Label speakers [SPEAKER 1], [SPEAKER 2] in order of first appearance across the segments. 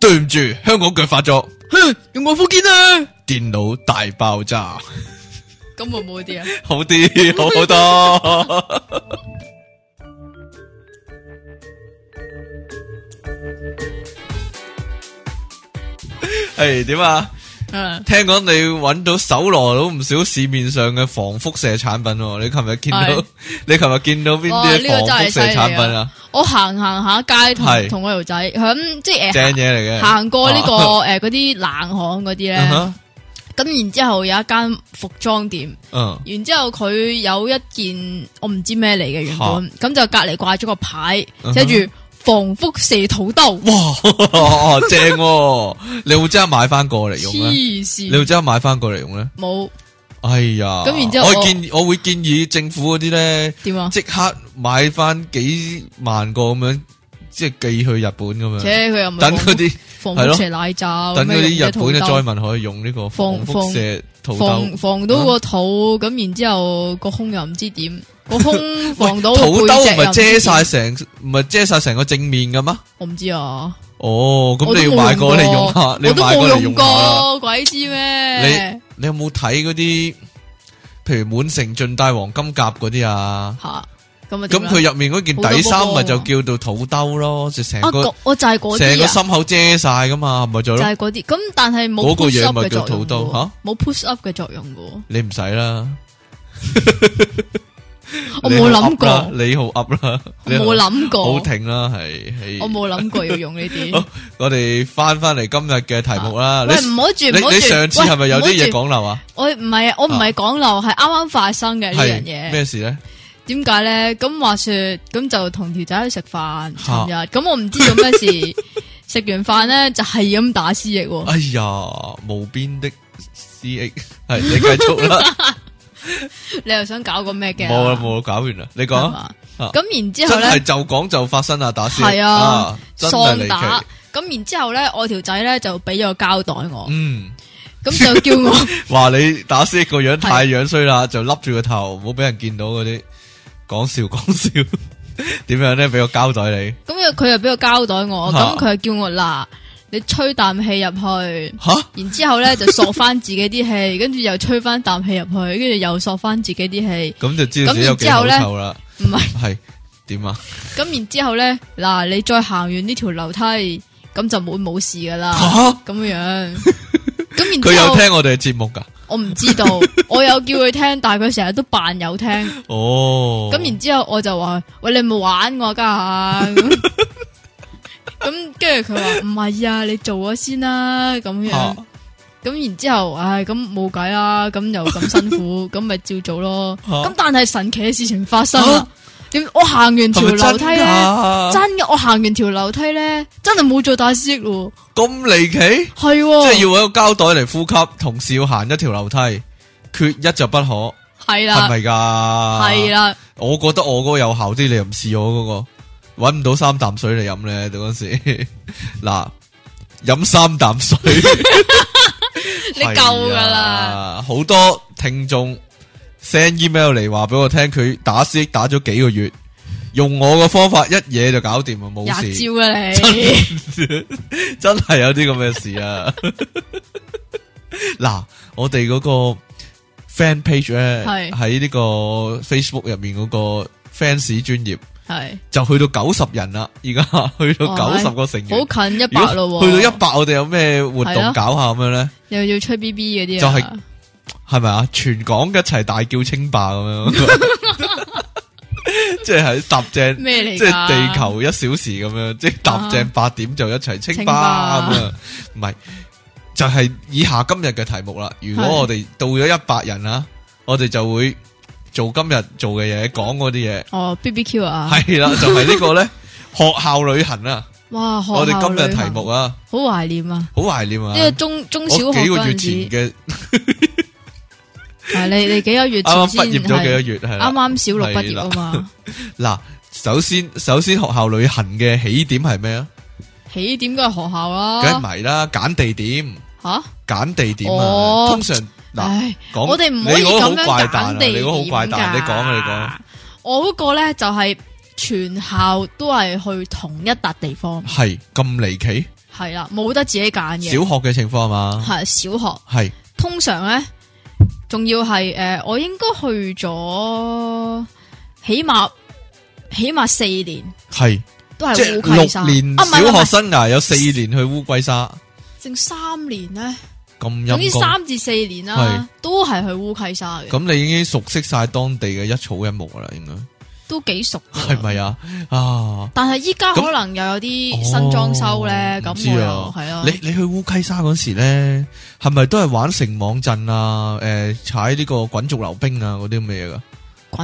[SPEAKER 1] 對唔住，香港腳發作，
[SPEAKER 2] 哼，用我福建啊！
[SPEAKER 1] 電腦大爆炸，
[SPEAKER 3] 咁會唔會啲啊？
[SPEAKER 1] 好啲，好好多。係點啊？
[SPEAKER 3] 嗯，
[SPEAKER 1] 聽講你揾到搜羅到唔少市面上嘅防輻射產品喎，你琴日見到
[SPEAKER 3] 係
[SPEAKER 1] 你琴日見到邊
[SPEAKER 3] 哇呢
[SPEAKER 1] 啲
[SPEAKER 3] 個
[SPEAKER 1] 防
[SPEAKER 3] 真
[SPEAKER 1] 輻
[SPEAKER 3] 係犀
[SPEAKER 1] 射
[SPEAKER 3] 利
[SPEAKER 1] 產品啊
[SPEAKER 3] 啊！！我行行下街
[SPEAKER 1] 係
[SPEAKER 3] 同同我條仔響即係
[SPEAKER 1] 正
[SPEAKER 3] 誒
[SPEAKER 1] 嘢嚟嘅，
[SPEAKER 3] 啊行過呢個
[SPEAKER 1] 啊
[SPEAKER 3] 誒嗰啲冷巷嗰啲
[SPEAKER 1] 啊
[SPEAKER 3] 咧，
[SPEAKER 1] 哈
[SPEAKER 3] 咁然之後有一間服裝店，
[SPEAKER 1] 嗯
[SPEAKER 3] 然之後佢有一件我唔知咩嚟嘅原本，咁就隔離掛咗個牌，
[SPEAKER 1] 啊
[SPEAKER 3] 寫住防輻射土兜，
[SPEAKER 1] 哇， 正喎！你會即刻買翻過嚟用咧？
[SPEAKER 3] 黐
[SPEAKER 1] 你會
[SPEAKER 3] 線，
[SPEAKER 1] 即刻買翻過嚟用咧？
[SPEAKER 3] 冇
[SPEAKER 1] 哎呀！
[SPEAKER 3] 嗯咁然之後
[SPEAKER 1] 我
[SPEAKER 3] 我
[SPEAKER 1] 建我會建議政府嗰啲咧，
[SPEAKER 3] 點啊？
[SPEAKER 1] 即刻買翻幾萬個咁樣，即係寄去日本咁
[SPEAKER 3] 且
[SPEAKER 1] 樣，
[SPEAKER 3] 佢又唔係
[SPEAKER 1] 等
[SPEAKER 3] 防
[SPEAKER 1] 嗰啲。
[SPEAKER 3] 防
[SPEAKER 1] 係咯
[SPEAKER 3] 輻射奶罩，
[SPEAKER 1] 等嗰
[SPEAKER 3] 咩
[SPEAKER 1] 啲日
[SPEAKER 3] 用嘅土啊
[SPEAKER 1] 本嘅
[SPEAKER 3] 兜
[SPEAKER 1] 災民可以用呢個防
[SPEAKER 3] 防
[SPEAKER 1] 輻射土兜
[SPEAKER 3] 防。防到個肚，咁然之后个胸又唔 知點，個胸防到
[SPEAKER 1] 喂土兜
[SPEAKER 3] 兜
[SPEAKER 1] 唔係遮晒，成，唔係遮晒成個正面嘅咩？
[SPEAKER 3] 我唔知啊，
[SPEAKER 1] 哦，咁
[SPEAKER 3] 我都
[SPEAKER 1] 你
[SPEAKER 3] 冇
[SPEAKER 1] 要買過嚟用下，你
[SPEAKER 3] 我
[SPEAKER 1] 要
[SPEAKER 3] 都
[SPEAKER 1] 買過
[SPEAKER 3] 冇
[SPEAKER 1] 嚟
[SPEAKER 3] 用
[SPEAKER 1] 用下啦。
[SPEAKER 3] 過，鬼知
[SPEAKER 1] 你
[SPEAKER 3] 咩？
[SPEAKER 1] 你有冇睇嗰啲，譬如滿城盡帶黃金甲嗰啲啊？
[SPEAKER 3] 吓咁啊點啊？
[SPEAKER 1] 咁佢入面嗰件底
[SPEAKER 3] 好
[SPEAKER 1] 衫
[SPEAKER 3] 多
[SPEAKER 1] 咪
[SPEAKER 3] 波波
[SPEAKER 1] 就叫做土兜咯，就成
[SPEAKER 3] 啊
[SPEAKER 1] 個
[SPEAKER 3] 嗰我就係嗰
[SPEAKER 1] 成個
[SPEAKER 3] 啲啊，
[SPEAKER 1] 心口遮晒噶嘛，咪就
[SPEAKER 3] 就
[SPEAKER 1] 係咯。
[SPEAKER 3] 係嗰啲，咁但係冇
[SPEAKER 1] 嗰個
[SPEAKER 3] push
[SPEAKER 1] 嘢
[SPEAKER 3] up
[SPEAKER 1] 咪
[SPEAKER 3] 嘅
[SPEAKER 1] 叫
[SPEAKER 3] 作
[SPEAKER 1] 土
[SPEAKER 3] 用
[SPEAKER 1] 兜
[SPEAKER 3] 嘅，冇 push up 嘅作用嘅，
[SPEAKER 1] 你唔使啦，
[SPEAKER 3] 我
[SPEAKER 1] 你
[SPEAKER 3] 冇
[SPEAKER 1] 好
[SPEAKER 3] 諗
[SPEAKER 1] up 啦
[SPEAKER 3] 過，
[SPEAKER 1] 你好 up 啦，
[SPEAKER 3] 我
[SPEAKER 1] 你好
[SPEAKER 3] 冇諗
[SPEAKER 1] 好
[SPEAKER 3] 過，
[SPEAKER 1] 停啦，係係。
[SPEAKER 3] 我冇諗過要用呢啲
[SPEAKER 1] 好。我哋翻翻嚟今日嘅題目啦。
[SPEAKER 3] 喂，
[SPEAKER 1] 你
[SPEAKER 3] 唔好住，
[SPEAKER 1] 你
[SPEAKER 3] 唔好住。
[SPEAKER 1] 你上次係咪有啲
[SPEAKER 3] 喂
[SPEAKER 1] 嘢
[SPEAKER 3] 唔好住
[SPEAKER 1] 講漏啊？
[SPEAKER 3] 我唔係啊，我唔係講漏，係啱啱發生嘅呢樣
[SPEAKER 1] 係
[SPEAKER 3] 嘢。
[SPEAKER 1] 咩事咧？
[SPEAKER 3] 點解咧？咁話说，咁就同條仔去食飯，尋日咁我唔知做咩事， 食完飯咧就係咁打思噎喎。
[SPEAKER 1] 哎呀，無邊的 C A 係你繼續啦，
[SPEAKER 3] 你又想搞個咩 嘅？啊
[SPEAKER 1] 冇啦冇啦，搞完啦，你講
[SPEAKER 3] 係
[SPEAKER 1] 啊，
[SPEAKER 3] 嘛
[SPEAKER 1] 啊
[SPEAKER 3] 咁然之
[SPEAKER 1] 真
[SPEAKER 3] 後
[SPEAKER 1] 係
[SPEAKER 3] 咧，
[SPEAKER 1] 就講就發生啊，打先
[SPEAKER 3] 係啊
[SPEAKER 1] 真係
[SPEAKER 3] 喪
[SPEAKER 1] 離
[SPEAKER 3] 打
[SPEAKER 1] 奇，。
[SPEAKER 3] 咁然之後咧，我條仔咧就俾咗個膠袋我，
[SPEAKER 1] 嗯，
[SPEAKER 3] 咁就叫 我
[SPEAKER 1] 話你打先個樣太樣衰啦，就笠住個頭，唔好俾人見到嗰啲，講笑講笑， 點樣咧？俾個膠袋你
[SPEAKER 3] 咁又佢又俾個膠袋我，
[SPEAKER 1] 嚇
[SPEAKER 3] 咁佢又叫我嗱，你吹啖氣入去。
[SPEAKER 1] 吓，
[SPEAKER 3] 然之后咧就索翻自己啲氣，跟住又吹翻啖氣入去，跟住又索翻自己啲氣，
[SPEAKER 1] 咁就知道自己有幾
[SPEAKER 3] 咁然之後
[SPEAKER 1] 口
[SPEAKER 3] 呢
[SPEAKER 1] 臭啦，
[SPEAKER 3] 唔係
[SPEAKER 1] 係點啊？
[SPEAKER 3] 咁。然之后咧，嗱你再行完呢條樓梯，咁就冇冇事噶啦，
[SPEAKER 1] 吓，
[SPEAKER 3] 咁 樣样。咁啊然
[SPEAKER 1] 佢
[SPEAKER 3] 之
[SPEAKER 1] 有
[SPEAKER 3] 後
[SPEAKER 1] 聽我哋嘅節目噶，
[SPEAKER 3] 我唔知 道，我有叫佢聽，但係佢成日都扮有聽。咁
[SPEAKER 1] 哦，
[SPEAKER 3] 然之后我就話：喂，你冇玩我家下。咁咁跟住佢話唔係啊，你做咗先啦，咁樣。
[SPEAKER 1] 嚇
[SPEAKER 3] 咁然之後，唉，咁冇計啦，咁又咁辛 苦，咁咪照做咯。
[SPEAKER 1] 嚇
[SPEAKER 3] 咁但係神奇嘅事情發生啦，點我行完條樓梯咧，
[SPEAKER 1] 啊
[SPEAKER 3] 真嘅，我行完條樓梯咧，真係冇做大師喎，
[SPEAKER 1] 咁離奇，
[SPEAKER 3] 係
[SPEAKER 1] 即
[SPEAKER 3] 喎，
[SPEAKER 1] 係要搵個膠袋嚟呼吸，同時要行一條樓梯，缺一就不可，
[SPEAKER 3] 係
[SPEAKER 1] 係
[SPEAKER 3] 啦，
[SPEAKER 1] 咪啊噶？
[SPEAKER 3] 係，啦，
[SPEAKER 1] 我覺得我嗰個有效啲，你又唔試我嗰個，搵唔到三啖水嚟飲咧，到嗰時 嗱，飲三啖水，
[SPEAKER 3] 你
[SPEAKER 1] 啊
[SPEAKER 3] 夠噶啦，
[SPEAKER 1] 係啊，好多聽眾 send email 嚟話俾我聽，佢打嗝打咗幾個月，用我嘅方法一嘢就搞掂啊，冇
[SPEAKER 3] 廿
[SPEAKER 1] 事。
[SPEAKER 3] 招啊你，
[SPEAKER 1] 真係有啲咁嘅事啊！ 嗱，我哋嗰個 fan page 咧，
[SPEAKER 3] 係
[SPEAKER 1] 喺呢個 Facebook 入面嗰個 fans 專頁
[SPEAKER 3] 係
[SPEAKER 1] 就去到九十人啦，而家去到九十個成員。
[SPEAKER 3] 好近一百
[SPEAKER 1] 如
[SPEAKER 3] 咯
[SPEAKER 1] 果
[SPEAKER 3] 喎，
[SPEAKER 1] 去到一百，我哋有咩活
[SPEAKER 3] 係
[SPEAKER 1] 動
[SPEAKER 3] 啊
[SPEAKER 1] 搞下咁樣咧？
[SPEAKER 3] 又要吹 B B 嗰啲
[SPEAKER 1] 就
[SPEAKER 3] 啊
[SPEAKER 1] 係，係咪啊？全港一齊大叫稱霸 咁樣，即係喺搭正
[SPEAKER 3] 咩嚟㗎？啊
[SPEAKER 1] 即系地球一小時咁樣，即系搭正八點就一齊清
[SPEAKER 3] 清
[SPEAKER 1] 吧
[SPEAKER 3] 吧
[SPEAKER 1] 咁樣，唔係就係以下今日嘅題目啦。如果
[SPEAKER 3] 係
[SPEAKER 1] 我哋到咗一百人啦，我哋就會做今日做嘅嘢，講嗰啲嘢，
[SPEAKER 3] 哦 B B Q 啊，
[SPEAKER 1] 係啦，就係呢個 咧學校旅行啊。
[SPEAKER 3] 哇，學校
[SPEAKER 1] 我哋今日
[SPEAKER 3] 旅行
[SPEAKER 1] 題目啊，
[SPEAKER 3] 好懷念啊，
[SPEAKER 1] 好懷念啊
[SPEAKER 3] 因！為中中小
[SPEAKER 1] 我
[SPEAKER 3] 學
[SPEAKER 1] 幾個
[SPEAKER 3] 嗰
[SPEAKER 1] 月
[SPEAKER 3] 陣
[SPEAKER 1] 前
[SPEAKER 3] 時。
[SPEAKER 1] 嘅
[SPEAKER 3] 系你你几多月
[SPEAKER 1] 啱
[SPEAKER 3] 前
[SPEAKER 1] 啱
[SPEAKER 3] 先
[SPEAKER 1] 畢業咗幾個
[SPEAKER 3] 係
[SPEAKER 1] 月係
[SPEAKER 3] 啱
[SPEAKER 1] 啦。
[SPEAKER 3] 啱小六畢業啊嘛，
[SPEAKER 1] 嗱，首先首先學校旅行嘅起點係咩啊？
[SPEAKER 3] 起點梗係學校
[SPEAKER 1] 梗係唔
[SPEAKER 3] 啦，
[SPEAKER 1] 係啦，揀地點，
[SPEAKER 3] 吓，
[SPEAKER 1] 揀地點啊。
[SPEAKER 3] 哦
[SPEAKER 1] 通常嗱。
[SPEAKER 3] 唉，
[SPEAKER 1] 講
[SPEAKER 3] 我哋唔可以
[SPEAKER 1] 你嗰個好
[SPEAKER 3] 咁樣
[SPEAKER 1] 怪誕啊
[SPEAKER 3] 揀地
[SPEAKER 1] 你嗰個好怪
[SPEAKER 3] 點
[SPEAKER 1] 誕你講啊
[SPEAKER 3] 㗎我嗰個咧就係全校都係去同一笪地方，
[SPEAKER 1] 系咁离奇，
[SPEAKER 3] 係啦，冇得自己揀嘅，
[SPEAKER 1] 小学嘅情况系嘛？
[SPEAKER 3] 係小學。
[SPEAKER 1] 系
[SPEAKER 3] 通常咧，仲要係诶、呃我應該去咗起碼起碼四年，
[SPEAKER 1] 系
[SPEAKER 3] 都係
[SPEAKER 1] 即系
[SPEAKER 3] 烏
[SPEAKER 1] 六
[SPEAKER 3] 溪沙。
[SPEAKER 1] 年
[SPEAKER 3] 啊，唔係
[SPEAKER 1] 小
[SPEAKER 3] 唔
[SPEAKER 1] 学
[SPEAKER 3] 係，
[SPEAKER 1] 生涯有四年去乌龟沙，
[SPEAKER 3] 剩三年咧，
[SPEAKER 1] 咁
[SPEAKER 3] 總
[SPEAKER 1] 阴
[SPEAKER 3] 之
[SPEAKER 1] 公。
[SPEAKER 3] 三至四年啦
[SPEAKER 1] 係，
[SPEAKER 3] 都係去烏溪沙嘅，
[SPEAKER 1] 咁你已经熟悉晒当地嘅一草一木啦，应该
[SPEAKER 3] 都幾熟。
[SPEAKER 1] 系？咪啊？啊！
[SPEAKER 3] 但係依家
[SPEAKER 1] 咁
[SPEAKER 3] 可能又有啲新裝修咧，
[SPEAKER 1] 哦唔
[SPEAKER 3] 咁
[SPEAKER 1] 知啊
[SPEAKER 3] 我又係咯
[SPEAKER 1] 你。你去烏溪沙嗰時咧，係咪都係玩城網陣啊？诶、踩呢個滾軸溜冰啊，嗰啲咁嘅嘢噶？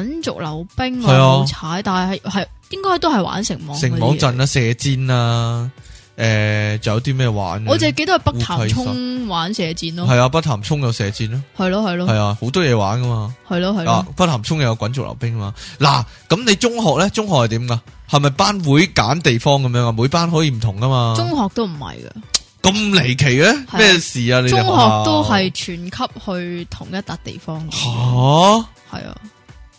[SPEAKER 3] 滾軸溜冰
[SPEAKER 1] 係
[SPEAKER 3] 我
[SPEAKER 1] 啊
[SPEAKER 3] 冇踩，但係係應該都係玩城哦網嗰啲嘢。
[SPEAKER 1] 城網陣啊，射箭啊，诶、仲有啲咩玩嘅？
[SPEAKER 3] 我淨係記得去北潭
[SPEAKER 1] 烏
[SPEAKER 3] 涌玩射箭咯，
[SPEAKER 1] 係啊，北潭涌有射箭咯，
[SPEAKER 3] 係咯係
[SPEAKER 1] 係
[SPEAKER 3] 咯
[SPEAKER 1] 啊，好多嘢玩噶嘛。
[SPEAKER 3] 係咯係
[SPEAKER 1] 啊
[SPEAKER 3] 咯，，
[SPEAKER 1] 北潭涌又有滾軸溜冰啊嘛。嗱，咁你中學咧，中學係點噶？係咪班會揀地方咁樣啊？每班可以唔同噶嘛？
[SPEAKER 3] 中學都唔係嘅。
[SPEAKER 1] 咁離奇嘅
[SPEAKER 3] 係啊
[SPEAKER 1] 咩事啊？你哋
[SPEAKER 3] 中
[SPEAKER 1] 學
[SPEAKER 3] 學
[SPEAKER 1] 校
[SPEAKER 3] 都係全級去同一笪地方嘅，
[SPEAKER 1] 吓
[SPEAKER 3] 係啊，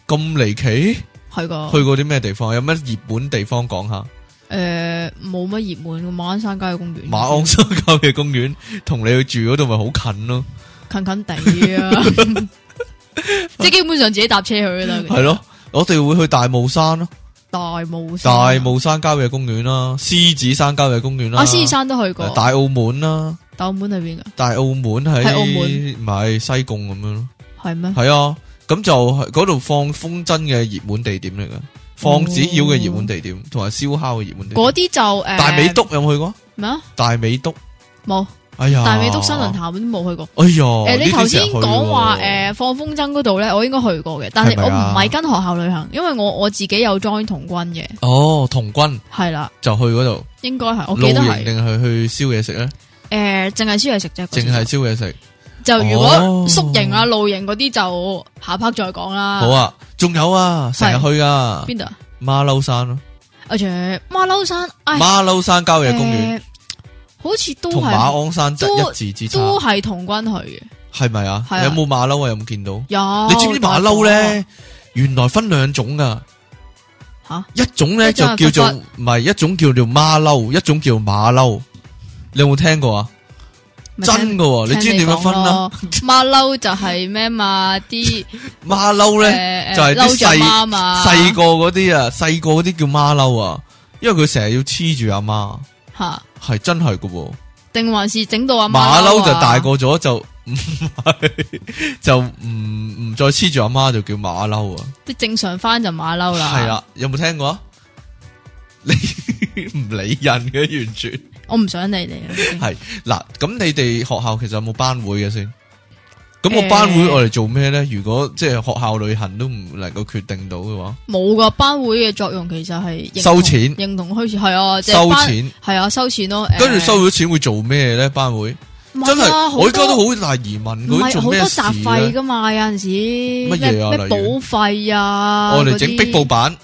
[SPEAKER 1] 咁離奇。
[SPEAKER 3] 係個
[SPEAKER 1] 去過啲咩地方？有咩熱門地方講下？
[SPEAKER 3] 诶冇乜熱門嘅馬鞍山郊野公園，
[SPEAKER 1] 馬鞍山郊野公 園同你去住嗰度咪好近咯，
[SPEAKER 3] 近 近地啊，即系基本上自己搭車去㗎啦，
[SPEAKER 1] 係咯。我哋會去大帽山咯，
[SPEAKER 3] 大霧山
[SPEAKER 1] 大帽山郊野公園啦，獅子山郊野公園啦，
[SPEAKER 3] 啊，獅子山都去過，
[SPEAKER 1] 誒大澳門啦，
[SPEAKER 3] 大澳門係邊噶？
[SPEAKER 1] 大澳門喺
[SPEAKER 3] 喺澳門
[SPEAKER 1] 唔係西貢咁樣咯，
[SPEAKER 3] 係咩？
[SPEAKER 1] 係啊，咁就係嗰度放風箏嘅熱門地點嚟噶，放紙鷂嘅熱門地點，同埋燒烤嘅熱門地點。
[SPEAKER 3] 嗰啲就诶
[SPEAKER 1] 大美督有冇去過？
[SPEAKER 3] 咩啊？
[SPEAKER 1] 大美督，
[SPEAKER 3] 冇
[SPEAKER 1] 哎呀，
[SPEAKER 3] 大美督新論坛都冇去過。
[SPEAKER 1] 哎呀，
[SPEAKER 3] 诶，你頭
[SPEAKER 1] 头
[SPEAKER 3] 先講話诶放風箏嗰度咧，我應該去過嘅，但係
[SPEAKER 1] 係咪
[SPEAKER 3] 我唔
[SPEAKER 1] 啊
[SPEAKER 3] 係跟學校旅行，因為我我自己有 join 童軍嘅，
[SPEAKER 1] 哦，童軍
[SPEAKER 3] 係啦，
[SPEAKER 1] 就去嗰度
[SPEAKER 3] 應該係，我
[SPEAKER 1] 露
[SPEAKER 3] 記得
[SPEAKER 1] 營
[SPEAKER 3] 係。
[SPEAKER 1] 定係去燒嘢食咧？
[SPEAKER 3] 诶，净系烧嘢食啫，嗰啲
[SPEAKER 1] 淨係燒嘢食。
[SPEAKER 3] 就
[SPEAKER 1] 哦
[SPEAKER 3] 如果宿營啊、露營嗰啲就下 part 再講啦。
[SPEAKER 1] 好，啊，仲有啊，成日去啊，
[SPEAKER 3] 邊度啊？
[SPEAKER 1] 馬騮山咯，
[SPEAKER 3] 而且馬騮山，唉，
[SPEAKER 1] 馬騮山郊野公園
[SPEAKER 3] 誒好似都
[SPEAKER 1] 同
[SPEAKER 3] 係
[SPEAKER 1] 馬鞍山則
[SPEAKER 3] 都
[SPEAKER 1] 一字之差，
[SPEAKER 3] 都係童軍去嘅。
[SPEAKER 1] 係咪啊？
[SPEAKER 3] 係啊哦
[SPEAKER 1] 有冇馬騮啊？有冇見到？
[SPEAKER 3] 有
[SPEAKER 1] 你知唔知馬騮？
[SPEAKER 3] 啊
[SPEAKER 1] 咧？原來分兩種噶，
[SPEAKER 3] 吓，
[SPEAKER 1] 一種咧
[SPEAKER 3] 一
[SPEAKER 1] 就
[SPEAKER 3] 種係
[SPEAKER 1] 叫做
[SPEAKER 3] 狒狒
[SPEAKER 1] 唔係，一種叫做馬騮，一種叫馬騮。你有冇聽過啊？
[SPEAKER 3] 咪
[SPEAKER 1] 真噶喎，
[SPEAKER 3] 聽
[SPEAKER 1] 哦你知點樣分啊啦？？
[SPEAKER 3] 聽你講咯馬騮就係 咩嘛？啲
[SPEAKER 1] 馬騮咧。
[SPEAKER 3] 诶
[SPEAKER 1] 就係啲
[SPEAKER 3] 嬲
[SPEAKER 1] 細
[SPEAKER 3] 咗媽嘛，
[SPEAKER 1] 细个嗰啲啊，细个嗰啲叫孖騮啊，因为佢成日要黐住阿媽，
[SPEAKER 3] 吓，
[SPEAKER 1] 係真係噶喎。
[SPEAKER 3] 定還是整到阿
[SPEAKER 1] 馬
[SPEAKER 3] 騮
[SPEAKER 1] 騮
[SPEAKER 3] 啊
[SPEAKER 1] 就大個咗就唔係 就唔唔再黐住阿媽就叫馬騮啊。
[SPEAKER 3] 即係正常翻就馬騮啦。
[SPEAKER 1] 係，啦，有冇聽過啊？ 你唔理人嘅完全
[SPEAKER 3] 我唔想理你啊啦已經。
[SPEAKER 1] 係嗱，咁你哋學校其實有冇班會嘅先？咁個
[SPEAKER 3] 誒
[SPEAKER 1] 班會我哋做咩咧？如果即係學校旅行都唔能夠決定到嘅話，
[SPEAKER 3] 冇噶，班會嘅作用其實係認同
[SPEAKER 1] 收錢
[SPEAKER 3] 認同虛設係啊，即係
[SPEAKER 1] 收
[SPEAKER 3] 班
[SPEAKER 1] 錢，
[SPEAKER 3] 係啊，收錢咯。
[SPEAKER 1] 跟住收咗錢會做咩咧？班會？
[SPEAKER 3] 誒
[SPEAKER 1] 真
[SPEAKER 3] 唔係啊
[SPEAKER 1] 係，
[SPEAKER 3] 好
[SPEAKER 1] 我而家
[SPEAKER 3] 多
[SPEAKER 1] 都好大疑問，
[SPEAKER 3] 唔
[SPEAKER 1] 佢
[SPEAKER 3] 係好
[SPEAKER 1] 做
[SPEAKER 3] 多
[SPEAKER 1] 咩事
[SPEAKER 3] 雜費
[SPEAKER 1] 咧？
[SPEAKER 3] 噶嘛，有陣時
[SPEAKER 1] 乜
[SPEAKER 3] 乜
[SPEAKER 1] 嘢啊
[SPEAKER 3] 咩
[SPEAKER 1] 例如
[SPEAKER 3] 保費啊，
[SPEAKER 1] 我哋
[SPEAKER 3] 嗰
[SPEAKER 1] 整
[SPEAKER 3] 啲
[SPEAKER 1] 壁布板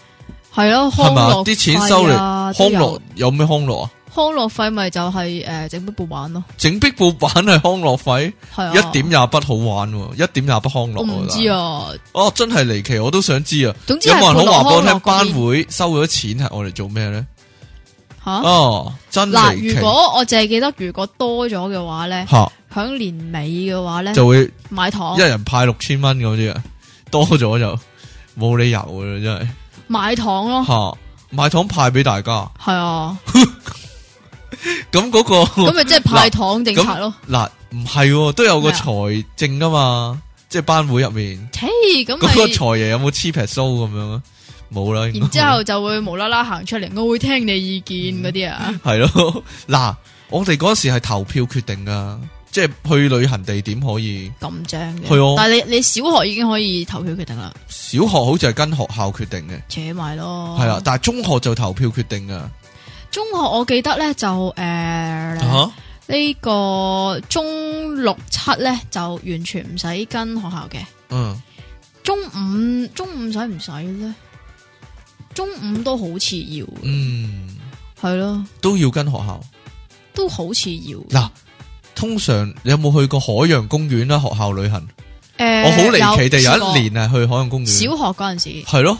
[SPEAKER 3] 係咯，
[SPEAKER 1] 係
[SPEAKER 3] 康
[SPEAKER 1] 嘛？
[SPEAKER 3] 樂
[SPEAKER 1] 啲錢
[SPEAKER 3] 費
[SPEAKER 1] 收嚟
[SPEAKER 3] 啊
[SPEAKER 1] 康
[SPEAKER 3] 都有
[SPEAKER 1] 樂有咩康樂啊？
[SPEAKER 3] 康樂費咪就係誒整壁布玩咯，
[SPEAKER 1] 整壁布板係康樂費，
[SPEAKER 3] 係啊，
[SPEAKER 1] 一點廿不好玩喎，一點廿不康樂
[SPEAKER 3] 我
[SPEAKER 1] 喎。
[SPEAKER 3] 唔知啊，
[SPEAKER 1] 哦，真係離奇，我都想知啊！
[SPEAKER 3] 總之
[SPEAKER 1] 有
[SPEAKER 3] 係
[SPEAKER 1] 冇人好話俾我
[SPEAKER 3] 歡樂
[SPEAKER 1] 聽，
[SPEAKER 3] 康樂嗰
[SPEAKER 1] 班
[SPEAKER 3] 邊
[SPEAKER 1] 會收咗錢係我哋做咩咧？
[SPEAKER 3] 嚇
[SPEAKER 1] 哦，真離
[SPEAKER 3] 啊嗱，
[SPEAKER 1] 奇
[SPEAKER 3] 如果我淨係記得如果多咗嘅話咧，
[SPEAKER 1] 吓
[SPEAKER 3] 響年尾嘅話咧，
[SPEAKER 1] 就會
[SPEAKER 3] 買糖
[SPEAKER 1] 一人派六千蚊嗰啲啊，多咗就冇理由嘅啦，真係
[SPEAKER 3] 買糖咯，
[SPEAKER 1] 吓買糖派俾大家，
[SPEAKER 3] 係 啊，
[SPEAKER 1] 咁嗰個。
[SPEAKER 3] 咁咪即係派糖政策咯。
[SPEAKER 1] 嗱，唔係喎，都有個
[SPEAKER 3] 咩啊
[SPEAKER 1] 財政噶嘛，即係班會入面
[SPEAKER 3] 切咁
[SPEAKER 1] 嗰個財
[SPEAKER 3] 咪，
[SPEAKER 1] 爺有冇黐皮須咁樣啊？冇啦，應該
[SPEAKER 3] 然之后就會無啦啦行出嚟，我會聽你意見嗰啲啊，
[SPEAKER 1] 係咯。嗱，我哋嗰時係投票決定噶，即係去旅行地點可以。
[SPEAKER 3] 咁正嘅。
[SPEAKER 1] 係啊
[SPEAKER 3] 但係你你小學已經可以投票決定啦，
[SPEAKER 1] 小學好似係跟學校決定嘅，
[SPEAKER 3] 扯埋咯。
[SPEAKER 1] 係啊啦，，但係中學就投票決定噶。
[SPEAKER 3] 中學我記得咧就诶
[SPEAKER 1] 吓，
[SPEAKER 3] 呢個中六七咧就完全唔使跟學校嘅，
[SPEAKER 1] 嗯，
[SPEAKER 3] 中五中五使唔使咧？中五都好似要，
[SPEAKER 1] 嗯，
[SPEAKER 3] 係咯，
[SPEAKER 1] 都要跟學校。
[SPEAKER 3] 都好似要。
[SPEAKER 1] 嗱，通常你有冇去過海洋公園啊啦？學校旅行，
[SPEAKER 3] 诶，
[SPEAKER 1] 我好離奇地有嗯
[SPEAKER 3] 試過
[SPEAKER 1] 一年係去海洋公園。
[SPEAKER 3] 小學嗰陣時
[SPEAKER 1] 系咯，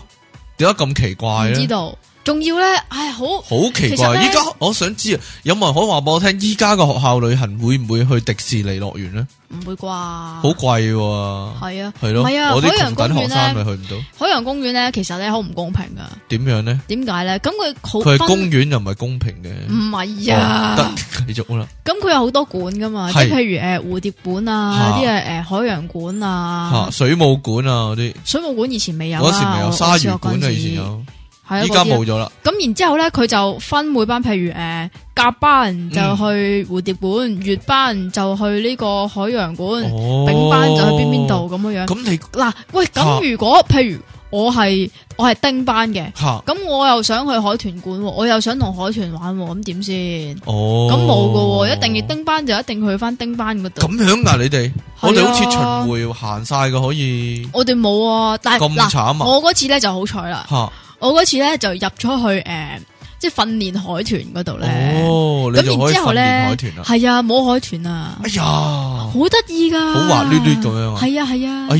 [SPEAKER 1] 点解咁奇怪
[SPEAKER 3] 唔知
[SPEAKER 1] 咧？
[SPEAKER 3] 道，仲要咧，唉，好
[SPEAKER 1] 好奇
[SPEAKER 3] 其實
[SPEAKER 1] 怪！
[SPEAKER 3] 呢
[SPEAKER 1] 依家我想知啊，有冇人可以話俾我聽，依家嘅學校旅行會唔會去迪士尼樂園咧？
[SPEAKER 3] 唔會啩？
[SPEAKER 1] 好貴喎，
[SPEAKER 3] 係啊，
[SPEAKER 1] 係咯，
[SPEAKER 3] 唔係啊，
[SPEAKER 1] 我啲
[SPEAKER 3] 海洋
[SPEAKER 1] 窮
[SPEAKER 3] 公
[SPEAKER 1] 緊學
[SPEAKER 3] 園
[SPEAKER 1] 生咪
[SPEAKER 3] 咧，
[SPEAKER 1] 去唔到，
[SPEAKER 3] 海洋公園咧，其實咧好唔公平噶。
[SPEAKER 1] 點樣咧？
[SPEAKER 3] 點解咧？咁佢好
[SPEAKER 1] 佢係
[SPEAKER 3] 分嗯
[SPEAKER 1] 公園又唔係公平嘅，
[SPEAKER 3] 唔
[SPEAKER 1] 哦
[SPEAKER 3] 係啊？
[SPEAKER 1] 得繼續啦，
[SPEAKER 3] 咁佢有好多館噶嘛，即
[SPEAKER 1] 係
[SPEAKER 3] 係譬如诶蝴蝶館啊，
[SPEAKER 1] 嚇
[SPEAKER 3] 啲诶诶海洋館啊
[SPEAKER 1] 吓，水母館啊嗰啲，
[SPEAKER 3] 水母館以前未有啊
[SPEAKER 1] 嗰時咪有鯊魚
[SPEAKER 3] 館
[SPEAKER 1] 館啊，以前，有，
[SPEAKER 3] 系啊，
[SPEAKER 1] 依家
[SPEAKER 3] 嗰啲啊
[SPEAKER 1] 冇咗啦，
[SPEAKER 3] 咁然之後咧，佢就分每班，譬如诶甲班就去蝴蝶館，乙班就去呢個海洋館，
[SPEAKER 1] 哦，
[SPEAKER 3] 嗯丙班就去邊邊度咁樣樣。
[SPEAKER 1] 咁你
[SPEAKER 3] 嗱，喂，
[SPEAKER 1] 嚇
[SPEAKER 3] 咁如果譬如我係我係丁班嘅，
[SPEAKER 1] 吓
[SPEAKER 3] 咁我又想去海豚館喎，我又想同海豚玩喎，咁點先？
[SPEAKER 1] 哦，
[SPEAKER 3] 咁冇噶喎，一定要丁班就一定去翻丁班嗰度。
[SPEAKER 1] 咁樣噶你哋，我哋好似
[SPEAKER 3] 係啊
[SPEAKER 1] 巡迴行晒噶可以，
[SPEAKER 3] 我哋冇啊，但係
[SPEAKER 1] 咁
[SPEAKER 3] 嗱，
[SPEAKER 1] 慘啊
[SPEAKER 3] 我嗰次咧就好彩啦，
[SPEAKER 1] 吓
[SPEAKER 3] 我嗰次咧就入咗去诶，即係訓練海豚嗰度咧。
[SPEAKER 1] 哦，你
[SPEAKER 3] 咁
[SPEAKER 1] 就
[SPEAKER 3] 然
[SPEAKER 1] 可以
[SPEAKER 3] 之後
[SPEAKER 1] 訓
[SPEAKER 3] 咧
[SPEAKER 1] 練海豚啦，
[SPEAKER 3] 係啊，冇海豚啊，
[SPEAKER 1] 哎呀！
[SPEAKER 3] 好得意噶，
[SPEAKER 1] 好滑捋捋咁樣啊
[SPEAKER 3] 係啊係啊
[SPEAKER 1] 哎，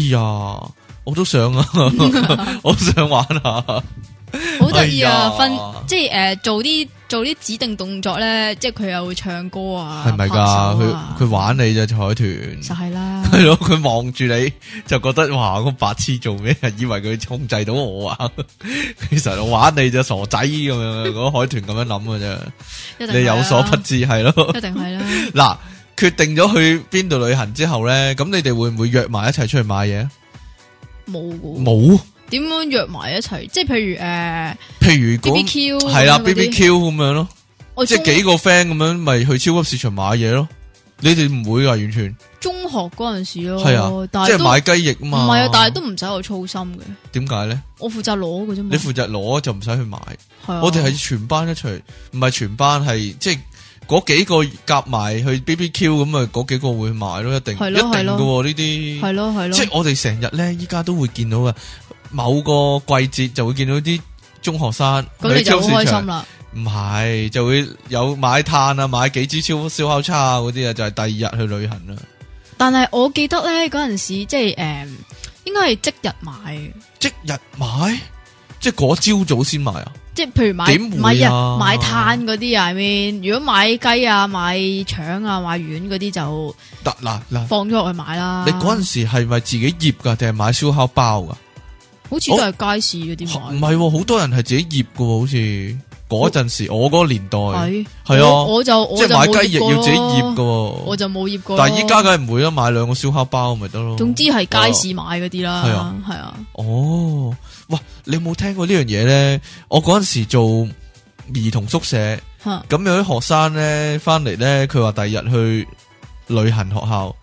[SPEAKER 1] 呀，我都想 啊，我都想玩啊，
[SPEAKER 3] 好得意啊！
[SPEAKER 1] 哎呀
[SPEAKER 3] 訓即係诶做啲做啲指定動作咧，即係佢又會唱歌啊，
[SPEAKER 1] 係咪
[SPEAKER 3] 拍手
[SPEAKER 1] 噶？佢
[SPEAKER 3] 啊
[SPEAKER 1] 佢玩你啫，海豚。
[SPEAKER 3] 就係 啦，
[SPEAKER 1] 係咯，佢望住你就覺得哇，個白痴做咩？啊以為佢控制到我啊！ 其實我玩你就傻仔咁樣，嗰海豚咁樣諗嘅啫。
[SPEAKER 3] 一定係啊啦
[SPEAKER 1] 你有所不，知係 咯。
[SPEAKER 3] 一定係啦。
[SPEAKER 1] 嗱，決定咗去邊度旅行之後咧，咁你哋會唔會約埋一齊出去買嘢？
[SPEAKER 3] 冇噶，
[SPEAKER 1] 冇，
[SPEAKER 3] 點樣約埋一齊？即係譬如呃诶
[SPEAKER 1] 譬如講
[SPEAKER 3] BBQ
[SPEAKER 1] 係啦
[SPEAKER 3] 咁樣嗰啲
[SPEAKER 1] ，BBQ 咁樣咯。
[SPEAKER 3] 我
[SPEAKER 1] 即
[SPEAKER 3] 中
[SPEAKER 1] 系几个 friend 咁样，咪去超級市場買嘢咯。你哋唔會噶，完全
[SPEAKER 3] 中學嗰陣時咯，
[SPEAKER 1] 係啊，
[SPEAKER 3] 但
[SPEAKER 1] 即
[SPEAKER 3] 係
[SPEAKER 1] 係
[SPEAKER 3] 都
[SPEAKER 1] 買雞翼啊
[SPEAKER 3] 唔
[SPEAKER 1] 嘛。
[SPEAKER 3] 係啊，但係都唔使我操心嘅，
[SPEAKER 1] 點解咧？
[SPEAKER 3] 我負責攞嘅啫嘛。
[SPEAKER 1] 你負責攞就唔使去買。
[SPEAKER 3] 係啊，
[SPEAKER 1] 我哋係全班一齊，唔係全班係即係嗰幾個夾埋去 BBQ 咁啊，嗰幾個會去買咯，一定
[SPEAKER 3] 係
[SPEAKER 1] 一
[SPEAKER 3] 咯係
[SPEAKER 1] 定噶
[SPEAKER 3] 咯
[SPEAKER 1] 喎呢啲。
[SPEAKER 3] 係咯係咯，
[SPEAKER 1] 即係我哋成日咧，依家都會見到啊，某個季節就會見到啲中學生
[SPEAKER 3] 咁
[SPEAKER 1] 去
[SPEAKER 3] 你就
[SPEAKER 1] 超級
[SPEAKER 3] 好
[SPEAKER 1] 市
[SPEAKER 3] 開
[SPEAKER 1] 場
[SPEAKER 3] 心。啊啦。
[SPEAKER 1] 唔係，就會有買炭啊，買幾支燒燒烤叉啊嗰啲啊，就係第二日去旅行啊啦。
[SPEAKER 3] 但係我記得咧嗰陣時，即係诶，應該係即日買嘅，
[SPEAKER 1] 即日買，即係嗰朝早先買啊！
[SPEAKER 3] 即係譬如買
[SPEAKER 1] 點會啊
[SPEAKER 3] 買啊買炭嗰啲啊，I mean，如果買雞啊、買腸啊、買丸嗰啲就
[SPEAKER 1] 得嗱嗱，
[SPEAKER 3] 放咗落去買啦。
[SPEAKER 1] 你嗰阵时系咪自己醃噶，定係買燒烤包噶？
[SPEAKER 3] 好似都係街市嗰啲
[SPEAKER 1] 唔
[SPEAKER 3] 買。
[SPEAKER 1] 係喎，好多人係自己醃噶喎，好似嗰陣時我嗰個年代，
[SPEAKER 3] 係
[SPEAKER 1] 係啊
[SPEAKER 3] 我我就我
[SPEAKER 1] 即
[SPEAKER 3] 就
[SPEAKER 1] 係買
[SPEAKER 3] 冇
[SPEAKER 1] 雞翼
[SPEAKER 3] 醃過
[SPEAKER 1] 要自己
[SPEAKER 3] 咯
[SPEAKER 1] 醃噶
[SPEAKER 3] 我
[SPEAKER 1] 喎。
[SPEAKER 3] 就冇醃過咯。
[SPEAKER 1] 但係依家梗係唔會啦，買兩個燒烤包啊咪得咯。
[SPEAKER 3] 總之係街市買嗰啲啦，
[SPEAKER 1] 係
[SPEAKER 3] 係
[SPEAKER 1] 啊
[SPEAKER 3] 啊，係啊，
[SPEAKER 1] 哦，哇！你有冇聽過呢樣嘢咧？我嗰阵时做兒童宿舍。
[SPEAKER 3] 啊嚇
[SPEAKER 1] 咁有啲學生咧翻嚟咧，佢話第二日去旅行學校，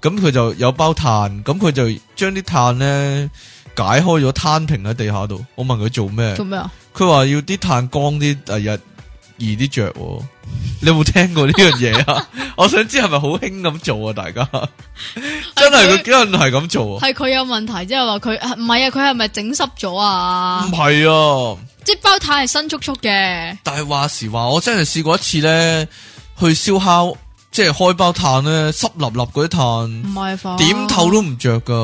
[SPEAKER 1] 咁佢就有包炭，咁佢就將啲炭咧解開咗攤平喺地下度。我問佢做咩，
[SPEAKER 3] 做咩啊？
[SPEAKER 1] 佢話要啲炭乾啲，第二日易啲着喎。 你有冇聽過呢樣嘢啊？ 我想知係咪好興咁做啊？大 家真係佢真係咁做啊？
[SPEAKER 3] 係佢有問題，即係話佢唔係啊？佢係咪整濕咗啊
[SPEAKER 1] 唔？係啊！
[SPEAKER 3] 即係包太係新速速嘅，
[SPEAKER 1] 但系话时话，我真系试过一次咧，去烧烤，即系开包炭咧，湿立立嗰啲
[SPEAKER 3] 唔
[SPEAKER 1] 炭，
[SPEAKER 3] 係化
[SPEAKER 1] 点透都唔着噶，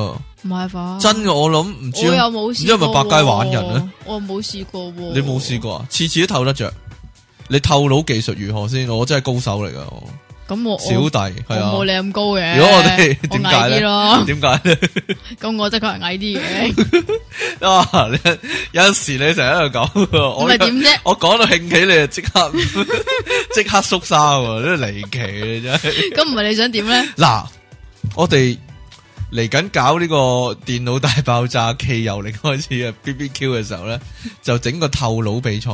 [SPEAKER 3] 唔係化
[SPEAKER 1] 真嘅我谂唔知
[SPEAKER 3] 啊我
[SPEAKER 1] 啊，
[SPEAKER 3] 又冇試
[SPEAKER 1] 因
[SPEAKER 3] 過喎，
[SPEAKER 1] 為百佳玩人咧
[SPEAKER 3] 我冇試過喎。
[SPEAKER 1] 你冇试？过啊？次次都透得着，你透腦技术如何先？我真系高手嚟噶，我
[SPEAKER 3] 咁我
[SPEAKER 1] 小
[SPEAKER 3] 我
[SPEAKER 1] 弟系
[SPEAKER 3] 我冇
[SPEAKER 1] 啊
[SPEAKER 3] 你，咁高嘅。
[SPEAKER 1] 如果我哋
[SPEAKER 3] 我
[SPEAKER 1] 點解
[SPEAKER 3] 矮
[SPEAKER 1] 咧
[SPEAKER 3] 啲咯，
[SPEAKER 1] 点解咧？
[SPEAKER 3] 咁我的確係矮啲嘅。
[SPEAKER 1] 啊， 你有阵时你成日喺度講，
[SPEAKER 3] 咁
[SPEAKER 1] 我
[SPEAKER 3] 咪點啫？
[SPEAKER 1] 我講到興起，你就即刻 即刻縮沙喎，真係離奇你真係。
[SPEAKER 3] 咁唔係你想點咧？
[SPEAKER 1] 嗱，我哋嚟緊搞呢個電腦大爆炸汽油力開始嘅 B B Q 嘅時候咧，就整個透腦比賽。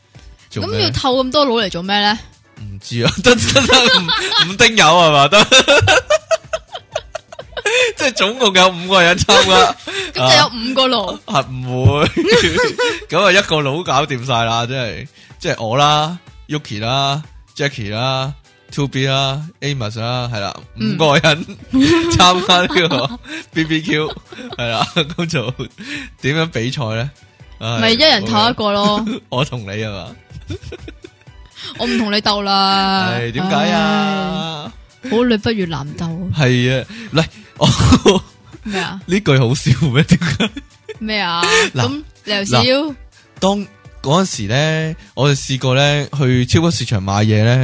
[SPEAKER 1] 做
[SPEAKER 3] 咁
[SPEAKER 1] 咩
[SPEAKER 3] 要？透咁多腦嚟做咩咧？
[SPEAKER 1] 唔知啊， 得得得，五五丁友啊係嘛？得， 即係總共有五個人參加。
[SPEAKER 3] 咁就有五 個腦，
[SPEAKER 1] 啊唔會，咁啊一個佬搞掂晒啦，即係即係我啦，Yuki 啦，Jackie 啦，Two B 啦，Amos 啦，係啦，五
[SPEAKER 3] 嗯
[SPEAKER 1] 個人 參加呢個 BBQ 係啦，咁就點樣比賽咧？唉
[SPEAKER 3] 咪一人透一，個咯。
[SPEAKER 1] 我同你啊嘛，
[SPEAKER 3] 我唔同你鬥啦。
[SPEAKER 1] 係點解啊？
[SPEAKER 3] 唉？好女不如男鬥
[SPEAKER 1] 係啊，嚟我
[SPEAKER 3] 咩啊？
[SPEAKER 1] 呢句好笑咩？點解？
[SPEAKER 3] 咩啊？
[SPEAKER 1] 嗱
[SPEAKER 3] 咁你又少
[SPEAKER 1] 當嗰阵时咧，我哋試過咧去超級市場買嘢咧，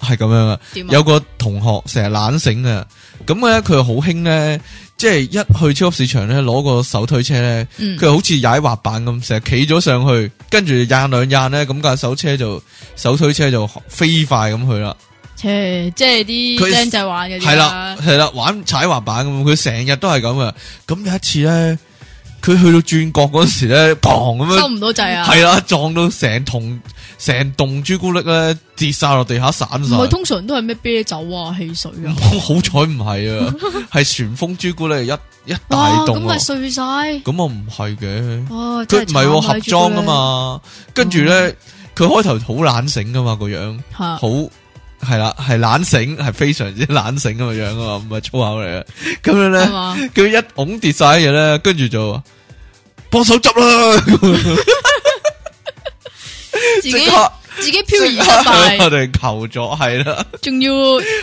[SPEAKER 1] 係咁樣啊。
[SPEAKER 3] 點啊？
[SPEAKER 1] 有個同學成日懶醒啊，咁咧佢好興咧，即係一去超級市場咧攞個手推車咧，
[SPEAKER 3] 嗯
[SPEAKER 1] 佢好似踩滑板咁，成日企咗上去，跟住掗兩掗咧，咁架手車就手推車就飛快咁去啦。
[SPEAKER 3] 切，即係啲啊
[SPEAKER 1] 佢
[SPEAKER 3] 僆仔玩嘅
[SPEAKER 1] 系啦，系啦，玩踩滑板咁，佢成日都系咁啊。咁有一次咧，佢去到转角嗰時咧，砰咁樣，
[SPEAKER 3] 收唔到掣啊！
[SPEAKER 1] 系啦，撞到成桶成棟朱古力咧跌晒落地下散
[SPEAKER 3] 唔
[SPEAKER 1] 晒。
[SPEAKER 3] 係通常都係咩啤酒啊、汽水啊，
[SPEAKER 1] 好彩唔係 啊，係旋風朱古力一一大
[SPEAKER 3] 哇咁
[SPEAKER 1] 棟啊
[SPEAKER 3] 咪。碎晒，
[SPEAKER 1] 咁我唔係嘅，
[SPEAKER 3] 哇！
[SPEAKER 1] 佢
[SPEAKER 3] 真
[SPEAKER 1] 唔係喎
[SPEAKER 3] 慘
[SPEAKER 1] 盒裝噶，嘛。跟住
[SPEAKER 3] 哦
[SPEAKER 1] 咧，佢開頭好懶醒噶嘛個樣。
[SPEAKER 3] 吓
[SPEAKER 1] 好系啦，系懶醒，係非常之懶醒咁嘅樣啊嘛，唔係粗口嚟嘅。咁樣
[SPEAKER 3] 係
[SPEAKER 1] 咧，
[SPEAKER 3] 嘛？
[SPEAKER 1] 佢一拱跌晒嘢咧，跟住就話幫手執啦，
[SPEAKER 3] 自
[SPEAKER 1] 即
[SPEAKER 3] 己
[SPEAKER 1] 刻
[SPEAKER 3] 自己漂
[SPEAKER 1] 即
[SPEAKER 3] 移
[SPEAKER 1] 刻
[SPEAKER 3] 失
[SPEAKER 1] 向 我
[SPEAKER 3] 敗，
[SPEAKER 1] 哋求助，係啦，
[SPEAKER 3] 仲要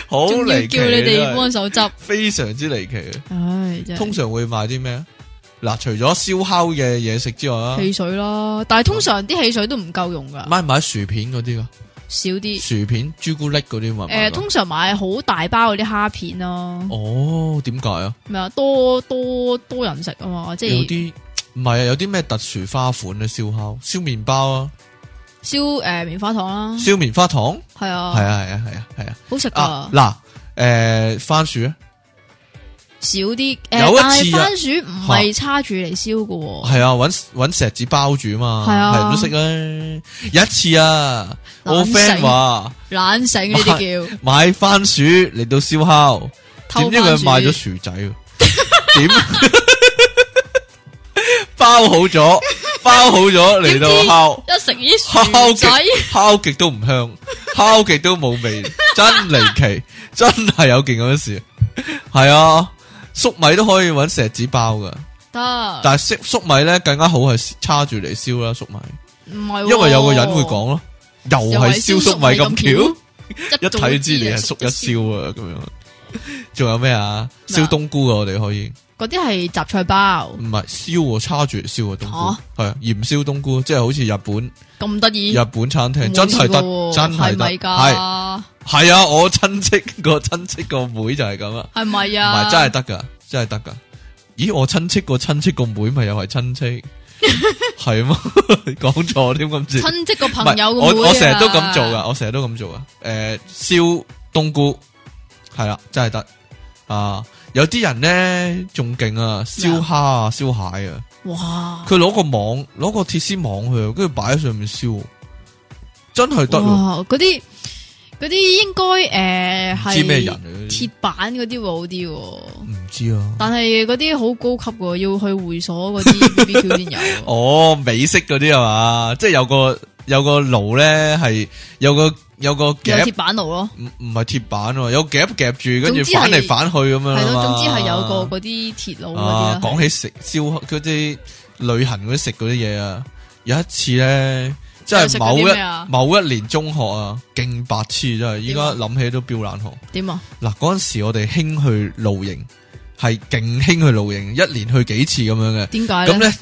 [SPEAKER 1] 好
[SPEAKER 3] 仲要
[SPEAKER 1] 離奇
[SPEAKER 3] 叫你哋
[SPEAKER 1] 啊，
[SPEAKER 3] 幫手執，
[SPEAKER 1] 非常之離奇啊。
[SPEAKER 3] 唉，真係
[SPEAKER 1] 通常會買啲咩啊？嗱，除咗燒烤嘅嘢食之外啊，
[SPEAKER 3] 汽水啦，但係通常啲汽水都唔夠用噶，
[SPEAKER 1] 買唔買薯片嗰啲噶？
[SPEAKER 3] 少啲。
[SPEAKER 1] 薯片、朱古力嗰啲咪
[SPEAKER 3] 诶，呃通常買好大包嗰啲蝦片咯，
[SPEAKER 1] 哦，點解啊？
[SPEAKER 3] 咩啊多多多人食啊嘛，
[SPEAKER 1] 有
[SPEAKER 3] 即係
[SPEAKER 1] 啲唔係啊，有啲咩特殊花款嘅燒烤、燒麵包啊？
[SPEAKER 3] 燒诶棉花糖啦，
[SPEAKER 1] 烧棉花糖，系
[SPEAKER 3] 係啊，
[SPEAKER 1] 啊系啊系啊系啊
[SPEAKER 3] 好食
[SPEAKER 1] 啊
[SPEAKER 3] 噶，
[SPEAKER 1] 嗱，诶番薯啊，
[SPEAKER 3] 少啲。诶
[SPEAKER 1] 有一，
[SPEAKER 3] 但係
[SPEAKER 1] 次啊
[SPEAKER 3] 番薯唔係叉住嚟燒嘅喎。
[SPEAKER 1] 系啊，搵搵石子包住啊嘛，
[SPEAKER 3] 係啊
[SPEAKER 1] 係人都識啦。有一次啊，我
[SPEAKER 3] 懶醒
[SPEAKER 1] friend 話
[SPEAKER 3] 懒醒呢啲叫
[SPEAKER 1] 買番薯嚟到燒烤，
[SPEAKER 3] 偷
[SPEAKER 1] 點知佢買
[SPEAKER 3] 番
[SPEAKER 1] 咗
[SPEAKER 3] 薯
[SPEAKER 1] 薯仔喎，點 包好 咗，包好咗嚟到烤，
[SPEAKER 3] 一食啲薯仔，
[SPEAKER 1] 烤極都唔香，烤極都冇 味，真離奇，真係有件咁嘅事。係啊，粟米都可以搵石子包噶，
[SPEAKER 3] 得
[SPEAKER 1] 但系粟粟米咧更加好係叉住嚟燒啦粟米，
[SPEAKER 3] 唔係喎
[SPEAKER 1] 因為有個人會講咯，又
[SPEAKER 3] 哦又
[SPEAKER 1] 係
[SPEAKER 3] 係
[SPEAKER 1] 燒粟米咁
[SPEAKER 3] 巧，
[SPEAKER 1] 巧，一睇知你係粟一
[SPEAKER 3] 燒，
[SPEAKER 1] 燒啊咁樣。仲有咩啊？
[SPEAKER 3] 咩啊
[SPEAKER 1] 燒冬菇啊，我哋可以
[SPEAKER 3] 嗰啲係雜菜包
[SPEAKER 1] 唔係燒啊，叉住嚟燒啊冬
[SPEAKER 3] 嚇
[SPEAKER 1] 菇，係啊鹽燒冬菇，即係好似日本
[SPEAKER 3] 咁得意，
[SPEAKER 1] 日本餐廳真係得，真係
[SPEAKER 3] 係
[SPEAKER 1] 得，
[SPEAKER 3] 咪
[SPEAKER 1] 係
[SPEAKER 3] 㗎？
[SPEAKER 1] 系啊，我親戚個親戚個妹就係咁啊，
[SPEAKER 3] 係咪
[SPEAKER 1] 唔
[SPEAKER 3] 啊？
[SPEAKER 1] 係真係得噶，真係得噶。咦，我親戚個親戚個妹咪又係親 戚，係 嘛？講錯添今次，唔
[SPEAKER 3] 親戚個朋
[SPEAKER 1] 係
[SPEAKER 3] 友個
[SPEAKER 1] 我
[SPEAKER 3] 妹啊
[SPEAKER 1] 我成日都咁做噶，，我成日都咁做噶。诶、燒冬菇係啦，真係得啊！有啲人咧仲勁啊，燒蝦啊，燒蟹啊，
[SPEAKER 3] 哇！
[SPEAKER 1] 佢攞個網，攞個鐵絲網去，跟住擺喺上面燒，真係得喎。
[SPEAKER 3] 哇！嗰啲嗰啲應該誒
[SPEAKER 1] 唔
[SPEAKER 3] 係
[SPEAKER 1] 知咩人嚟嘅？
[SPEAKER 3] 鐵板嗰啲會好啲喎。
[SPEAKER 1] 唔知啊。
[SPEAKER 3] 但係嗰啲好高級嘅，要去會所嗰啲 BBQ 先有。
[SPEAKER 1] 哦，美式嗰啲係嘛，即係有個有個爐咧，係有個有個
[SPEAKER 3] 有
[SPEAKER 1] 夾
[SPEAKER 3] 鐵，板爐咯，
[SPEAKER 1] 唔唔係鐵板喎，有夾夾住，跟
[SPEAKER 3] 總之
[SPEAKER 1] 住
[SPEAKER 3] 係
[SPEAKER 1] 反嚟反去咁樣
[SPEAKER 3] 係
[SPEAKER 1] 啊
[SPEAKER 3] 咯，
[SPEAKER 1] 嘛
[SPEAKER 3] 總之係有個嗰啲鐵路
[SPEAKER 1] 啊
[SPEAKER 3] 嗰，啲啦。
[SPEAKER 1] 講起食燒嗰啲旅行嗰啲食嗰啲嘢啊，有一次咧，即
[SPEAKER 3] 又
[SPEAKER 1] 係
[SPEAKER 3] 食嗰啲
[SPEAKER 1] 某一
[SPEAKER 3] 咩啊
[SPEAKER 1] 某一年中學啊，勁白痴真係，依家
[SPEAKER 3] 點啊
[SPEAKER 1] 諗起都飆冷汗。
[SPEAKER 3] 點啊？
[SPEAKER 1] 嗱，嗰陣時我哋興去露營，係勁興去露營，一年去幾次咁樣嘅，
[SPEAKER 3] 點解
[SPEAKER 1] 咁
[SPEAKER 3] 咧？
[SPEAKER 1] 咧。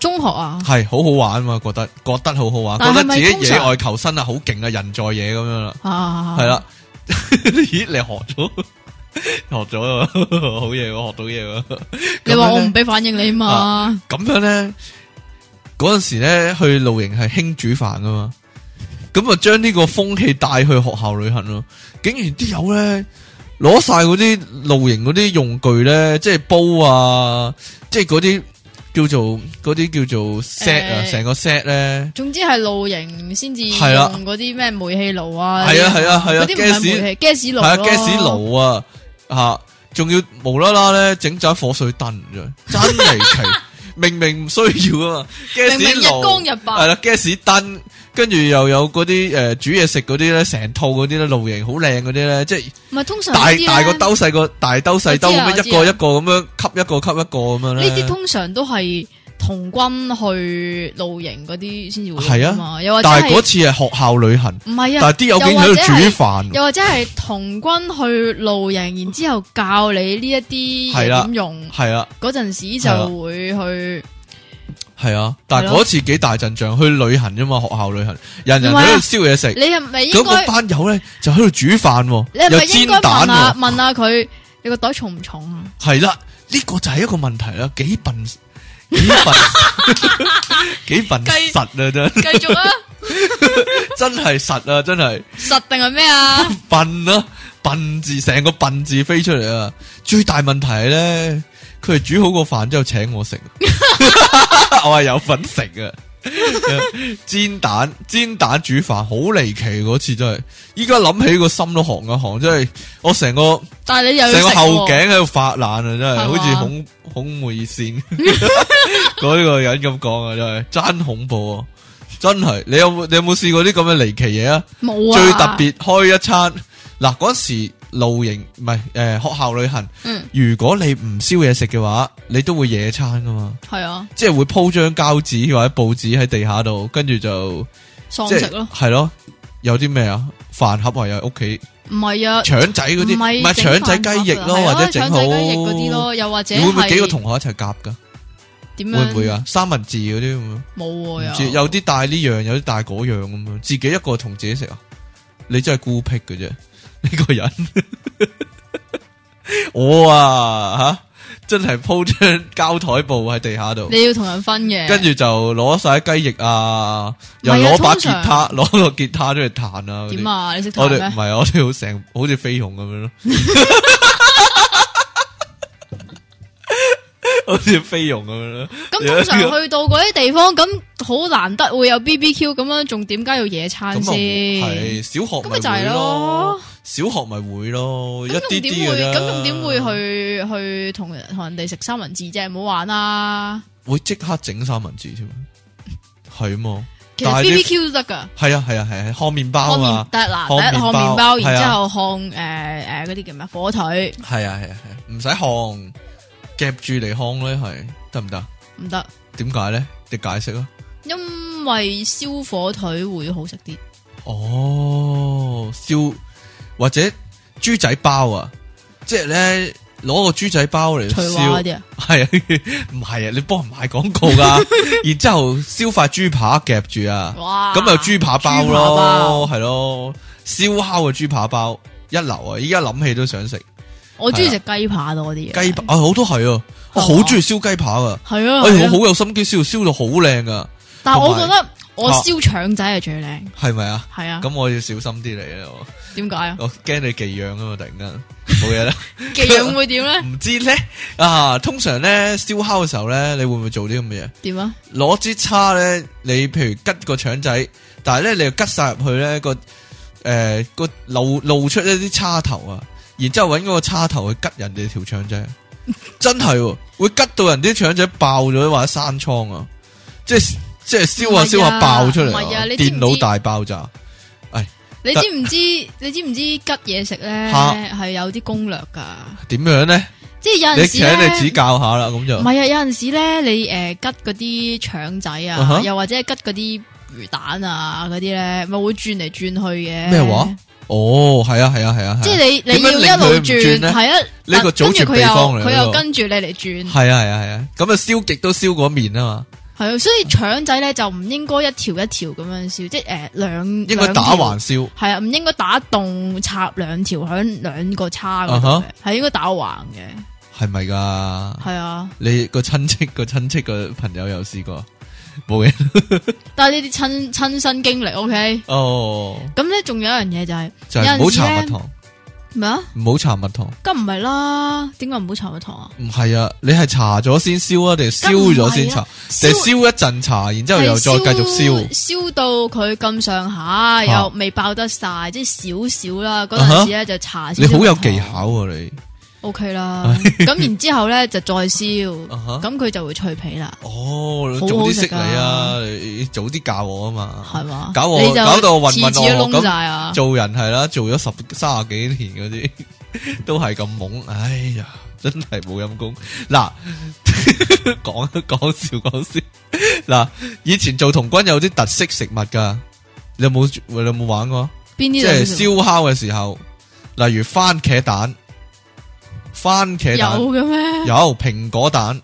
[SPEAKER 3] 中學啊，
[SPEAKER 1] 系好好玩嘛，覺得覺得好好玩，覺
[SPEAKER 3] 但
[SPEAKER 1] 得
[SPEAKER 3] 係咪
[SPEAKER 1] 自己
[SPEAKER 3] 通常
[SPEAKER 1] 野外求生啊，好勁啊，人在野咁樣啦，
[SPEAKER 3] 啊
[SPEAKER 1] 係，啦。 咦，你學咗 學咗啊，好嘢喎，學到嘢喎。
[SPEAKER 3] 你
[SPEAKER 1] 咁樣
[SPEAKER 3] 話我
[SPEAKER 1] 呢啊
[SPEAKER 3] 唔俾反應你嘛？
[SPEAKER 1] 咁樣咧，嗰阵时咧去露營係興煮飯噶嘛，咁啊將呢個風氣帶去學校旅行咯。竟然啲友咧攞晒嗰啲露營嗰啲用具咧，即係煲啊，即係嗰啲叫做嗰啲叫做 set 啊，
[SPEAKER 3] 誒
[SPEAKER 1] 成、個 set 咧。
[SPEAKER 3] 總之係露營先至用
[SPEAKER 1] 係啦
[SPEAKER 3] 嗰啲咩煤氣爐啊，
[SPEAKER 1] 係啊係啊係啊
[SPEAKER 3] 嗰啲唔係煤氣 gas
[SPEAKER 1] 系啊，
[SPEAKER 3] 爐咯
[SPEAKER 1] gas 爐啊，吓，仲要無啦啦咧整盞火水燈啫，真離奇。 明明唔需要啊嘛，gas
[SPEAKER 3] 明明日光
[SPEAKER 1] 爐
[SPEAKER 3] 日白
[SPEAKER 1] 係啦，gas 燈，跟住又有嗰啲诶煮嘢食嗰啲咧，成套嗰啲咧露營好靚嗰啲咧，即係
[SPEAKER 3] 唔係通常
[SPEAKER 1] 大
[SPEAKER 3] 呢啲
[SPEAKER 1] 大
[SPEAKER 3] 呢
[SPEAKER 1] 個兜細個大兜細兜
[SPEAKER 3] 我知
[SPEAKER 1] 咁樣一
[SPEAKER 3] 啊我
[SPEAKER 1] 個
[SPEAKER 3] 知
[SPEAKER 1] 一
[SPEAKER 3] 啊
[SPEAKER 1] 個咁樣吸一個吸一個咁樣
[SPEAKER 3] 呢
[SPEAKER 1] 咧。
[SPEAKER 3] 啲通常都係童軍去露營嗰啲先至會
[SPEAKER 1] 係啊
[SPEAKER 3] 用㗎嘛，又或者
[SPEAKER 1] 但係嗰
[SPEAKER 3] 係
[SPEAKER 1] 次係學校旅行，
[SPEAKER 3] 唔係
[SPEAKER 1] 但係
[SPEAKER 3] 啊？
[SPEAKER 1] 啲友竟
[SPEAKER 3] 又
[SPEAKER 1] 喺
[SPEAKER 3] 或
[SPEAKER 1] 度
[SPEAKER 3] 者
[SPEAKER 1] 煮
[SPEAKER 3] 係
[SPEAKER 1] 飯，
[SPEAKER 3] 又或者係童軍去露營，然之後教你呢一啲
[SPEAKER 1] 係啦
[SPEAKER 3] 嘢點用，
[SPEAKER 1] 係啊。
[SPEAKER 3] 嗰陣時就會去
[SPEAKER 1] 系啊，但系
[SPEAKER 3] 係咯
[SPEAKER 1] 嗰次幾大陣仗，去旅行啫嘛，學校旅行，人人喺
[SPEAKER 3] 唔係
[SPEAKER 1] 度
[SPEAKER 3] 啊
[SPEAKER 1] 燒嘢食，
[SPEAKER 3] 你系咪
[SPEAKER 1] 咁
[SPEAKER 3] 應
[SPEAKER 1] 個
[SPEAKER 3] 該？
[SPEAKER 1] 班友咧就喺度煮飯喎，
[SPEAKER 3] 你係
[SPEAKER 1] 又
[SPEAKER 3] 咪應
[SPEAKER 1] 煎
[SPEAKER 3] 該
[SPEAKER 1] 蛋
[SPEAKER 3] 問下
[SPEAKER 1] 喎，
[SPEAKER 3] 問下佢你個袋重唔重啊？
[SPEAKER 1] 係啦，呢個就係一個問題啦，幾笨，幾笨， 幾笨
[SPEAKER 3] 雞
[SPEAKER 1] 實啊真係，
[SPEAKER 3] 繼續啊，
[SPEAKER 1] 真係實啊真係。
[SPEAKER 3] 實定係咩 啊？
[SPEAKER 1] 笨啦、笨字成个笨字飞出嚟啊！最大问题咧，佢系煮好个饭之后请我食，啊 我系有份食啊！煎蛋煎蛋煮饭好离奇嗰次真系，依家谂起个心都寒一寒，真系我成个
[SPEAKER 3] 但係你又
[SPEAKER 1] 成
[SPEAKER 3] 要
[SPEAKER 1] 个
[SPEAKER 3] 食
[SPEAKER 1] 后颈
[SPEAKER 3] 喎，
[SPEAKER 1] 喺度发冷啊！真系
[SPEAKER 3] 係
[SPEAKER 1] 好
[SPEAKER 3] 嘛
[SPEAKER 1] 似孔孔梅善 嗰個人咁講啊，真係真恐怖啊！真係你有冇你有冇試過啲咁嘅離奇嘢啊？
[SPEAKER 3] 冇
[SPEAKER 1] 最特
[SPEAKER 3] 啊，
[SPEAKER 1] 別開一餐嗱，嗰時露營唔係诶學校旅行，
[SPEAKER 3] 嗯，
[SPEAKER 1] 如果你唔燒嘢食嘅話，你都會野餐噶嘛，
[SPEAKER 3] 係啊，
[SPEAKER 1] 即係會鋪張膠紙或者報紙喺地下度，跟住就
[SPEAKER 3] 喪
[SPEAKER 1] 即
[SPEAKER 3] 食
[SPEAKER 1] 係
[SPEAKER 3] 咯，
[SPEAKER 1] 係咯，有啲咩啊？飯盒啊，又喺屋企
[SPEAKER 3] 唔係啊，
[SPEAKER 1] 腸仔嗰啲，
[SPEAKER 3] 唔係
[SPEAKER 1] 唔係腸仔雞翼咯，
[SPEAKER 3] 整飯盒啊
[SPEAKER 1] 或者整好
[SPEAKER 3] 係啊腸仔雞翼嗰啲咯，又或者
[SPEAKER 1] 你會唔會
[SPEAKER 3] 係
[SPEAKER 1] 幾個同學一齊夾噶？
[SPEAKER 3] 點樣？
[SPEAKER 1] 會唔會？啊？三文治嗰啲咁樣，
[SPEAKER 3] 冇
[SPEAKER 1] 唔
[SPEAKER 3] 喎，
[SPEAKER 1] 知
[SPEAKER 3] 又
[SPEAKER 1] 有啲帶呢樣，有啲帶嗰樣咁樣，自己一個同自己食啊！你真係孤僻嘅啫， 呢個人。 我啊吓，真係鋪張膠台布喺地下度，
[SPEAKER 3] 你要同人分嘅，
[SPEAKER 1] 跟住就攞晒雞翼啊，又
[SPEAKER 3] 唔係啊
[SPEAKER 1] 攞把
[SPEAKER 3] 通
[SPEAKER 1] 吉
[SPEAKER 3] 常
[SPEAKER 1] 他，攞個吉他出去彈啊嗰
[SPEAKER 3] 點
[SPEAKER 1] 啲。
[SPEAKER 3] 啊？你識彈
[SPEAKER 1] 我哋唔
[SPEAKER 3] 咩？
[SPEAKER 1] 係我哋好成好似飛熊咁樣 咯，好似飛熊咁樣咯。
[SPEAKER 3] 咁通常去到嗰啲地方，咁好難得會有 BBQ 咁樣，仲點解要野餐先？
[SPEAKER 1] 系小學
[SPEAKER 3] 咁
[SPEAKER 1] 咪
[SPEAKER 3] 咪就係
[SPEAKER 1] 會
[SPEAKER 3] 咯，。
[SPEAKER 1] 小學咪會咯，一
[SPEAKER 3] 咁
[SPEAKER 1] 啲
[SPEAKER 3] 仲
[SPEAKER 1] 啲
[SPEAKER 3] 點會？
[SPEAKER 1] 嘅啫。
[SPEAKER 3] 咁仲點會？去去同人同人哋食三文治啫？唔好玩啦！
[SPEAKER 1] 會即刻整三文治添，係嘛？
[SPEAKER 3] 其
[SPEAKER 1] 但係
[SPEAKER 3] 實
[SPEAKER 1] 啲
[SPEAKER 3] BBQ 都得㗎，
[SPEAKER 1] 係啊係啊係啊，烘面包啊
[SPEAKER 3] 烘麵
[SPEAKER 1] 嘛，
[SPEAKER 3] 得嗱，
[SPEAKER 1] 烘
[SPEAKER 3] 第一
[SPEAKER 1] 麵
[SPEAKER 3] 烘
[SPEAKER 1] 包
[SPEAKER 3] 麵包，然
[SPEAKER 1] 係
[SPEAKER 3] 之
[SPEAKER 1] 啊
[SPEAKER 3] 後烘诶诶嗰啲叫咩火腿
[SPEAKER 1] 係啊係啊係啊，唔使烘，夾住嚟烘咧係得唔得？
[SPEAKER 3] 唔得，
[SPEAKER 1] 點解咧？你解釋啊！
[SPEAKER 3] 因為燒火腿會好食啲。
[SPEAKER 1] 哦，燒或者豬仔包啊，即係咧攞個豬仔包嚟
[SPEAKER 3] 翠華嗰
[SPEAKER 1] 燒。
[SPEAKER 3] 啲啊，
[SPEAKER 1] 系啊，唔系啊，你帮人卖广告 噶，然之后烧块猪扒夹住啊，
[SPEAKER 3] 哇！
[SPEAKER 1] 咁就猪扒包
[SPEAKER 3] 豬扒
[SPEAKER 1] 咯，
[SPEAKER 3] 包
[SPEAKER 1] 系咯，烧烤嘅猪扒包一流啊！依家谂起都想食
[SPEAKER 3] 我中意食雞扒多啲嘅。
[SPEAKER 1] 鸡扒，啊好多系啊，我
[SPEAKER 3] 係嘛
[SPEAKER 1] 好中意烧鸡扒噶，
[SPEAKER 3] 系啊，
[SPEAKER 1] 哎
[SPEAKER 3] 係
[SPEAKER 1] 我
[SPEAKER 3] 啊
[SPEAKER 1] 好有心机烧，烧到好啊靓噶，
[SPEAKER 3] 但系我
[SPEAKER 1] 同埋
[SPEAKER 3] 覺得我燒腸仔係最靚，
[SPEAKER 1] 系咪啊？
[SPEAKER 3] 係啊。
[SPEAKER 1] 咁我要小心啲嚟啊！
[SPEAKER 3] 點解啊？
[SPEAKER 1] 我我惊你寄养啊嘛，突然 间冇嘢啦，
[SPEAKER 3] 寄養會 點咧？
[SPEAKER 1] 唔知咧啊，通常咧烧烤嘅时候咧，你会唔会做啲咁嘅嘢？
[SPEAKER 3] 點啊？
[SPEAKER 1] 攞支叉咧，你譬如吉個腸仔，但系咧你又吉晒入去咧個诶个露露出一啲叉頭啊，然之后搵嗰個叉頭去吉人哋條腸仔，真係喎，會吉到人啲腸仔爆咗或者生瘡啊，即係即系烧下
[SPEAKER 3] 唔係啊
[SPEAKER 1] 燒下爆出嚟
[SPEAKER 3] 唔係啊
[SPEAKER 1] 啊，
[SPEAKER 3] 你知唔知
[SPEAKER 1] 電腦大爆炸
[SPEAKER 3] 你知唔知？你知唔知吉嘢食咧
[SPEAKER 1] 嚇
[SPEAKER 3] 係有啲攻略㗎？
[SPEAKER 1] 點樣咧？
[SPEAKER 3] 即係有
[SPEAKER 1] 你
[SPEAKER 3] 陣時
[SPEAKER 1] 請
[SPEAKER 3] 咧
[SPEAKER 1] 你指教下啦，咁就
[SPEAKER 3] 唔係啊，有陣時咧，你诶吉嗰啲腸仔
[SPEAKER 1] 啊哈
[SPEAKER 3] 啊，又或者吉嗰啲魚蛋啊嗰啲咧，咪會轉嚟轉去嘅。
[SPEAKER 1] 咩話？哦，係啊係啊係啊，係啊
[SPEAKER 3] 即係你你
[SPEAKER 1] 點樣
[SPEAKER 3] 要一路
[SPEAKER 1] 令佢唔轉
[SPEAKER 3] 轉，
[SPEAKER 1] 呢
[SPEAKER 3] 係啊，
[SPEAKER 1] 呢個
[SPEAKER 3] 跟
[SPEAKER 1] 組
[SPEAKER 3] 住
[SPEAKER 1] 團
[SPEAKER 3] 佢
[SPEAKER 1] 地方嚟
[SPEAKER 3] 又佢
[SPEAKER 1] 嗰個
[SPEAKER 3] 又跟住你嚟轉。
[SPEAKER 1] 係啊係啊係啊，咁啊燒極都燒過面啊嘛。
[SPEAKER 3] 系啊，所以腸仔咧就唔應該一條一條咁樣燒，即係诶两
[SPEAKER 1] 应该打橫燒，
[SPEAKER 3] 系啊，唔應該打洞插兩條響兩個叉嗰度
[SPEAKER 1] 啊
[SPEAKER 3] 嘅
[SPEAKER 1] 哈，
[SPEAKER 3] 係應該打橫嘅，
[SPEAKER 1] 係咪噶？
[SPEAKER 3] 係啊。
[SPEAKER 1] 你個親戚個親戚個朋友有試過冇 嘢
[SPEAKER 3] 但係呢啲親亲身經歷 o k
[SPEAKER 1] 哦，
[SPEAKER 3] 咁咧仲有一樣嘢就係
[SPEAKER 1] 就係唔好
[SPEAKER 3] 有陣時
[SPEAKER 1] 搽
[SPEAKER 3] 呢
[SPEAKER 1] 蜜糖，
[SPEAKER 3] 咩啊？
[SPEAKER 1] 唔好搽蜜糖。
[SPEAKER 3] 咁唔係啦，點解唔好搽蜜糖啊？
[SPEAKER 1] 唔係啊，你係搽咗先燒啊，定係燒咗先搽？定係
[SPEAKER 3] 哦燒
[SPEAKER 1] 燒一陣搽，然之后又再繼續燒？
[SPEAKER 3] 燒燒到佢咁上下，又未爆得晒，即係少少啦。嗰
[SPEAKER 1] 啊哈
[SPEAKER 3] 陣時咧就搽少
[SPEAKER 1] 你
[SPEAKER 3] 少
[SPEAKER 1] 好有
[SPEAKER 3] 蜜糖
[SPEAKER 1] 技巧啊！你
[SPEAKER 3] ，OK 啦。咁然之后咧就再燒，
[SPEAKER 1] 啊哈
[SPEAKER 3] 咁佢就會脆皮啦，
[SPEAKER 1] 哦，你
[SPEAKER 3] 好
[SPEAKER 1] 早
[SPEAKER 3] 好
[SPEAKER 1] 啲
[SPEAKER 3] 食
[SPEAKER 1] 識你啊！
[SPEAKER 3] 㗎
[SPEAKER 1] 你早啲教我啊嘛！
[SPEAKER 3] 係嘛？
[SPEAKER 1] 搞我
[SPEAKER 3] 你就
[SPEAKER 1] 搞到我渾渾
[SPEAKER 3] 次次都
[SPEAKER 1] 噩噩咁
[SPEAKER 3] 窿晒啊！
[SPEAKER 1] 做人係啦，做咗十卅幾年嗰啲 都係咁懵，哎呀，真係冇陰功。嗱， 講講笑講笑。嗱，以前做童軍有啲特色食物噶，你有冇你有冇玩過？
[SPEAKER 3] 邊
[SPEAKER 1] 即
[SPEAKER 3] 啲
[SPEAKER 1] 係
[SPEAKER 3] 就燒
[SPEAKER 1] 燒烤嘅時候，例如番茄蛋、番茄蛋
[SPEAKER 3] 有嘅咩？
[SPEAKER 1] 有蘋果蛋、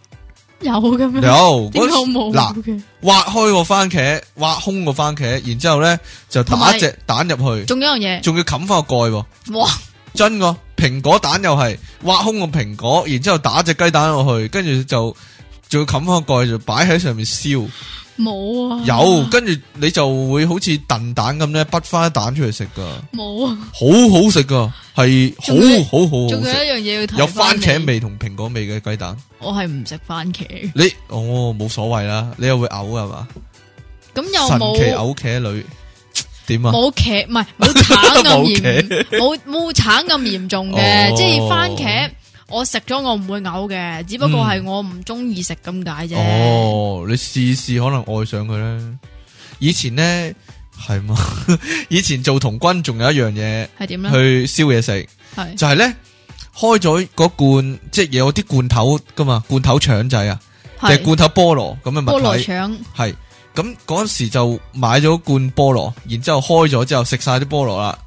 [SPEAKER 3] 有嘅咩？
[SPEAKER 1] 有
[SPEAKER 3] 點解我
[SPEAKER 1] 嗰
[SPEAKER 3] 冇
[SPEAKER 1] 嗱，
[SPEAKER 3] 嘅？
[SPEAKER 1] 挖開個番茄，挖空個番茄，然之后咧就
[SPEAKER 3] 同埋
[SPEAKER 1] 打隻蛋入去，
[SPEAKER 3] 仲有一樣
[SPEAKER 1] 仲要冚翻個蓋喎。
[SPEAKER 3] 嘢，哇！
[SPEAKER 1] 真噶，蘋果蛋又係挖空個蘋果，然之后打隻雞蛋落去，跟住就仲要冚翻個蓋，就擺喺上面燒。
[SPEAKER 3] 冇啊，
[SPEAKER 1] 有，跟住你就會好似燉蛋咁咧，滗翻蛋出嚟食噶，
[SPEAKER 3] 冇啊？
[SPEAKER 1] 好好食噶，係好
[SPEAKER 3] 仲有
[SPEAKER 1] 好好
[SPEAKER 3] 仲
[SPEAKER 1] 好
[SPEAKER 3] 有
[SPEAKER 1] 食。
[SPEAKER 3] 一樣嘢要提
[SPEAKER 1] 有番茄
[SPEAKER 3] 味，
[SPEAKER 1] 味同蘋果味嘅雞蛋，
[SPEAKER 3] 我係唔食番茄嘅。
[SPEAKER 1] 你哦冇所謂啦，你又會嘔係嘛？
[SPEAKER 3] 咁又
[SPEAKER 1] 神奇
[SPEAKER 3] 冇
[SPEAKER 1] 嘔茄女點啊？
[SPEAKER 3] 冇茄，唔係冇橙咁
[SPEAKER 1] 冇
[SPEAKER 3] 嚴，
[SPEAKER 1] 茄
[SPEAKER 3] 冇冇橙咁嚴重嘅，
[SPEAKER 1] 哦
[SPEAKER 3] 即係番茄。我食咗我唔會嘔嘅，只不過係我唔中意食咁解啫。
[SPEAKER 1] 嗯哦，你試試可能愛上佢咧。以前咧係嘛， 以前做童軍仲有一樣嘢
[SPEAKER 3] 係點咧？
[SPEAKER 1] 去燒嘢食，
[SPEAKER 3] 係
[SPEAKER 1] 就係咧開咗嗰罐，即係有啲罐頭噶嘛，罐頭腸仔啊，定係
[SPEAKER 3] 係
[SPEAKER 1] 罐頭菠蘿咁嘅
[SPEAKER 3] 菠
[SPEAKER 1] 物
[SPEAKER 3] 蘿
[SPEAKER 1] 體，
[SPEAKER 3] 腸
[SPEAKER 1] 係咁嗰陣時就買咗罐菠蘿，然之後開咗之後食晒啲菠蘿啦，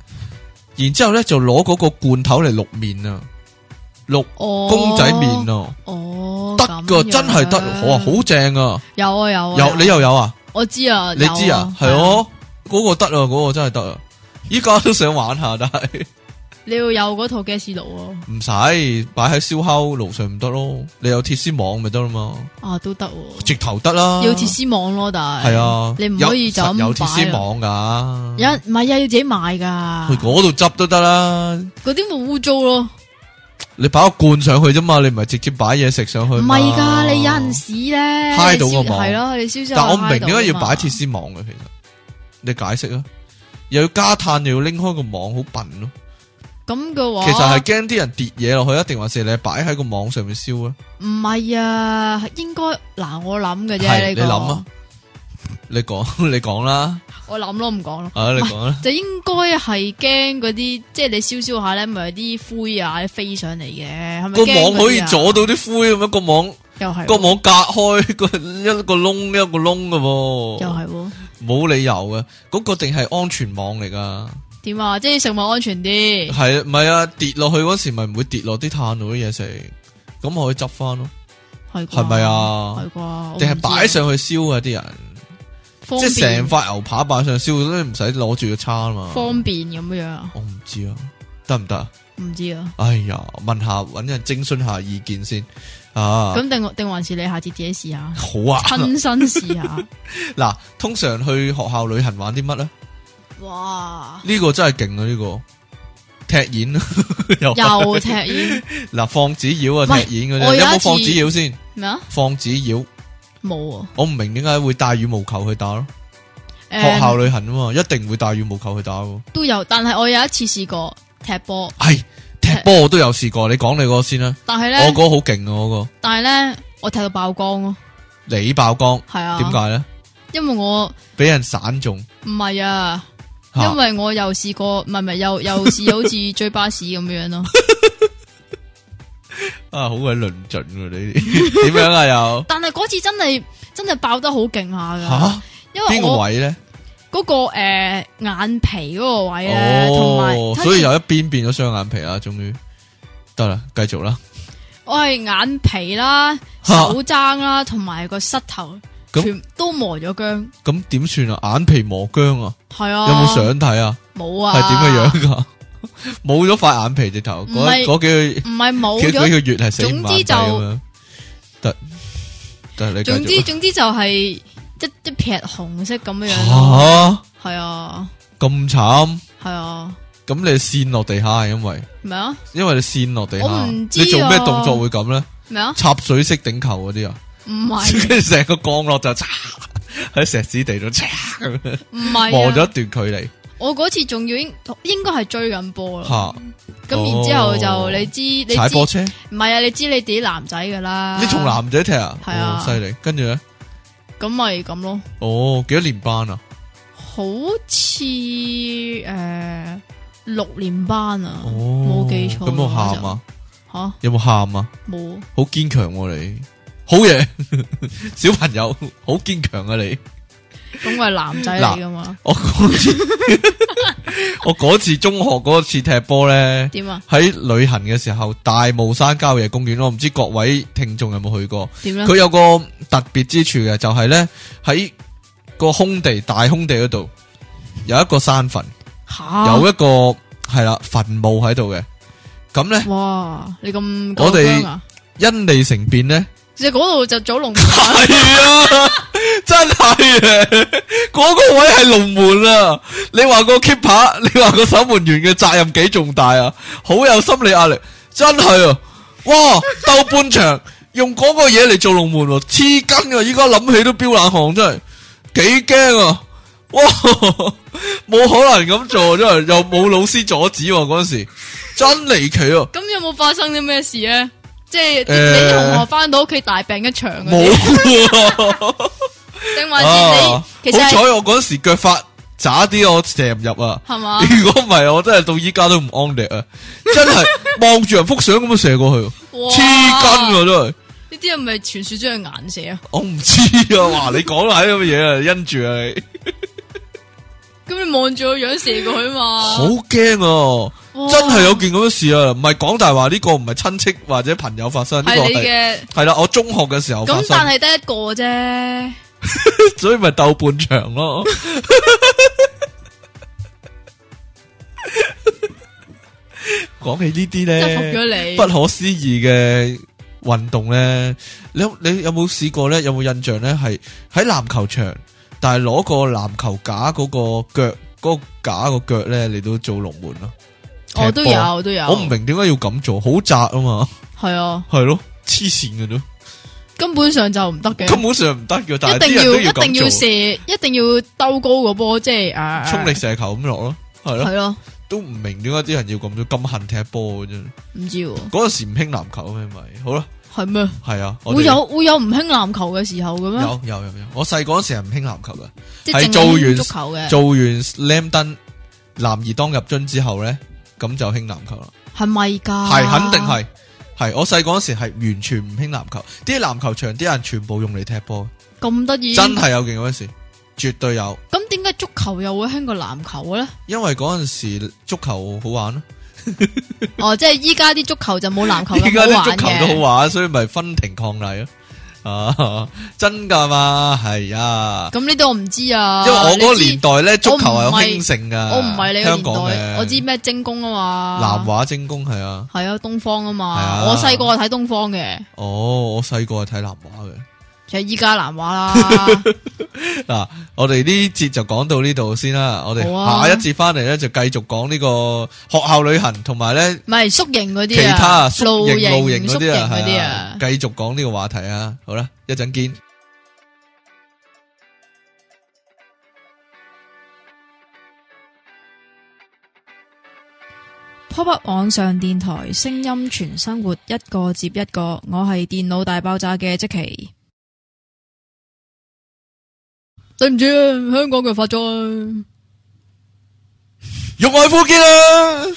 [SPEAKER 1] 然之後咧就攞嗰個罐頭嚟淥面啊，淥
[SPEAKER 3] 哦，
[SPEAKER 1] 公仔面啊，
[SPEAKER 3] 哦，
[SPEAKER 1] 得噶，
[SPEAKER 3] 咁樣
[SPEAKER 1] 真係得，好啊，好正啊！
[SPEAKER 3] 有啊有啊
[SPEAKER 1] 有你又有啊？
[SPEAKER 3] 我知啊，
[SPEAKER 1] 你知
[SPEAKER 3] 有
[SPEAKER 1] 啊？係，哦，嗰個得啊，嗰個真係得啊！依家都想玩下，但係
[SPEAKER 3] 你要有嗰套 gas 爐啊，
[SPEAKER 1] 唔使擺喺燒烤爐上唔得咯。你有鐵絲網咪得啦嘛，
[SPEAKER 3] 啊都得喎，
[SPEAKER 1] 直頭得啦。
[SPEAKER 3] 要鐵絲網咯，但
[SPEAKER 1] 啊
[SPEAKER 3] 係
[SPEAKER 1] 係啊，
[SPEAKER 3] 你唔可以就
[SPEAKER 1] 有
[SPEAKER 3] 咁
[SPEAKER 1] 實有鐵絲
[SPEAKER 3] 擺啊
[SPEAKER 1] 網噶，
[SPEAKER 3] 有唔係啊，要自己買噶，
[SPEAKER 1] 去嗰度執都得啦。
[SPEAKER 3] 嗰啲咪污糟咯，
[SPEAKER 1] 你擺個罐上去啫嘛，你唔係直接擺嘢食上去
[SPEAKER 3] 唔
[SPEAKER 1] 嘛。
[SPEAKER 3] 係㗎，你有陣時咧，
[SPEAKER 1] 揩到個
[SPEAKER 3] 你燒
[SPEAKER 1] 網
[SPEAKER 3] 係咯，你燒燒
[SPEAKER 1] 但
[SPEAKER 3] 下
[SPEAKER 1] 我唔明
[SPEAKER 3] 揩到
[SPEAKER 1] 點解要
[SPEAKER 3] 啊
[SPEAKER 1] 擺
[SPEAKER 3] 嘛
[SPEAKER 1] 鐵絲網嘅，其實你解釋啊，又要加炭，又要拎開個網，好笨咯。
[SPEAKER 3] 咁嘅話，
[SPEAKER 1] 其實係驚啲人跌嘢落去，一定還是你擺喺個網上面燒啊？
[SPEAKER 3] 唔係啊，應該嗱我諗嘅啫，
[SPEAKER 1] 係你
[SPEAKER 3] 講
[SPEAKER 1] 諗啊，你講 你講啦，
[SPEAKER 3] 我諗咯，唔講咯。
[SPEAKER 1] 啊你講啦，
[SPEAKER 3] 就應該係驚嗰啲，即係你燒燒下咧，咪有啲灰啊飛上嚟嘅， 係咪
[SPEAKER 1] 個
[SPEAKER 3] 驚嗰啲啊？
[SPEAKER 1] 網可以阻到啲灰咁樣，個網
[SPEAKER 3] 又係喎
[SPEAKER 1] 個網隔開個一個窿一個窿嘅
[SPEAKER 3] 又
[SPEAKER 1] 喎，
[SPEAKER 3] 係喎，
[SPEAKER 1] 冇理由嘅，嗰個定係安全網嚟噶，
[SPEAKER 3] 點啊？即係食物安全啲，
[SPEAKER 1] 係唔係啊？跌落去嗰時咪唔會跌落啲炭度啲嘢食，咁可以執翻咯，
[SPEAKER 3] 係啩
[SPEAKER 1] 係咪啊
[SPEAKER 3] 係啩？我唔
[SPEAKER 1] 定係
[SPEAKER 3] 知啊
[SPEAKER 1] 擺上去燒啊啲人，
[SPEAKER 3] 方
[SPEAKER 1] 即
[SPEAKER 3] 便
[SPEAKER 1] 係成塊牛扒擺上燒都唔使攞住個叉啊嘛，
[SPEAKER 3] 方便咁樣啊？
[SPEAKER 1] 我唔知啊，得唔得啊？
[SPEAKER 3] 唔知啊。
[SPEAKER 1] 哎呀，問下揾人徵詢下意見先啊！
[SPEAKER 3] 咁定定還是你下次自己試下，
[SPEAKER 1] 好啊，
[SPEAKER 3] 親身試下。
[SPEAKER 1] 嗱，通常去學校旅行玩啲乜咧？
[SPEAKER 3] 哇！
[SPEAKER 1] 呢、個真係勁啊！呢、個踢毽啊 又
[SPEAKER 3] 又踢毽
[SPEAKER 1] 嗱放紙鷂啊，
[SPEAKER 3] 喂
[SPEAKER 1] 踢毽嗰啲有
[SPEAKER 3] 我有一
[SPEAKER 1] 冇
[SPEAKER 3] 次
[SPEAKER 1] 放紙鷂先？
[SPEAKER 3] 咩啊？
[SPEAKER 1] 放紙鷂，
[SPEAKER 3] 冇啊！
[SPEAKER 1] 我唔明點解會帶羽毛球去打咯？
[SPEAKER 3] 誒
[SPEAKER 1] 學校旅行啊嘛，一定會帶羽毛球去打喎。
[SPEAKER 3] 都有，但係我有一次試過踢波，
[SPEAKER 1] 係踢波我都有試過，你講你嗰個先啦。
[SPEAKER 3] 但係
[SPEAKER 1] 我嗰
[SPEAKER 3] 咧，
[SPEAKER 1] 個好勁啊，我嗰
[SPEAKER 3] 但係咧，我踢到爆光咯，
[SPEAKER 1] 個你爆光，
[SPEAKER 3] 係啊。
[SPEAKER 1] 點？解咧？
[SPEAKER 3] 因為我
[SPEAKER 1] 俾人散中
[SPEAKER 3] 唔係啊。
[SPEAKER 1] 嚇
[SPEAKER 3] 因為我又試過，唔係唔係，又 又試好似追巴士咁樣咯。
[SPEAKER 1] 啊，好鬼論盡喎！你 啲點樣啊又？
[SPEAKER 3] 但係嗰次真係真係爆得好勁下噶，
[SPEAKER 1] 吓
[SPEAKER 3] 因
[SPEAKER 1] 邊
[SPEAKER 3] 為
[SPEAKER 1] 個
[SPEAKER 3] 啊我
[SPEAKER 1] 位咧？
[SPEAKER 3] 嗰個诶眼皮嗰個位咧，啊同埋
[SPEAKER 1] 哦，所以有一邊變咗雙眼皮啦，啊終於得啦，繼續啦。
[SPEAKER 3] 我係眼皮啦、
[SPEAKER 1] 嚇
[SPEAKER 3] 手踭啦，同埋個膝頭，
[SPEAKER 1] 咁
[SPEAKER 3] 全都磨咗姜。
[SPEAKER 1] 咁點算啊？眼皮磨姜啊？
[SPEAKER 3] 係啊，
[SPEAKER 1] 有冇？相睇啊？
[SPEAKER 3] 冇啊，
[SPEAKER 1] 係點嘅樣噶？ 冇咗塊眼皮直頭，
[SPEAKER 3] 唔
[SPEAKER 1] 嗰
[SPEAKER 3] 係
[SPEAKER 1] 嗰幾
[SPEAKER 3] 唔係
[SPEAKER 1] 個
[SPEAKER 3] 冇
[SPEAKER 1] 幾幾
[SPEAKER 3] 咗，
[SPEAKER 1] 個月係死唔眼
[SPEAKER 3] 總之
[SPEAKER 1] 睇
[SPEAKER 3] 就
[SPEAKER 1] 咁樣。得得，你繼
[SPEAKER 3] 總之
[SPEAKER 1] 續
[SPEAKER 3] 總之就係一一撇紅色咁樣樣咯。
[SPEAKER 1] 啦。
[SPEAKER 3] 係啊，
[SPEAKER 1] 吓咁慘，
[SPEAKER 3] 係啊，咁
[SPEAKER 1] 咁你跣落地下係因為
[SPEAKER 3] 咩啊？
[SPEAKER 1] 因為你跣落地下，
[SPEAKER 3] 我唔知啊
[SPEAKER 1] 你做咩動作會咁咧？
[SPEAKER 3] 咩啊？
[SPEAKER 1] 插水式頂球嗰啲啊？
[SPEAKER 3] 唔 係
[SPEAKER 1] 跟住成個降落就嚓 喺石屎地度嚓咁樣
[SPEAKER 3] 唔係
[SPEAKER 1] 望
[SPEAKER 3] 啊
[SPEAKER 1] 咗一段距離
[SPEAKER 3] 我嗰次仲要應應該係追緊波啦，
[SPEAKER 1] 吓，
[SPEAKER 3] 咁
[SPEAKER 1] 哦
[SPEAKER 3] 然之後就你知你
[SPEAKER 1] 踩
[SPEAKER 3] 知
[SPEAKER 1] 波車，
[SPEAKER 3] 唔係啊？你知你自己男仔噶啦，
[SPEAKER 1] 你同男仔踢啊？
[SPEAKER 3] 係啊
[SPEAKER 1] 哦犀利。跟住咧，
[SPEAKER 3] 咁咪咁咯，
[SPEAKER 1] 哦，幾多年班啊？
[SPEAKER 3] 好似誒六年班啊，
[SPEAKER 1] 哦，
[SPEAKER 3] 冇記
[SPEAKER 1] 咁
[SPEAKER 3] 錯
[SPEAKER 1] 有冇喊
[SPEAKER 3] 嗰
[SPEAKER 1] 啊？
[SPEAKER 3] 吓
[SPEAKER 1] 有冇喊啊？
[SPEAKER 3] 冇
[SPEAKER 1] 好 堅強喎你，好嘢，小朋友好堅強啊你。
[SPEAKER 3] 咁我係男仔嚟噶嘛？
[SPEAKER 1] 我嗰次我嗰次中學嗰次踢波咧，
[SPEAKER 3] 點啊？
[SPEAKER 1] 喺旅行嘅時候，大霧山郊野公園，我唔知各位聽眾有冇去過。
[SPEAKER 3] 點咧？
[SPEAKER 1] 佢有個特別之處嘅，就係咧喺個空地大空地嗰度有一個山墳，
[SPEAKER 3] 吓
[SPEAKER 1] 有一個係啦墳墓喺度嘅。咁咧，
[SPEAKER 3] 哇！你咁
[SPEAKER 1] 我哋
[SPEAKER 3] 講啊？
[SPEAKER 1] 因利成變咧。
[SPEAKER 3] 其實嗰度就祖龍
[SPEAKER 1] 系啊，真系啊！嗰個位係龍門啊！你話個 keeper，你話個守門員嘅責任幾重大啊？好有心理壓力，真係啊！哇，鬥半場用嗰個嘢嚟做龍門喎，黐筋啊！依家諗起都飆冷汗，真係幾驚啊！哇，冇可能咁做，真係又冇老師阻止喎嗰陣時，真離奇啊！
[SPEAKER 3] 咁有冇發生啲咩事咧？即係你
[SPEAKER 1] 誒
[SPEAKER 3] 你啲同學翻到屋企大病一場嗰
[SPEAKER 1] 冇啊
[SPEAKER 3] 啲，
[SPEAKER 1] 喎。
[SPEAKER 3] 定還是啊你其實
[SPEAKER 1] 哦好彩
[SPEAKER 3] 係
[SPEAKER 1] 我嗰時腳法渣啲，我射唔入啊！
[SPEAKER 3] 係嘛？
[SPEAKER 1] 如果唔係，我真係到依家都唔安力啊！真 係望住人幅相咁樣射過去，
[SPEAKER 3] 哇
[SPEAKER 1] 黐筋啊喎真係！
[SPEAKER 3] 呢啲係咪傳說中嘅眼射啊？
[SPEAKER 1] 我唔知啊！哇，你講埋啲咁嘅嘢啊，因住啊你，
[SPEAKER 3] 咁你望住個樣射過去嘛？
[SPEAKER 1] 好驚啊！
[SPEAKER 3] 啊哇
[SPEAKER 1] 真係有件咁嘅事啊！唔係講大話，呢個唔係親戚或者朋友發生，呢個
[SPEAKER 3] 係你
[SPEAKER 1] 係
[SPEAKER 3] 嘅。
[SPEAKER 1] 係啦，我中學嘅時候發
[SPEAKER 3] 咁但
[SPEAKER 1] 生，
[SPEAKER 3] 係得一個啫，
[SPEAKER 1] 所以咪鬥半場咯。講起呢啲
[SPEAKER 3] 即
[SPEAKER 1] 咧，
[SPEAKER 3] 係服咗你。
[SPEAKER 1] 不可思議嘅運動咧，你有你有冇試過咧？有冇印象咧？係喺籃球場，但係攞個籃球架嗰個腳嗰、個架個腳咧嚟到做龍門咯。
[SPEAKER 3] 我
[SPEAKER 1] 踢
[SPEAKER 3] 都
[SPEAKER 1] 波，
[SPEAKER 3] 有都有。
[SPEAKER 1] 我唔明點解要咁做，好窄啊嘛，
[SPEAKER 3] 係啊，
[SPEAKER 1] 係咯，黐線嘅啫，
[SPEAKER 3] 根本上就唔得嘅。
[SPEAKER 1] 根本上唔得嘅，但
[SPEAKER 3] 一
[SPEAKER 1] 係啲
[SPEAKER 3] 定
[SPEAKER 1] 人都
[SPEAKER 3] 一定要
[SPEAKER 1] 咁
[SPEAKER 3] 射，
[SPEAKER 1] 做，
[SPEAKER 3] 一定要兜高個波，即係啊，
[SPEAKER 1] 衝力射球咁落咯，係咯，
[SPEAKER 3] 係咯，
[SPEAKER 1] 都唔明點解啲人要咁做，咁恨踢波嘅啫。
[SPEAKER 3] 唔知喎
[SPEAKER 1] 嗰陣時唔興籃球啊咩咪，好啦，
[SPEAKER 3] 係咩？
[SPEAKER 1] 係啊，我哋
[SPEAKER 3] 會有啊會有唔興籃球嘅時候嘅咩？
[SPEAKER 1] 有有有有，我細個嗰陣時係唔興籃球嘅。
[SPEAKER 3] 即
[SPEAKER 1] 係
[SPEAKER 3] 係淨
[SPEAKER 1] 做完
[SPEAKER 3] 興足球嘅，
[SPEAKER 1] 做完 slam dunk 男兒當入樽之後咧，咁就興籃球啦。
[SPEAKER 3] 係咪㗎？
[SPEAKER 1] 係、肯定係，係我細個嗰時係完全唔興籃球，啲籃球場啲人全部用嚟踢波，
[SPEAKER 3] 咁得意。
[SPEAKER 1] 真係有勁嗰陣時，絕對有。
[SPEAKER 3] 咁點解足球又會興過籃球嘅咧？
[SPEAKER 1] 因為嗰陣時足球好玩咯，
[SPEAKER 3] 哦，即係依家啲足球就冇籃球
[SPEAKER 1] 依家
[SPEAKER 3] 咁
[SPEAKER 1] 啲
[SPEAKER 3] 好玩
[SPEAKER 1] 足球都好
[SPEAKER 3] 嘅。
[SPEAKER 1] 玩，所以咪分庭抗禮咯。啊， 真噶嘛，係啊，
[SPEAKER 3] 咁呢啲我唔知啊，
[SPEAKER 1] 因為我嗰個
[SPEAKER 3] 你知
[SPEAKER 1] 年代咧，足球係
[SPEAKER 3] 我
[SPEAKER 1] 有
[SPEAKER 3] 唔係
[SPEAKER 1] 興盛噶，
[SPEAKER 3] 我唔係你個
[SPEAKER 1] 香
[SPEAKER 3] 年
[SPEAKER 1] 港
[SPEAKER 3] 代，
[SPEAKER 1] 嘅，
[SPEAKER 3] 我知咩精工啊嘛，
[SPEAKER 1] 南華精工係啊。
[SPEAKER 3] 係啊，東方啊
[SPEAKER 1] 係
[SPEAKER 3] 嘛，
[SPEAKER 1] 啊
[SPEAKER 3] 我細個係睇東方嘅，
[SPEAKER 1] 哦，我細個係睇南華嘅。
[SPEAKER 3] 其實依家南 華啦，
[SPEAKER 1] 嗱，我哋呢節就講到呢度先啦，我哋
[SPEAKER 3] 好啊
[SPEAKER 1] 下一節翻嚟咧就繼續講呢個學校旅行同埋咧
[SPEAKER 3] 唔係宿營嗰
[SPEAKER 1] 其
[SPEAKER 3] 啲
[SPEAKER 1] 他
[SPEAKER 3] 啊，
[SPEAKER 1] 宿
[SPEAKER 3] 露
[SPEAKER 1] 營露營
[SPEAKER 3] 營、
[SPEAKER 1] 嗰
[SPEAKER 3] 宿
[SPEAKER 1] 啲
[SPEAKER 3] 營
[SPEAKER 1] 啊，
[SPEAKER 3] 嗰啲
[SPEAKER 1] 係
[SPEAKER 3] 啊
[SPEAKER 1] 啊，。繼續講呢個話題啊，好啦，一陣見。
[SPEAKER 3] Pop Up 網上電台，聲音全生活，一個接一個。我係電腦大爆炸嘅即奇。對唔住，香港嘅發災。
[SPEAKER 1] 玉外夫見啊啦，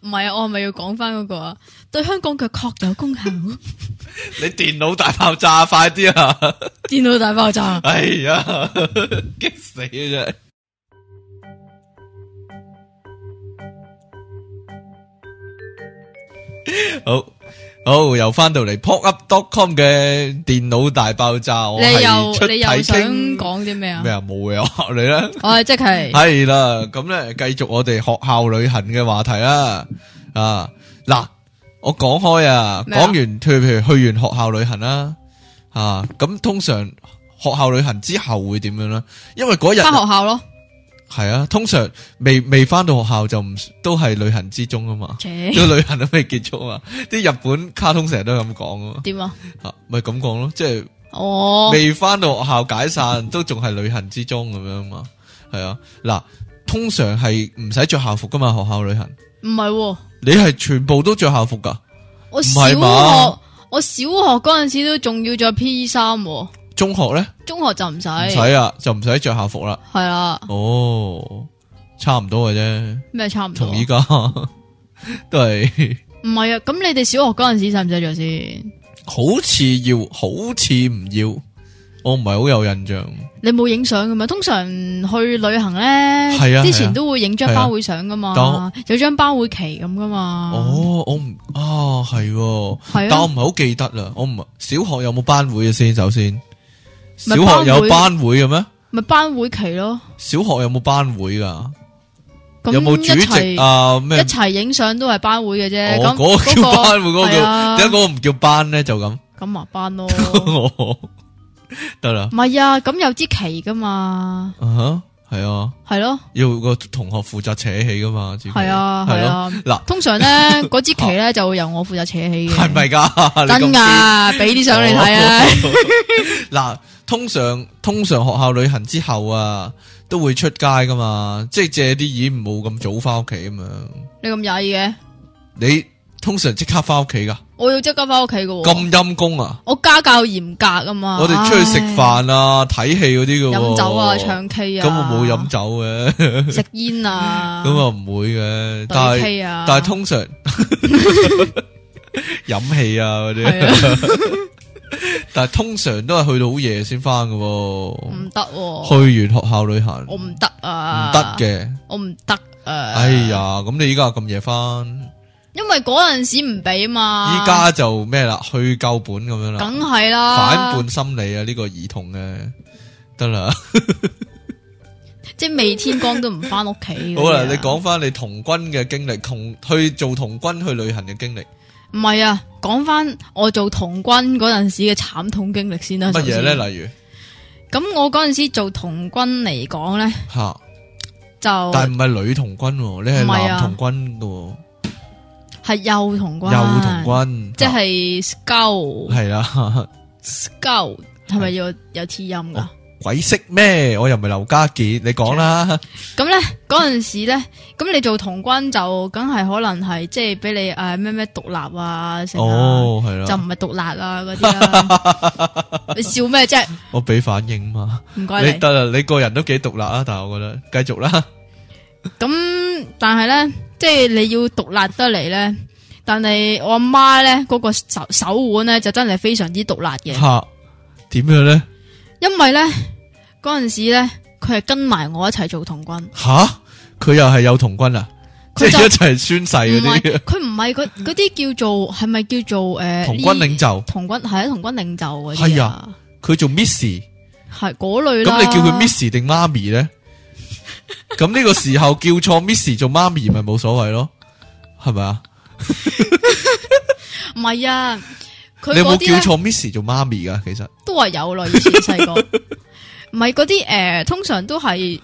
[SPEAKER 3] 唔係啊，我係咪要講翻嗰個啊？對香港嘅確有功效。
[SPEAKER 1] 你電腦大爆炸，快啲啊！
[SPEAKER 3] 電腦大爆炸。
[SPEAKER 1] 哎 呀，激死啊真係！好好又翻到嚟 pop up com 嘅電腦大爆炸，我
[SPEAKER 3] 你
[SPEAKER 1] 係出
[SPEAKER 3] 又
[SPEAKER 1] 體
[SPEAKER 3] 你又想
[SPEAKER 1] 傾
[SPEAKER 3] 講啲咩啊
[SPEAKER 1] 咩？啊？冇 嘢啊，你咧
[SPEAKER 3] 我係即奇。
[SPEAKER 1] 係啦，咁咧繼續我哋學校旅行嘅話題啦。啊，嗱，我講開啊，
[SPEAKER 3] 咩
[SPEAKER 1] 講
[SPEAKER 3] 啊
[SPEAKER 1] 完譬如去完學校旅行啦，啊，咁通常學校旅行之後會點樣咧？因為嗰日
[SPEAKER 3] 翻學校咯。
[SPEAKER 1] 係啊，通常未未翻到學校就唔都係旅行之中啊 嘛，
[SPEAKER 3] 切
[SPEAKER 1] 個旅行都未結束啊嘛，啲日本卡通成日都係咁講啊嘛
[SPEAKER 3] 點啊？
[SPEAKER 1] 啊，咪咁講咯，即係。
[SPEAKER 3] 哦，
[SPEAKER 1] 未翻到學校解散，都仲係旅行之中咁樣嘛，係啊，嗱，通常係唔使着校服噶嘛，學校旅行，
[SPEAKER 3] 唔係喎。
[SPEAKER 1] 你係全部都着校服噶，
[SPEAKER 3] 我
[SPEAKER 1] 唔
[SPEAKER 3] 小
[SPEAKER 1] 係
[SPEAKER 3] 學
[SPEAKER 1] 嘛
[SPEAKER 3] 我小學嗰阵时都仲要着 P 衫喎，
[SPEAKER 1] 中學咧
[SPEAKER 3] 中學就唔使，
[SPEAKER 1] 唔使
[SPEAKER 3] 係啊
[SPEAKER 1] 啊，就唔使着校服啦，
[SPEAKER 3] 啦，
[SPEAKER 1] 哦，差唔多嘅啫，
[SPEAKER 3] 咩差唔多。
[SPEAKER 1] 同依家 都係
[SPEAKER 3] 唔係啊，咁你哋小學嗰阵时使唔使着先？
[SPEAKER 1] 好似要，好似唔要，我唔系好有印象。
[SPEAKER 3] 你冇影相噶嘛？通常去旅行咧，
[SPEAKER 1] 係啊係
[SPEAKER 3] 之
[SPEAKER 1] 啊
[SPEAKER 3] 前都會影張
[SPEAKER 1] 係啊
[SPEAKER 3] 包會相噶
[SPEAKER 1] 但我
[SPEAKER 3] 嘛，有張包會期咁噶嘛。，
[SPEAKER 1] 哦，我唔啊，系喎，
[SPEAKER 3] 係
[SPEAKER 1] 但我
[SPEAKER 3] 啊
[SPEAKER 1] 唔，系好记得啦。我唔小学有冇班会嘅先？首先，小
[SPEAKER 3] 咪
[SPEAKER 1] 学有
[SPEAKER 3] 班
[SPEAKER 1] 班会嘅咩？
[SPEAKER 3] 咪班會期咯。
[SPEAKER 1] 小学有冇班会噶？
[SPEAKER 3] 咁
[SPEAKER 1] 有冇主
[SPEAKER 3] 一
[SPEAKER 1] 席
[SPEAKER 3] 齊
[SPEAKER 1] 啊？
[SPEAKER 3] 一
[SPEAKER 1] 咩？
[SPEAKER 3] 齊影相都係班會嘅啫。
[SPEAKER 1] 哦
[SPEAKER 3] 咁
[SPEAKER 1] 嗰個叫班會嗰個
[SPEAKER 3] 係啊
[SPEAKER 1] 点解嗰个唔叫班咧？就咁，
[SPEAKER 3] 咁麻班咯。
[SPEAKER 1] 得啦
[SPEAKER 3] 唔，係啊，咁有支旗噶嘛，
[SPEAKER 1] 啊哈，系啊，
[SPEAKER 3] 係咯，
[SPEAKER 1] 要个同学负责扯起噶嘛，系
[SPEAKER 3] 係啊，係，啊。
[SPEAKER 1] 嗱，
[SPEAKER 3] 通常咧嗰支旗咧就會由我負責扯起嘅。
[SPEAKER 1] 系咪噶？ 你咁哦
[SPEAKER 3] 真噶？俾啲相你睇啊！
[SPEAKER 1] 嗱，通常通常学校旅行之後啊，都會出街噶嘛，即係借啲椅唔好咁早翻屋企咁樣。
[SPEAKER 3] 你咁曳嘅，
[SPEAKER 1] 你通常即刻翻屋企噶，
[SPEAKER 3] 我要即刻翻屋企噶喎。
[SPEAKER 1] 咁陰功啊！
[SPEAKER 3] 我家教嚴格啊嘛，
[SPEAKER 1] 我哋出去食飯啊、睇戲嗰啲
[SPEAKER 3] 唉、
[SPEAKER 1] 噶，
[SPEAKER 3] 飲酒啊、唱 K 啊，
[SPEAKER 1] 咁我冇飲酒嘅，
[SPEAKER 3] 飲食煙啊，
[SPEAKER 1] 咁啊唔會嘅，但
[SPEAKER 3] 對
[SPEAKER 1] 係
[SPEAKER 3] K 啊，
[SPEAKER 1] 但係通 常飲氣啊嗰
[SPEAKER 3] 係
[SPEAKER 1] 啲，
[SPEAKER 3] 啊
[SPEAKER 1] 但係通常都係去到好夜先翻噶喎。
[SPEAKER 3] 唔得喎，
[SPEAKER 1] 去完學校旅行
[SPEAKER 3] 我
[SPEAKER 1] 唔
[SPEAKER 3] 唔得啊，
[SPEAKER 1] 得，嘅。
[SPEAKER 3] 我唔得啊，
[SPEAKER 1] 哎，呀，咁你依家咁夜翻，
[SPEAKER 3] 因為嗰陣時唔俾嘛，
[SPEAKER 1] 依家就咩啦，去夠本咁樣啦，
[SPEAKER 3] 啊梗係啦，
[SPEAKER 1] 反叛心理啊，呢個兒童嘅得啦，
[SPEAKER 3] 即係未天光都唔翻屋企嗰啲啊。
[SPEAKER 1] 好啦，你講翻你童軍嘅經歷，同去做童軍去旅行嘅經歷，
[SPEAKER 3] 唔係啊？講翻我做童軍嗰陣時嘅慘痛經歷先啦，
[SPEAKER 1] 乜嘢咧？
[SPEAKER 3] 首先？
[SPEAKER 1] 例如
[SPEAKER 3] 咁我嗰陣時做童軍嚟講咧，
[SPEAKER 1] 吓，
[SPEAKER 3] 就
[SPEAKER 1] 但係唔係女童軍喎，你係
[SPEAKER 3] 唔係啊
[SPEAKER 1] 男童軍嘅喎，
[SPEAKER 3] 係幼童軍，
[SPEAKER 1] 幼童，軍，啊
[SPEAKER 3] 即係 scout。
[SPEAKER 1] 係啦，
[SPEAKER 3] scout 系咪要有 T 音
[SPEAKER 1] 哦
[SPEAKER 3] 噶？
[SPEAKER 1] 鬼識咩？我又唔係劉家傑，你講啦，
[SPEAKER 3] 咁咧嗰阵时咧，咁你做童軍就梗係可能係即係俾你诶咩咩獨立啊，成啊
[SPEAKER 1] 哦，係
[SPEAKER 3] 就
[SPEAKER 1] 啦，
[SPEAKER 3] 唔係獨立啊嗰啲啦。 你笑咩啫？
[SPEAKER 1] 我俾反應嘛，
[SPEAKER 3] 唔該
[SPEAKER 1] 你
[SPEAKER 3] 你。
[SPEAKER 1] 得啦，你個人都幾獨立啊，但係我覺得繼續 啦。
[SPEAKER 3] 咁但係咧，即係你要獨立得嚟咧，但係我阿媽咧嗰個手手腕咧就真係非常之獨立嘅，
[SPEAKER 1] 吓，点样咧？
[SPEAKER 3] 因為咧嗰阵时咧佢係跟埋我一齊做童軍。
[SPEAKER 1] 吓，佢又系有童軍啊，即
[SPEAKER 3] 佢
[SPEAKER 1] 系
[SPEAKER 3] 就
[SPEAKER 1] 一齊宣誓
[SPEAKER 3] 唔
[SPEAKER 1] 嗰
[SPEAKER 3] 係，
[SPEAKER 1] 啲
[SPEAKER 3] 佢唔係嗰嗰啲叫做係咪叫做诶
[SPEAKER 1] 童軍領袖，
[SPEAKER 3] 童軍係啊童軍領袖嗰啲
[SPEAKER 1] 係
[SPEAKER 3] 啊，
[SPEAKER 1] 佢做 Miss，咁
[SPEAKER 3] 係嗰類
[SPEAKER 1] 你
[SPEAKER 3] 啦。
[SPEAKER 1] 叫佢 Miss 定媽咪 咧？咁呢個時候叫錯 Miss 做媽咪咪冇所謂咯，係咪啊？
[SPEAKER 3] 唔係啊？佢
[SPEAKER 1] 你有
[SPEAKER 3] 嗰
[SPEAKER 1] 冇
[SPEAKER 3] 啲咧
[SPEAKER 1] 叫錯 Miss 做媽咪噶？其實
[SPEAKER 3] 都係有啦，以前 細個唔係嗰啲诶，誒通常都係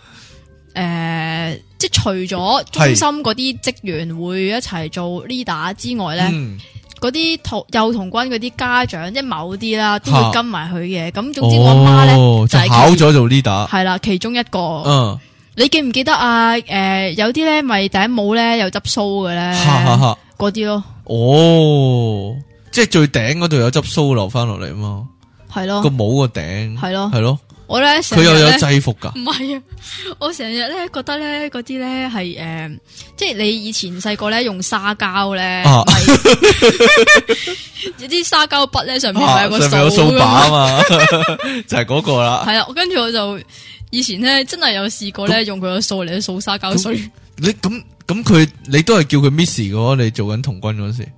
[SPEAKER 3] 诶，誒即系除咗中
[SPEAKER 1] 係
[SPEAKER 3] 心嗰啲職員會一齊做 leader 之外咧，
[SPEAKER 1] 嗯，
[SPEAKER 3] 嗰啲童幼童軍嗰啲家長即係某啲啦，都
[SPEAKER 1] 嚇
[SPEAKER 3] 會跟埋佢嘅。咁總之我阿媽咧
[SPEAKER 1] 哦，就
[SPEAKER 3] 就係哦
[SPEAKER 1] 考
[SPEAKER 3] 其
[SPEAKER 1] 咗做 leader，
[SPEAKER 3] 係啦，其中一個。
[SPEAKER 1] 嗯，
[SPEAKER 3] 你記唔記得啊？诶、有啲咧咪頂帽咧有執須嘅咧，
[SPEAKER 1] 嗯哈哈哈，
[SPEAKER 3] 嗰啲咯，
[SPEAKER 1] 哦，即係最頂嗰度有執須留翻落嚟啊嘛，
[SPEAKER 3] 係
[SPEAKER 1] 個
[SPEAKER 3] 咯，
[SPEAKER 1] 帽個頂
[SPEAKER 3] 哦係咯
[SPEAKER 1] 係咯，
[SPEAKER 3] 我咧成
[SPEAKER 1] 佢
[SPEAKER 3] 日
[SPEAKER 1] 又有
[SPEAKER 3] 咧
[SPEAKER 1] 制服噶
[SPEAKER 3] 唔，係啊，我成日咧覺得咧嗰啲咧係诶，即係你以前細個咧用沙膠咧，
[SPEAKER 1] 啊
[SPEAKER 3] 咪 有啲沙膠筆咧上面咪
[SPEAKER 1] 啊
[SPEAKER 3] 有個
[SPEAKER 1] 上面有
[SPEAKER 3] 掃
[SPEAKER 1] 掃
[SPEAKER 3] 㗎
[SPEAKER 1] 把
[SPEAKER 3] 嘛
[SPEAKER 1] 啊，嘛， 就係嗰個啦。
[SPEAKER 3] 係啊，我跟住我就以前咧真係有試過咧用佢個掃嚟掃沙膠水，
[SPEAKER 1] 你咁咁佢你都係叫佢 Miss 嘅喎，你做緊童軍嗰時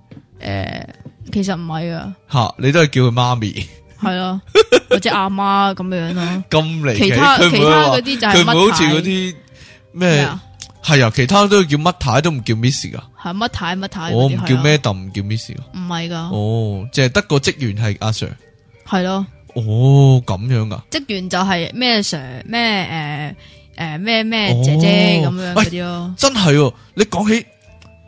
[SPEAKER 3] 诶、其實唔係啊，
[SPEAKER 1] 吓，你都係叫佢媽咪，
[SPEAKER 3] 係啊，或者阿媽咁樣咯，
[SPEAKER 1] 咁離奇。
[SPEAKER 3] 其他
[SPEAKER 1] 佢唔
[SPEAKER 3] 其
[SPEAKER 1] 會
[SPEAKER 3] 他
[SPEAKER 1] 話
[SPEAKER 3] 嗰啲就係
[SPEAKER 1] 佢唔會
[SPEAKER 3] 乜
[SPEAKER 1] 好似嗰
[SPEAKER 3] 太
[SPEAKER 1] 啲
[SPEAKER 3] 咩
[SPEAKER 1] 咩
[SPEAKER 3] 啊？
[SPEAKER 1] 係啊，其他都叫乜太都唔叫 Miss 噶，
[SPEAKER 3] 系乜太乜太
[SPEAKER 1] 我
[SPEAKER 3] 嗰
[SPEAKER 1] 唔
[SPEAKER 3] 啲係啊，
[SPEAKER 1] 叫咩唔叫 Miss 噶。
[SPEAKER 3] 唔係噶，
[SPEAKER 1] 哦，即係得個職員係阿 Sir。
[SPEAKER 3] 係咯，
[SPEAKER 1] 哦，咁樣噶。
[SPEAKER 3] 職員就係咩 Sir 咩诶诶咩咩
[SPEAKER 1] 哦
[SPEAKER 3] 姐姐咁樣
[SPEAKER 1] 喂
[SPEAKER 3] 嗰啲咯，
[SPEAKER 1] 真係喎，你講起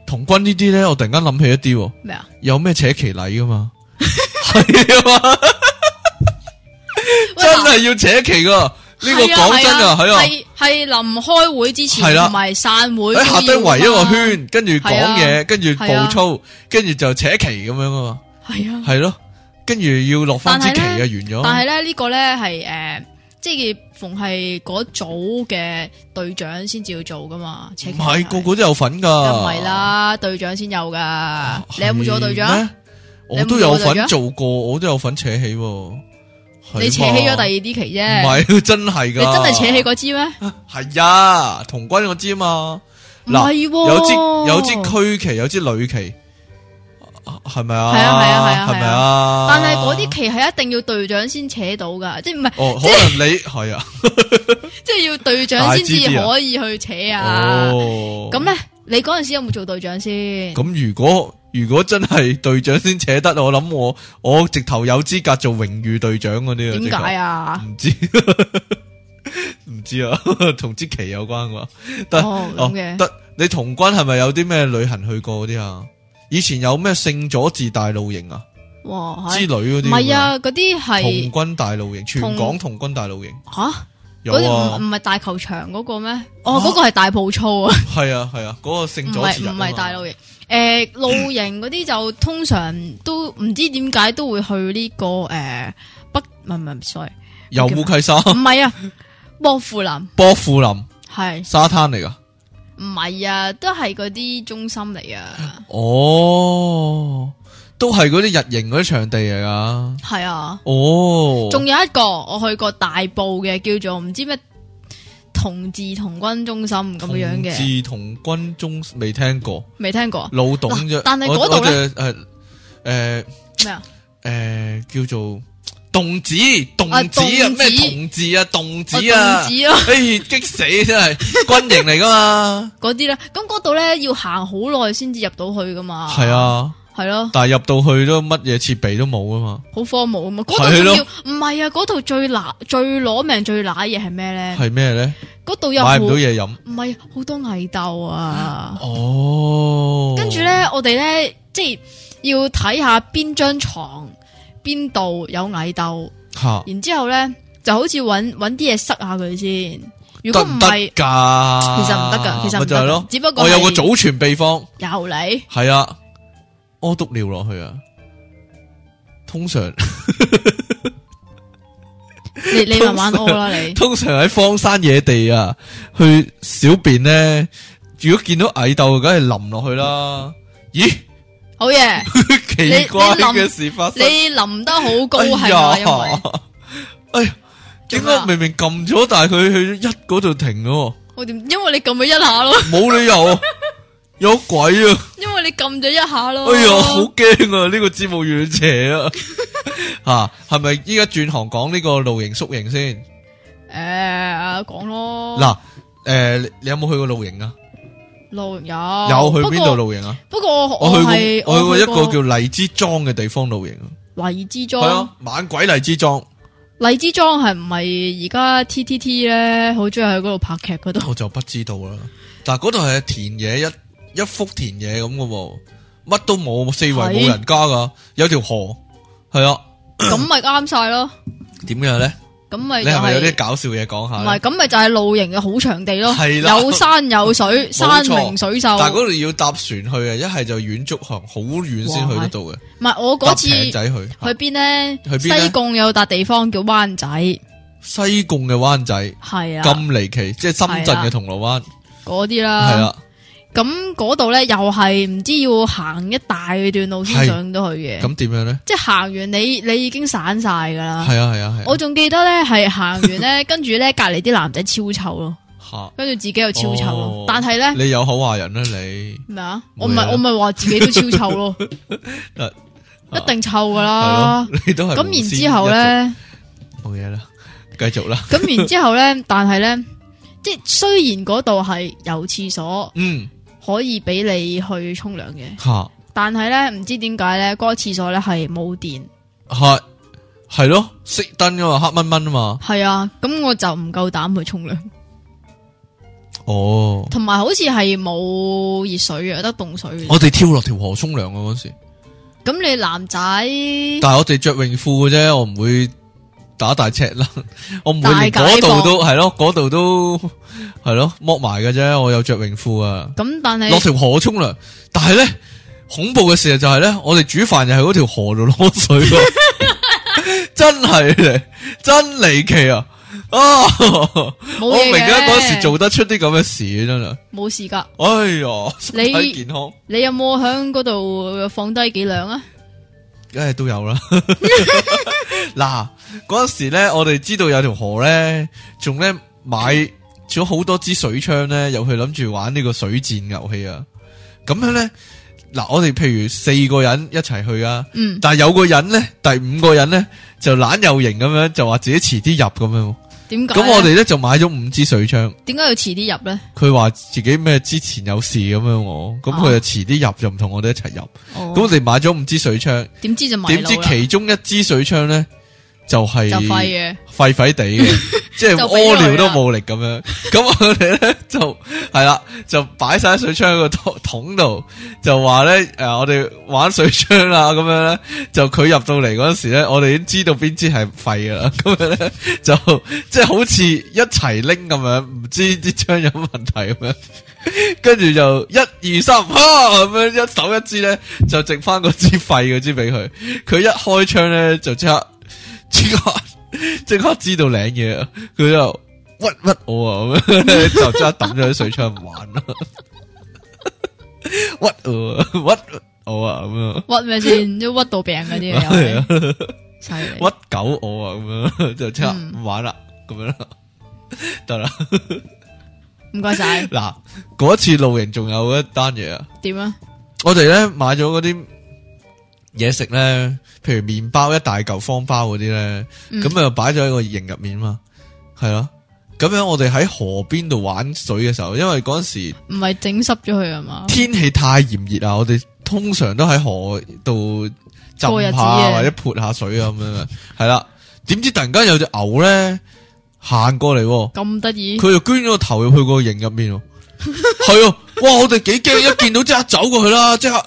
[SPEAKER 1] 童軍呢啲咧，我突然間諗起一啲喎。
[SPEAKER 3] 咩啊？
[SPEAKER 1] 有咩扯旗禮噶 嘛？係啊嘛，
[SPEAKER 3] 喂
[SPEAKER 1] 真係要扯旗噶。呢個講真啊，係啊，
[SPEAKER 3] 系系临开會之前
[SPEAKER 1] 係啦
[SPEAKER 3] 同埋散會
[SPEAKER 1] 喺下低圍一個
[SPEAKER 3] 个，
[SPEAKER 1] 圈，跟住講
[SPEAKER 3] 係
[SPEAKER 1] 嘢，跟住
[SPEAKER 3] 係啊
[SPEAKER 1] 步操，跟住就扯旗咁樣啊嘛，
[SPEAKER 3] 係啊，
[SPEAKER 1] 係咯，跟住要落翻支旗啊，
[SPEAKER 3] 但
[SPEAKER 1] 完咗。
[SPEAKER 3] 但係咧呢個咧係诶。即係逢係嗰組嘅隊長先至要做噶嘛，扯旗
[SPEAKER 1] 唔係
[SPEAKER 3] 係
[SPEAKER 1] 個啊個都有份
[SPEAKER 3] 梗
[SPEAKER 1] 噶，
[SPEAKER 3] 唔係啦，隊長先有噶
[SPEAKER 1] 啊，。
[SPEAKER 3] 你有冇做過隊長
[SPEAKER 1] 係
[SPEAKER 3] 啊？
[SPEAKER 1] 咩？
[SPEAKER 3] 你
[SPEAKER 1] 我
[SPEAKER 3] 有冇
[SPEAKER 1] 都有
[SPEAKER 3] 做過隊
[SPEAKER 1] 份
[SPEAKER 3] 長
[SPEAKER 1] 做過，我都有份扯起喎，
[SPEAKER 3] 你扯起咗第二啲旗啫。
[SPEAKER 1] 唔系，真系
[SPEAKER 3] 你
[SPEAKER 1] 噶，
[SPEAKER 3] 真系扯起嗰支咩？
[SPEAKER 1] 嗰系啊，童軍我知啊嘛，
[SPEAKER 3] 唔係喎
[SPEAKER 1] 有支有支區旗，有支女旗，係咪啊？
[SPEAKER 3] 係啊係啊係啊
[SPEAKER 1] 係咪啊？
[SPEAKER 3] 但係嗰啲旗係一定要隊長先扯到噶，即係唔係
[SPEAKER 1] 哦，可能你係啊，
[SPEAKER 3] 即係要隊長先
[SPEAKER 1] 大支
[SPEAKER 3] 至
[SPEAKER 1] 啲啊
[SPEAKER 3] 可以去扯 啊。
[SPEAKER 1] 哦，
[SPEAKER 3] 咁咧，你嗰阵时有冇做隊長先？
[SPEAKER 1] 咁如果如果真係隊長先扯得，我諗我我直頭有資格做榮譽隊長嗰啲啊，
[SPEAKER 3] 點解啊？
[SPEAKER 1] 直頭？唔知 唔知啊， 同支旗有關啩？但
[SPEAKER 3] 哦，咁嘅。
[SPEAKER 1] 得你童軍係咪有啲咩旅行去過嗰啲啊？以前有咩聖佐治大露營啊
[SPEAKER 3] 哇，
[SPEAKER 1] 之
[SPEAKER 3] 係
[SPEAKER 1] 類嗰
[SPEAKER 3] 唔
[SPEAKER 1] 啲？
[SPEAKER 3] 係，啊？嗰啲
[SPEAKER 1] 童
[SPEAKER 3] 係
[SPEAKER 1] 軍大露營，全
[SPEAKER 3] 同
[SPEAKER 1] 港童軍大露營
[SPEAKER 3] 吓，
[SPEAKER 1] 有
[SPEAKER 3] 嗰
[SPEAKER 1] 啊
[SPEAKER 3] 啲唔，唔係大球場嗰個咩？哦，嗰個係大埔操啊，
[SPEAKER 1] 係啊係啊，嗰個
[SPEAKER 3] 唔
[SPEAKER 1] 聖佐治
[SPEAKER 3] 係
[SPEAKER 1] 日啊
[SPEAKER 3] 唔
[SPEAKER 1] 嘛
[SPEAKER 3] 係大露營。诶，露營嗰啲就通常都 唔知點解都會去呢個诶北，唔係唔係，sorry，
[SPEAKER 1] 有烏溪沙、
[SPEAKER 3] 唔 係啊，波富林
[SPEAKER 1] 波富林
[SPEAKER 3] 係
[SPEAKER 1] 沙灘嚟噶。
[SPEAKER 3] 唔係啊？都係嗰啲中心嚟 啊，
[SPEAKER 1] 哦，都係嗰啲日營嗰啲場地嚟噶。
[SPEAKER 3] 係啊。
[SPEAKER 1] 哦，
[SPEAKER 3] 仲有一個我去過大埔嘅，叫做唔知咩同志童軍中心咁樣
[SPEAKER 1] 同
[SPEAKER 3] 嘅，
[SPEAKER 1] 志童軍中未聽過，
[SPEAKER 3] 未聽過
[SPEAKER 1] 老董
[SPEAKER 3] 嗱
[SPEAKER 1] 啫。
[SPEAKER 3] 但係
[SPEAKER 1] 我
[SPEAKER 3] 嗰度
[SPEAKER 1] 我就，诶诶。
[SPEAKER 3] 咩啊？
[SPEAKER 1] 诶、呃叫做洞子，洞
[SPEAKER 3] 啊
[SPEAKER 1] 子啊，
[SPEAKER 3] 洞子
[SPEAKER 1] 咩同字啊，洞子
[SPEAKER 3] 我
[SPEAKER 1] 啊，
[SPEAKER 3] 洞子啊
[SPEAKER 1] 哎，激死真系軍營嚟噶 嘛，
[SPEAKER 3] 嗰啲咧，咁嗰度咧要行好耐先至入到去噶嘛，
[SPEAKER 1] 係，啊，
[SPEAKER 3] 係咯，
[SPEAKER 1] 但系入到去都乜嘢設備都冇啊嘛，
[SPEAKER 3] 好荒謬啊嘛，嗰
[SPEAKER 1] 係
[SPEAKER 3] 度
[SPEAKER 1] 咯
[SPEAKER 3] 仲要唔係啊？嗰度最拿最攞命最揦嘢係咩咧？
[SPEAKER 1] 係咩咧？
[SPEAKER 3] 嗰度有好
[SPEAKER 1] 買唔到
[SPEAKER 3] 唔
[SPEAKER 1] 嘢飲，
[SPEAKER 3] 係好多蟻鬥啊！
[SPEAKER 1] 哦，
[SPEAKER 3] 跟住咧，我哋咧即係要睇下邊張床邊度有蟻鬥。
[SPEAKER 1] 吓，
[SPEAKER 3] 然之后咧就好似揾揾啲嘢塞下佢先。如
[SPEAKER 1] 得
[SPEAKER 3] 果
[SPEAKER 1] 唔
[SPEAKER 3] 唔
[SPEAKER 1] 得
[SPEAKER 3] 係，
[SPEAKER 1] 噶？
[SPEAKER 3] 其實唔得㗎其實唔
[SPEAKER 1] 咪就
[SPEAKER 3] 得㗎
[SPEAKER 1] 係咯，
[SPEAKER 3] 只不過
[SPEAKER 1] 我有
[SPEAKER 3] 係
[SPEAKER 1] 個祖傳秘方，
[SPEAKER 3] 又嚟
[SPEAKER 1] 係啊，屙督尿落去啊，通 常。
[SPEAKER 3] 你你慢慢屙啦 你。
[SPEAKER 1] 通常喺荒山野地啊，去小便咧，如果見到蟻竇，梗係淋落去啦。咦，
[SPEAKER 3] 好嘢，你
[SPEAKER 1] 奇怪
[SPEAKER 3] 你淋
[SPEAKER 1] 嘅事發生。
[SPEAKER 3] 你淋得好高
[SPEAKER 1] 哎
[SPEAKER 3] 係
[SPEAKER 1] 呀
[SPEAKER 3] 嘛？因為
[SPEAKER 1] 哎呀，點
[SPEAKER 3] 做咩
[SPEAKER 1] 解
[SPEAKER 3] 啊
[SPEAKER 1] 明明撳咗，但係佢去咗一嗰度停咯？
[SPEAKER 3] 我點？因為你撳咗一下咯，
[SPEAKER 1] 冇理由啊，有鬼啊！
[SPEAKER 3] 因為你撳咗一下咯。
[SPEAKER 1] 哎呀，好驚啊！呢、個節目越邪 啊！吓，係咪依家轉行講呢個露營宿營先？
[SPEAKER 3] 诶，講咯。
[SPEAKER 1] 嗱、诶、你你有冇去過露營啊？
[SPEAKER 3] 露營
[SPEAKER 1] 有
[SPEAKER 3] 有
[SPEAKER 1] 去邊度
[SPEAKER 3] 不過
[SPEAKER 1] 露營啊？
[SPEAKER 3] 不過我
[SPEAKER 1] 我去
[SPEAKER 3] 係
[SPEAKER 1] 哦過，我去過一個
[SPEAKER 3] 個
[SPEAKER 1] 叫荔枝莊嘅地方露營，啊
[SPEAKER 3] 黎之
[SPEAKER 1] 係
[SPEAKER 3] 莊。
[SPEAKER 1] 啊，猛鬼荔枝莊，
[SPEAKER 3] 黎之莊係唔係而家 T T T 咧？好中意去嗰度拍劇 嗰度。
[SPEAKER 1] 我就不知道啦。但係嗰度係田野一一幅田野咁嘅喎，乜都冇，四圍
[SPEAKER 3] 係
[SPEAKER 1] 冇人家噶，有條河，係啊，
[SPEAKER 3] 咁咪啱晒咯。
[SPEAKER 1] 點樣咧？
[SPEAKER 3] 咁咪
[SPEAKER 1] 你
[SPEAKER 3] 就
[SPEAKER 1] 係咪有
[SPEAKER 3] 係
[SPEAKER 1] 啲搞笑嘢講
[SPEAKER 3] 唔
[SPEAKER 1] 下
[SPEAKER 3] 係
[SPEAKER 1] 呢？
[SPEAKER 3] 咁咪就係露營嘅好場地咯，
[SPEAKER 1] 係啦
[SPEAKER 3] 有山有水，山
[SPEAKER 1] 錯
[SPEAKER 3] 明水秀。
[SPEAKER 1] 但係嗰度要搭船去啊，一係就遠足行，好遠先去得到嘅，
[SPEAKER 3] 唔係我
[SPEAKER 1] 搭
[SPEAKER 3] 嗰次
[SPEAKER 1] 艇
[SPEAKER 3] 去
[SPEAKER 1] 仔去。
[SPEAKER 3] 邊咧？
[SPEAKER 1] 去邊
[SPEAKER 3] 西
[SPEAKER 1] 呢
[SPEAKER 3] 貢有笪地方叫灣仔，
[SPEAKER 1] 西貢嘅灣仔
[SPEAKER 3] 係啊，
[SPEAKER 1] 咁離奇，即係深圳
[SPEAKER 3] 係
[SPEAKER 1] 嘅
[SPEAKER 3] 啦
[SPEAKER 1] 銅鑼灣，
[SPEAKER 3] 嗰啲啦。
[SPEAKER 1] 係，啊，
[SPEAKER 3] 咁嗰度咧又係唔知要行一大段路先
[SPEAKER 1] 係
[SPEAKER 3] 上到去嘅，
[SPEAKER 1] 咁點樣咧？
[SPEAKER 3] 即係啊行完你你已經散晒㗎啦。
[SPEAKER 1] 係啊係啊係啊，
[SPEAKER 3] 我仲記得咧係行 完咧，跟住咧隔離啲男仔超臭咯，
[SPEAKER 1] 嚇
[SPEAKER 3] 跟住自己又超臭
[SPEAKER 1] 哦
[SPEAKER 3] 咯，但係咧。
[SPEAKER 1] 你有口話人啦，你
[SPEAKER 3] 咩啊？
[SPEAKER 1] 冇
[SPEAKER 3] 我
[SPEAKER 1] 嘢
[SPEAKER 3] 咪
[SPEAKER 1] 啦
[SPEAKER 3] 我咪話自己都超臭 咯， 一定臭㗎啦
[SPEAKER 1] 係。咯， 你都係
[SPEAKER 3] 啊咁然之後
[SPEAKER 1] 無先
[SPEAKER 3] 咧，
[SPEAKER 1] 一族冇嘢啦，繼續啦，
[SPEAKER 3] 咁然之後咧，但係咧，即係雖然嗰度係有廁所
[SPEAKER 1] 嗯
[SPEAKER 3] 可以俾你去沖涼嘅，
[SPEAKER 1] 吓
[SPEAKER 3] 但係咧唔知點解咧，嗰、個廁所咧係冇電，
[SPEAKER 1] 係係咯，熄燈啊嘛，黑蚊蚊啊嘛，
[SPEAKER 3] 係啊，咁我就唔夠膽去沖涼，
[SPEAKER 1] 哦，
[SPEAKER 3] 同埋好似係冇熱水嘅，得凍水嘅。
[SPEAKER 1] 我哋跳落條河沖涼啊嗰時，
[SPEAKER 3] 咁你男仔
[SPEAKER 1] 但係我哋着泳褲嘅啫，我唔會打大赤啦， 我唔會連
[SPEAKER 3] 大
[SPEAKER 1] 嗰
[SPEAKER 3] 解
[SPEAKER 1] 度
[SPEAKER 3] 放
[SPEAKER 1] 都係咯，嗰度都係咯剝埋嘅啫，我有着泳褲啊，
[SPEAKER 3] 咁，但
[SPEAKER 1] 落
[SPEAKER 3] 係
[SPEAKER 1] 條河沖涼，但係咧。恐怖嘅事就係咧，我哋煮飯又係嗰條河度攞水 咯，真係嚟，真離奇啊！啊，
[SPEAKER 3] 冇
[SPEAKER 1] 我
[SPEAKER 3] 嘢
[SPEAKER 1] 明
[SPEAKER 3] 嘅。
[SPEAKER 1] 解嗰時做得出啲咁嘅事真係，
[SPEAKER 3] 冇事㗎。
[SPEAKER 1] 哎呀，身體
[SPEAKER 3] 你
[SPEAKER 1] 健康，
[SPEAKER 3] 你有冇喺嗰度放低幾兩啊？
[SPEAKER 1] 梗係都有啦。嗱，嗰阵时咧，我哋知道有條河咧，仲咧買咗好多支水槍咧，又去諗住玩呢個水戰遊戲啊。咁樣咧，嗱，我哋譬如四個人一齊去啊，
[SPEAKER 3] 嗯，
[SPEAKER 1] 但系有個人咧，第五個人咧就懶有型咁樣，就話自己遲啲入咁樣。
[SPEAKER 3] 点解咧？
[SPEAKER 1] 咁我哋咧就買咗五支水槍。
[SPEAKER 3] 点解要迟啲入咧？
[SPEAKER 1] 佢話自己咩之前有事咁樣我，咁佢
[SPEAKER 3] 啊
[SPEAKER 1] 就遲啲入，就唔同我哋一齊入。咁
[SPEAKER 3] 哦，
[SPEAKER 1] 我哋買咗五支水槍，
[SPEAKER 3] 点知就迷
[SPEAKER 1] 點
[SPEAKER 3] 路
[SPEAKER 1] 知
[SPEAKER 3] 啦，
[SPEAKER 1] 其中一支水槍咧就係
[SPEAKER 3] 就废嘅，
[SPEAKER 1] 廢廢地 嘅，即係
[SPEAKER 3] 就俾
[SPEAKER 1] 屙
[SPEAKER 3] 咗佢啦
[SPEAKER 1] 尿都冇力咁樣。咁我哋咧就係啦，就擺晒水槍喺個桶桶度，就話咧诶，誒我哋玩水槍啦咁樣咧，就佢入到嚟嗰阵时咧，我哋已經知道邊支係廢噶啦，咁樣咧就 即係好似一齊拎咁樣，唔知啲槍有乜問題咁樣。跟住就一二三，哈咁樣一手一支咧，就剩翻嗰支廢嗰支俾佢。佢一開槍咧，就即刻即刻即刻知道領嘢啊，佢就屈屈我啊，咁樣呢就即刻抌咗啲水槍唔玩啦，屈我啊屈我啊咁樣，
[SPEAKER 3] 屈 咩先？都屈到病嗰啲啊
[SPEAKER 1] 係啊
[SPEAKER 3] 又係，犀利。
[SPEAKER 1] 屈狗我啊咁樣，就即刻唔玩啦，咁樣啦，得啦。
[SPEAKER 3] 唔该晒，
[SPEAKER 1] 嗱，嗰次露營仲有一單嘢啊。
[SPEAKER 3] 点啊？
[SPEAKER 1] 我哋咧買咗嗰啲嘢食咧，譬如麵包一大嚿方包嗰啲咧，
[SPEAKER 3] 嗯
[SPEAKER 1] 咁啊擺咗喺個營入面嘛，係咯。咁樣我哋喺河邊度玩水嘅時候，因為嗰陣時
[SPEAKER 3] 唔系整湿咗佢啊嘛？
[SPEAKER 1] 天氣太炎熱啊，我哋通常都喺河度
[SPEAKER 3] 過日
[SPEAKER 1] 浸
[SPEAKER 3] 子
[SPEAKER 1] 下
[SPEAKER 3] 啊
[SPEAKER 1] 或者潑下水啊咁樣，係啦。點知突然間有隻牛咧行過嚟喎。
[SPEAKER 3] 咁得意，
[SPEAKER 1] 佢就捐咗個頭入去個營入面喎，係啊！哇！我哋幾驚，一見到即刻走過去啦，即刻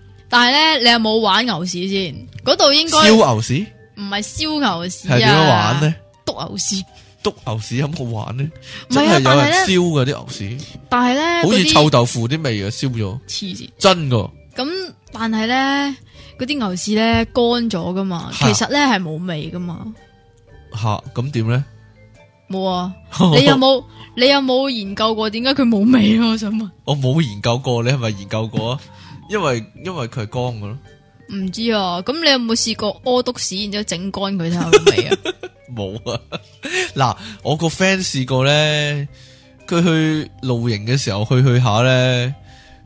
[SPEAKER 3] 但系咧，你有冇玩牛屎先？嗰度應該
[SPEAKER 1] 燒牛屎
[SPEAKER 3] 唔係燒牛屎啊，
[SPEAKER 1] 係點樣玩？咧？
[SPEAKER 3] 笃牛屎，
[SPEAKER 1] 篤牛屎有冇玩咧？
[SPEAKER 3] 唔係
[SPEAKER 1] 真係
[SPEAKER 3] 啊
[SPEAKER 1] 有人
[SPEAKER 3] 但
[SPEAKER 1] 燒
[SPEAKER 3] 係
[SPEAKER 1] 嘅啲牛屎，
[SPEAKER 3] 但係咧，
[SPEAKER 1] 好似
[SPEAKER 3] 嗰啲
[SPEAKER 1] 臭豆腐啲味啊！燒咗
[SPEAKER 3] 黐線。
[SPEAKER 1] 真噶，
[SPEAKER 3] 咁但係咧，嗰啲牛屎咧乾咗噶嘛，其
[SPEAKER 1] 嚇
[SPEAKER 3] 實咧係冇味噶嘛，
[SPEAKER 1] 吓咁點咧？
[SPEAKER 3] 冇啊。
[SPEAKER 1] 哦
[SPEAKER 3] 你有冇你有冇研究過點解佢冇味啊？我想問，
[SPEAKER 1] 我冇研究過，你係咪研究過啊？因為因為佢係乾嘅咯，
[SPEAKER 3] 唔知啊。咁你有冇試過屙督屎，然之后整乾佢睇下有 冇味啊？
[SPEAKER 1] 冇啊！ 嗱，我個 friend 試過咧，佢去露營嘅時候去去下咧，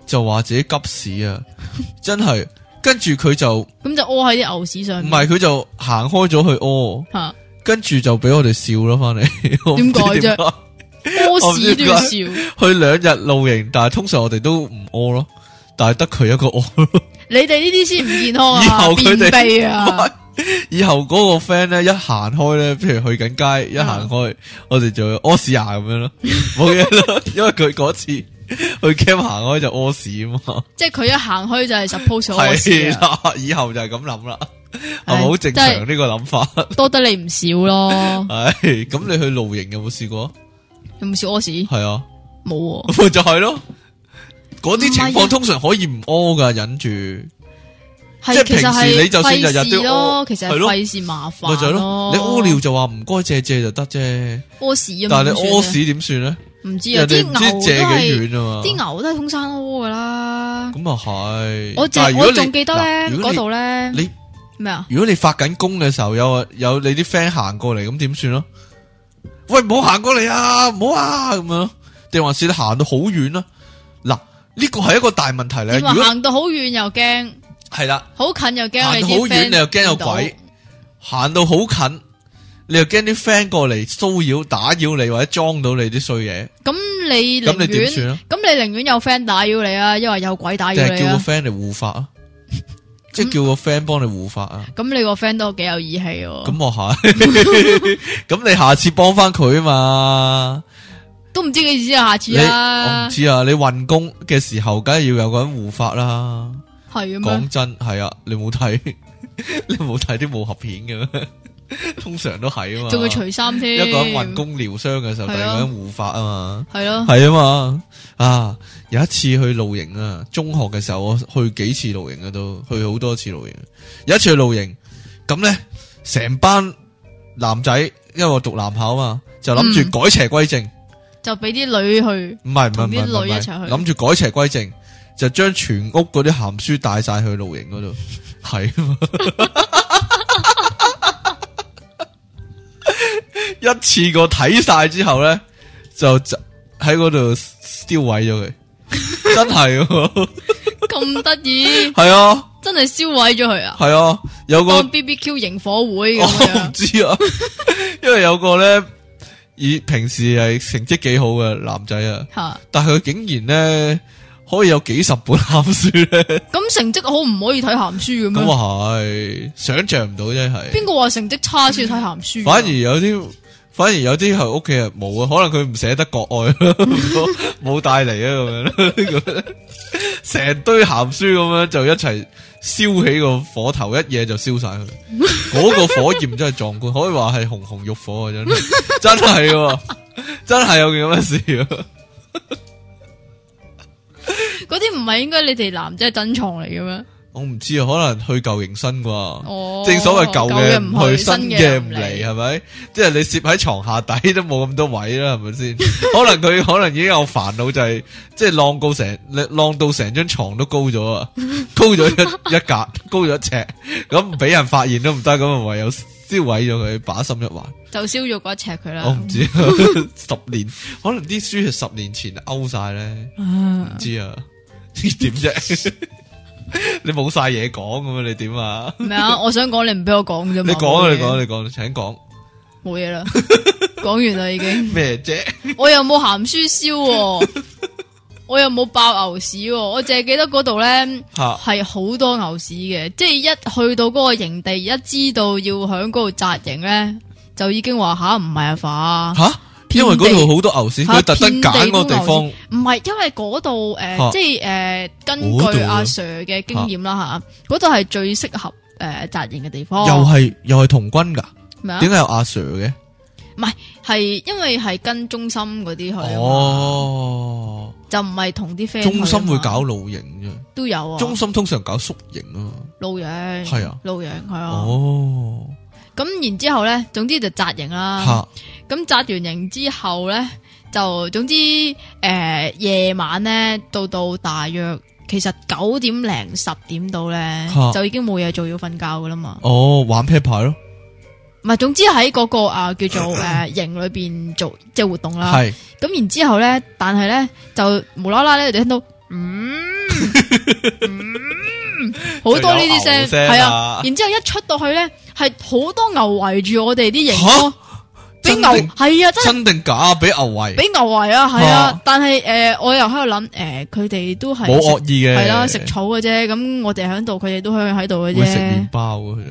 [SPEAKER 1] 就話自己急屎啊， 真係。跟住佢就唔
[SPEAKER 3] 咁就屙喺啲牛屎上面。
[SPEAKER 1] 係佢就行開咗去屙，
[SPEAKER 3] 吓
[SPEAKER 1] 跟住就俾我哋笑啦翻嚟。 我唔知
[SPEAKER 3] 點解啫
[SPEAKER 1] 點解？啊
[SPEAKER 3] 屙屎都要笑，
[SPEAKER 1] 去兩日露營，但係通常我哋都唔屙咯，但係得佢一個屙咯。
[SPEAKER 3] 你哋呢啲先唔健康
[SPEAKER 1] 以
[SPEAKER 3] 啊，
[SPEAKER 1] 後佢
[SPEAKER 3] 便
[SPEAKER 1] 哋
[SPEAKER 3] 秘 啊，
[SPEAKER 1] 以後嗰個 friend 咧一行開咧，譬如去緊街一行開，我哋就屙屎牙咁樣咯，冇嘢 咯，因為佢嗰次 去 cam 行開就屙屎啊嘛，
[SPEAKER 3] 即係佢一行開就係 suppose 屙屎
[SPEAKER 1] 係
[SPEAKER 3] 啊，
[SPEAKER 1] 啦，以後就係咁諗啦，係
[SPEAKER 3] 唉
[SPEAKER 1] 咪好正常
[SPEAKER 3] 真係
[SPEAKER 1] 呢個諗法？
[SPEAKER 3] 多得你唔少咯，
[SPEAKER 1] 係咁，你去露營有冇試過？
[SPEAKER 3] 有冇少屙屎？
[SPEAKER 1] 係啊，
[SPEAKER 3] 冇喎，
[SPEAKER 1] 咪就係咯。嗰啲情
[SPEAKER 3] 唔係
[SPEAKER 1] 況
[SPEAKER 3] 啊
[SPEAKER 1] 通常可以唔屙噶，忍住咪即係
[SPEAKER 3] 係其
[SPEAKER 1] 平時
[SPEAKER 3] 實係
[SPEAKER 1] 你就算日日都
[SPEAKER 3] 費事咯，
[SPEAKER 1] 屙
[SPEAKER 3] 其實
[SPEAKER 1] 係
[SPEAKER 3] 係
[SPEAKER 1] 咯
[SPEAKER 3] 費事麻煩
[SPEAKER 1] 就係咯
[SPEAKER 3] 咯。。
[SPEAKER 1] 你屙尿就話唔該借借就得啫，
[SPEAKER 3] 屙屎啊嘛，
[SPEAKER 1] 但係你
[SPEAKER 3] 點
[SPEAKER 1] 屙
[SPEAKER 3] 算
[SPEAKER 1] 屎點算咧？
[SPEAKER 3] 咧唔知啊，
[SPEAKER 1] 人
[SPEAKER 3] 啲
[SPEAKER 1] 哋唔
[SPEAKER 3] 牛
[SPEAKER 1] 知
[SPEAKER 3] 都
[SPEAKER 1] 借
[SPEAKER 3] 係
[SPEAKER 1] 幾遠啊嘛。
[SPEAKER 3] 啲牛都係通山屙噶啦。
[SPEAKER 1] 咁啊系，
[SPEAKER 3] 我
[SPEAKER 1] 但係
[SPEAKER 3] 淨
[SPEAKER 1] 如果
[SPEAKER 3] 我
[SPEAKER 1] 你
[SPEAKER 3] 仲記得
[SPEAKER 1] 嗱
[SPEAKER 3] 咧
[SPEAKER 1] 如果
[SPEAKER 3] 嗰
[SPEAKER 1] 你
[SPEAKER 3] 度咧
[SPEAKER 1] 你
[SPEAKER 3] 咩啊？
[SPEAKER 1] 如果你發緊工嘅時候有有你啲 friend 行過嚟，咁點算咯？喂，唔好行過嚟啊，唔好啊，咁樣咯，定還是你行到好遠啦？嗱，呢個係一個大問題咧。
[SPEAKER 3] 點
[SPEAKER 1] 如
[SPEAKER 3] 話
[SPEAKER 1] 果
[SPEAKER 3] 行到好遠又驚，
[SPEAKER 1] 係啦，
[SPEAKER 3] 好近又驚
[SPEAKER 1] 行
[SPEAKER 3] 你
[SPEAKER 1] 到好
[SPEAKER 3] 啲
[SPEAKER 1] 遠
[SPEAKER 3] friend
[SPEAKER 1] 你又驚有
[SPEAKER 3] 見到
[SPEAKER 1] 鬼，行到好近你又驚啲 friend 過嚟騷擾、打擾你或者裝到你啲衰嘢，
[SPEAKER 3] 咁你
[SPEAKER 1] 咁你
[SPEAKER 3] 寧
[SPEAKER 1] 點
[SPEAKER 3] 願
[SPEAKER 1] 算啊？
[SPEAKER 3] 咁你寧願有 friend 打擾你啊，因為有鬼打
[SPEAKER 1] 定
[SPEAKER 3] 擾
[SPEAKER 1] 係
[SPEAKER 3] 你
[SPEAKER 1] 叫個
[SPEAKER 3] 啊。
[SPEAKER 1] friend 嚟護法啊？即係叫個 friend 幫你護法啊？
[SPEAKER 3] 咁你個 friend 都幾有義氣喎，
[SPEAKER 1] 咁我下，咁你下次幫翻佢啊嘛？
[SPEAKER 3] 都唔知幾時先有下次
[SPEAKER 1] 你我
[SPEAKER 3] 啦
[SPEAKER 1] 唔。知啊，你運功嘅時候，梗係要有個人護法啦。
[SPEAKER 3] 係咁樣
[SPEAKER 1] 啊講真，係啊，你冇睇，你冇睇啲武俠片嘅咩？通常都係啊嘛。
[SPEAKER 3] 仲要除衫添，
[SPEAKER 1] 一個人運功療傷嘅時候，第
[SPEAKER 3] 係啊
[SPEAKER 1] 二個人護法啊嘛，
[SPEAKER 3] 係咯，
[SPEAKER 1] 係啊嘛。啊，有一次去露營啊，中學嘅時候我去幾次露營啊，都去好多次露營。有一次去露營，咁咧成班男仔，因為我讀男校啊嘛，就諗住改邪歸正。
[SPEAKER 3] 就俾啲女去，
[SPEAKER 1] 唔係唔係
[SPEAKER 3] 同
[SPEAKER 1] 唔
[SPEAKER 3] 啲
[SPEAKER 1] 係唔
[SPEAKER 3] 女一齊
[SPEAKER 1] 係，
[SPEAKER 3] 去
[SPEAKER 1] 諗住改邪歸正，就將全屋嗰啲鹹書帶晒去露營嗰 度，係啊嘛，一次過睇晒之後咧，就就喺嗰度燒毀 咗佢，真係喎，
[SPEAKER 3] 咁得意，
[SPEAKER 1] 係啊
[SPEAKER 3] 真係燒毀咗 佢啊！
[SPEAKER 1] 係啊，有個
[SPEAKER 3] 當 B B Q 營火會咁
[SPEAKER 1] 我唔
[SPEAKER 3] 樣，
[SPEAKER 1] 知啊， 因為有個咧，以平時係成績幾好嘅男仔啊。
[SPEAKER 3] 吓
[SPEAKER 1] 但系佢竟然咧可以有幾十本鹹書咧，
[SPEAKER 3] 咁成績好唔可以睇鹹書嘅
[SPEAKER 1] 咁
[SPEAKER 3] 咩？
[SPEAKER 1] 啊係想象唔到啫，係。
[SPEAKER 3] 邊個話成績差先要睇鹹書㗎？
[SPEAKER 1] 反而有啲，反而有啲係屋企人冇啊，可能佢唔捨得國外 冇帶嚟啊咁樣，咁樣成堆鹹書咁樣就一齊燒起個火頭，一夜就燒晒佢。嗰個火焰真係壯觀，可以話係紅紅欲火啊！真 係真係喎，真係有件咁嘅事啊！
[SPEAKER 3] 嗰啲唔係應該你哋男仔珍藏嚟嘅咩？
[SPEAKER 1] 我唔知啊，可能去舊迎新啩。
[SPEAKER 3] 哦，
[SPEAKER 1] 正所謂舊嘅唔去，新嘅唔嚟，啊
[SPEAKER 3] 嚟
[SPEAKER 1] 係咪？即係你攝喺床下底都冇咁多位啦，係咪 先？可能佢可能已經有煩惱，就係即係浪到成浪到成張床都高咗 啊，高咗一一格，高咗一尺，咁唔俾人發現都唔得，咁啊唯有燒毀咗佢，把心一橫。
[SPEAKER 3] 就燒咗嗰一尺佢啦。
[SPEAKER 1] 我唔知 十年，可能啲書係十年前勾晒咧。
[SPEAKER 3] 啊
[SPEAKER 1] 唔知啊，知點 啫？你冇晒嘢講咁啊？你點啊？
[SPEAKER 3] 咩啊？我想講你唔俾我講啫嘛。
[SPEAKER 1] 你講啊！
[SPEAKER 3] 冇嘢
[SPEAKER 1] 你講啊！你講啊，請講
[SPEAKER 3] 冇嘢啦， 講完啦已經。
[SPEAKER 1] 咩啫？
[SPEAKER 3] 我又冇鹹書燒 喎，我又冇爆牛屎喎，我淨係記得嗰度咧。
[SPEAKER 1] 吓
[SPEAKER 3] 係好多牛屎嘅，即係一去到嗰個營地，一知道要響嗰度紮營咧，就已經話吓唔係啊化，
[SPEAKER 1] 吓，因為嗰度好多牛屎，
[SPEAKER 3] 嚇
[SPEAKER 1] 佢特登揀個地方
[SPEAKER 3] 唔係因為嗰度诶
[SPEAKER 1] 嚇，
[SPEAKER 3] 即係诶、誒根
[SPEAKER 1] 啊嗰
[SPEAKER 3] 據
[SPEAKER 1] 度啊
[SPEAKER 3] 阿 Sir 嘅經驗啦吓，嗰度係最適合诶紮營嘅地方。
[SPEAKER 1] 又係又係童軍噶，
[SPEAKER 3] 咩啊
[SPEAKER 1] 點？解有阿 Sir 嘅？
[SPEAKER 3] 係因為係跟中心嗰啲去啊嘛，
[SPEAKER 1] 哦，
[SPEAKER 3] 就唔係同啲 friend 去啊
[SPEAKER 1] 中
[SPEAKER 3] 嘛。
[SPEAKER 1] 心會搞露營啫，
[SPEAKER 3] 都有啊，
[SPEAKER 1] 中心通常搞宿營啊嘛。
[SPEAKER 3] 露營
[SPEAKER 1] 係啊，
[SPEAKER 3] 露營係啊。
[SPEAKER 1] 哦，
[SPEAKER 3] 咁然之後咧，總之就紮營啦。
[SPEAKER 1] 吓
[SPEAKER 3] 咁扎完營之後咧，就總之誒、呃夜晚咧，到到大約其實九點零十點到咧
[SPEAKER 1] 嚇，
[SPEAKER 3] 就已經冇嘢做要瞓覺噶啦嘛。
[SPEAKER 1] 哦，玩啤牌咯，
[SPEAKER 3] 唔係，總之喺嗰、個啊、叫做誒、呃營裏邊做即係活動啦。
[SPEAKER 1] 係
[SPEAKER 3] 咁然之後咧，但係咧就無啦啦咧就聽到嗯 嗯好多呢啲聲
[SPEAKER 1] 就有牛聲啊
[SPEAKER 3] 係啊。然之後一出到去咧，係好多牛圍住我哋啲營
[SPEAKER 1] 吓
[SPEAKER 3] 咯，俾
[SPEAKER 1] 真
[SPEAKER 3] 牛
[SPEAKER 1] 定
[SPEAKER 3] 係啊，真係
[SPEAKER 1] 真定假俾牛圍，
[SPEAKER 3] 俾牛圍啊，係
[SPEAKER 1] 啊
[SPEAKER 3] 啊，但係诶，呃我又喺度諗诶，佢哋都係
[SPEAKER 1] 冇惡意嘅，
[SPEAKER 3] 系啦，食草嘅啫，咁我哋喺度，佢哋都喺喺度嘅
[SPEAKER 1] 會食麵
[SPEAKER 3] 啫，
[SPEAKER 1] 包嘅佢哋。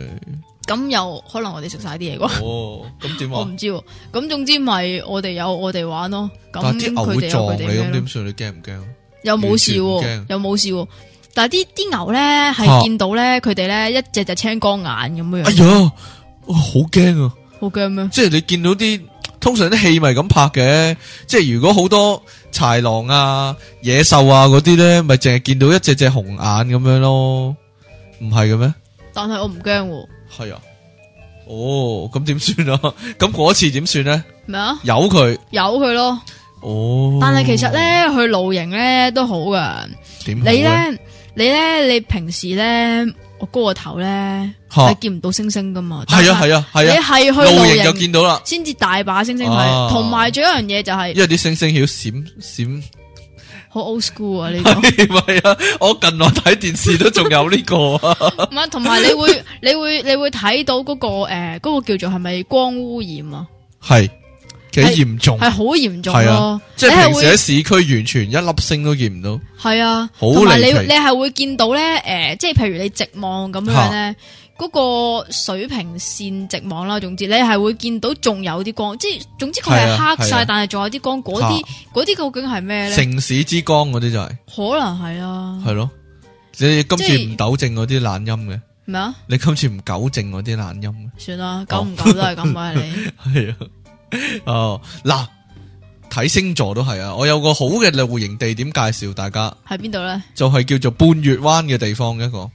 [SPEAKER 3] 咁又可能我哋食晒啲嘢啩，
[SPEAKER 1] 哦，咁點
[SPEAKER 3] 我
[SPEAKER 1] 啊
[SPEAKER 3] 唔？知，喎。咁總之咪我哋有我哋玩咯，咁
[SPEAKER 1] 但係啲牛
[SPEAKER 3] 佢
[SPEAKER 1] 會
[SPEAKER 3] 哋有
[SPEAKER 1] 撞
[SPEAKER 3] 佢
[SPEAKER 1] 你
[SPEAKER 3] 哋咩
[SPEAKER 1] 咁
[SPEAKER 3] 咯
[SPEAKER 1] 點，算？你驚唔驚？
[SPEAKER 3] 又冇事
[SPEAKER 1] 完
[SPEAKER 3] 喎
[SPEAKER 1] 全唔驚，
[SPEAKER 3] 又冇事喎，但係啲啲牛咧
[SPEAKER 1] 嚇
[SPEAKER 3] 係見到咧，佢哋咧一隻就青光眼咁
[SPEAKER 1] 哎
[SPEAKER 3] 樣，
[SPEAKER 1] 呀，我好驚啊！
[SPEAKER 3] 好驚咩？
[SPEAKER 1] 即係你見到啲通常啲戲咪咁拍嘅，即係如果好多豺狼啊、野獸啊嗰啲咧，咪淨係見到一隻隻紅眼咁樣咯，唔係嘅咩？
[SPEAKER 3] 但係我唔驚喎，
[SPEAKER 1] 係啊，哦，咁點算啊？ 咁嗰次點算咧？
[SPEAKER 3] 咩啊？
[SPEAKER 1] 由佢，
[SPEAKER 3] 有佢咯，
[SPEAKER 1] 哦。
[SPEAKER 3] 但係其實咧去露營咧都好噶。
[SPEAKER 1] 點好呢，啊
[SPEAKER 3] 你咧，你咧，你平時咧，我高個頭咧，
[SPEAKER 1] 嚇
[SPEAKER 3] 係見唔到星星噶嘛？
[SPEAKER 1] 係啊係啊係啊，
[SPEAKER 3] 你係去
[SPEAKER 1] 露
[SPEAKER 3] 露
[SPEAKER 1] 營就
[SPEAKER 3] 營
[SPEAKER 1] 見到啦，
[SPEAKER 3] 先至大把星星
[SPEAKER 1] 啊
[SPEAKER 3] 睇，同埋仲有一樣嘢就係
[SPEAKER 1] 因為啲星星曉閃 閃。
[SPEAKER 3] 好 old school 啊呢個，
[SPEAKER 1] 係咪啊？我近來睇電視都仲有呢個啊，
[SPEAKER 3] 唔係同埋你會， 你會，你會睇到嗰個誒嗰個叫做係咪光污染啊？
[SPEAKER 1] 係幾嚴重，
[SPEAKER 3] 係好嚴重
[SPEAKER 1] 係
[SPEAKER 3] 咯
[SPEAKER 1] 啊，即係
[SPEAKER 3] 你
[SPEAKER 1] 平
[SPEAKER 3] 係
[SPEAKER 1] 時喺
[SPEAKER 3] 會
[SPEAKER 1] 市區完全一粒星都見唔到。
[SPEAKER 3] 係啊，
[SPEAKER 1] 好
[SPEAKER 3] 同埋你
[SPEAKER 1] 離奇
[SPEAKER 3] 你係會見到咧誒，即係譬如你直望咁樣咧。嗰個水平線直望啦，總之你係會見到仲有啲光，即係總之佢
[SPEAKER 1] 係啊
[SPEAKER 3] 係黑
[SPEAKER 1] 係啊
[SPEAKER 3] 晒，但係仲有啲光。嗰啲嗰啲究竟係咩咧？
[SPEAKER 1] 城市之光嗰啲就係
[SPEAKER 3] 可能係啦，啊
[SPEAKER 1] 係咯，你今次
[SPEAKER 3] 即係
[SPEAKER 1] 唔糾正嗰啲懶音嘅，
[SPEAKER 3] 咩啊？
[SPEAKER 1] 你今次唔纠正我啲懶音
[SPEAKER 3] 算
[SPEAKER 1] 哦
[SPEAKER 3] 啦，久唔久都系咁嘅 你。
[SPEAKER 1] 系啊，哦，嗱，睇星座都係啊，我有個好嘅露營地點介紹大家，
[SPEAKER 3] 喺邊度咧？
[SPEAKER 1] 就係叫做半月灣嘅地方一
[SPEAKER 3] 哦
[SPEAKER 1] 個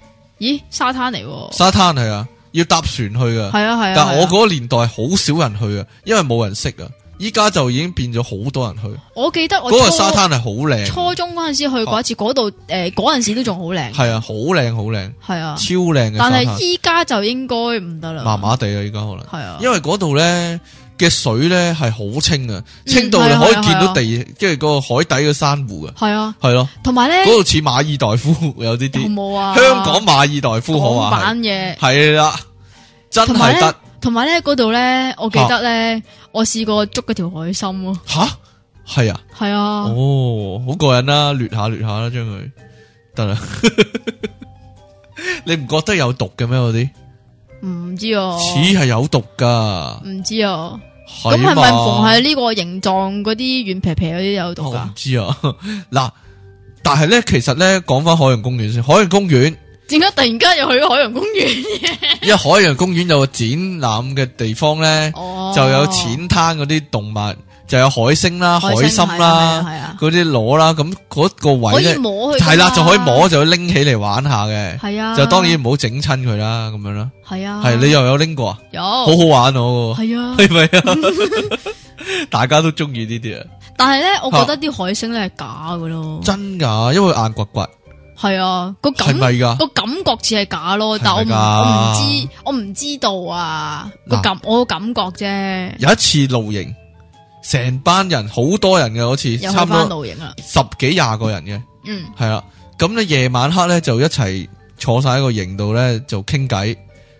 [SPEAKER 3] 咦，沙灘嚟喎。
[SPEAKER 1] 沙灘係啊，要搭船去噶。
[SPEAKER 3] 係啊係啊。
[SPEAKER 1] 但我
[SPEAKER 3] 係啊
[SPEAKER 1] 嗰個年代好少人去啊，因為冇人識啊。依家就已經變咗好多人去，
[SPEAKER 3] 我記得我
[SPEAKER 1] 嗰個
[SPEAKER 3] 初
[SPEAKER 1] 沙灘係好靚，
[SPEAKER 3] 初中嗰阵时去過一次，嗰度诶嗰阵时都仲好靚。
[SPEAKER 1] 係啊，好靚好靚，
[SPEAKER 3] 係啊，
[SPEAKER 1] 超靚嘅沙
[SPEAKER 3] 但
[SPEAKER 1] 灘
[SPEAKER 3] 係，依家就應該唔得啦。
[SPEAKER 1] 麻麻地啊，依家可能，
[SPEAKER 3] 係啊。
[SPEAKER 1] 因為嗰度咧嘅水咧係好清啊，
[SPEAKER 3] 嗯
[SPEAKER 1] 清到
[SPEAKER 3] 係
[SPEAKER 1] 你
[SPEAKER 3] 啊
[SPEAKER 1] 可以
[SPEAKER 3] 係啊
[SPEAKER 1] 見
[SPEAKER 3] 係
[SPEAKER 1] 到
[SPEAKER 3] 啊
[SPEAKER 1] 地，即係個海底嘅珊瑚啊，
[SPEAKER 3] 係啊，
[SPEAKER 1] 係咯，
[SPEAKER 3] 同埋咧
[SPEAKER 1] 嗰，度似馬爾代夫有啲
[SPEAKER 3] 有
[SPEAKER 1] 啲，
[SPEAKER 3] 冇啊？
[SPEAKER 1] 香港馬爾代夫可
[SPEAKER 3] 港
[SPEAKER 1] 話
[SPEAKER 3] 版嘢。
[SPEAKER 1] 係，係啦，真
[SPEAKER 3] 同埋
[SPEAKER 1] 係
[SPEAKER 3] 咧
[SPEAKER 1] 得，
[SPEAKER 3] 同埋咧嗰度咧，我記得咧，我試過捉嗰條海參咯，
[SPEAKER 1] 吓，係啊。
[SPEAKER 3] 係啊，
[SPEAKER 1] 哦，好过瘾啦，掠下掠下啦，将佢得啦。 你唔觉得有毒嘅咩？嗰啲
[SPEAKER 3] 唔知啊，
[SPEAKER 1] 似系有毒噶，
[SPEAKER 3] 唔知啊，
[SPEAKER 1] 咁
[SPEAKER 3] 咁係咪逢係呢個形狀嗰啲軟皮皮嗰啲有毒
[SPEAKER 1] 我唔
[SPEAKER 3] 噶？
[SPEAKER 1] 知 啊。嗱，但系咧，其实咧，讲翻海洋公园先，海洋公 园，
[SPEAKER 3] 點解突然間又去海洋公 園？
[SPEAKER 1] 因为海洋公园有个展览嘅地方咧，
[SPEAKER 3] 哦，
[SPEAKER 1] 就有浅滩嗰啲动物，就有海星啦、海
[SPEAKER 3] 參
[SPEAKER 1] 参啦、
[SPEAKER 3] 係啊，
[SPEAKER 1] 嗰啲螺啦，咁嗰个
[SPEAKER 3] 係啊可
[SPEAKER 1] 位
[SPEAKER 3] 以
[SPEAKER 1] 咧
[SPEAKER 3] 摸佢，
[SPEAKER 1] 系啦，就可以摸，，就可以拎起嚟玩下嘅。
[SPEAKER 3] 係啊，
[SPEAKER 1] 就當然唔好整親佢啦，咁樣啦。
[SPEAKER 3] 係啊，
[SPEAKER 1] 係你又有拎過啊？
[SPEAKER 3] 有，
[SPEAKER 1] 好好玩我
[SPEAKER 3] 係啊，
[SPEAKER 1] 喎，係咪啊？ 大家都中意呢啲啊，
[SPEAKER 3] 但係咧，我覺得啲海星咧係假嘅咯，
[SPEAKER 1] 真㗎，因為硬掘掘
[SPEAKER 3] 係啊，個感
[SPEAKER 1] 係咪㗎？
[SPEAKER 3] 個感覺似係假咯，
[SPEAKER 1] 係咪
[SPEAKER 3] 但我唔
[SPEAKER 1] 㗎
[SPEAKER 3] 我唔知我唔知道啊個
[SPEAKER 1] 嗱
[SPEAKER 3] 感我個感覺啫，
[SPEAKER 1] 有一次露營，成班人好多人嘅嗰次，
[SPEAKER 3] 又
[SPEAKER 1] 差
[SPEAKER 3] 去
[SPEAKER 1] 唔
[SPEAKER 3] 翻
[SPEAKER 1] 多
[SPEAKER 3] 露營啦，
[SPEAKER 1] 十幾廿個人嘅，
[SPEAKER 3] 啊嗯，
[SPEAKER 1] 係啦。咁咧夜晚黑咧就一齊坐晒喺個營度咧就傾偈，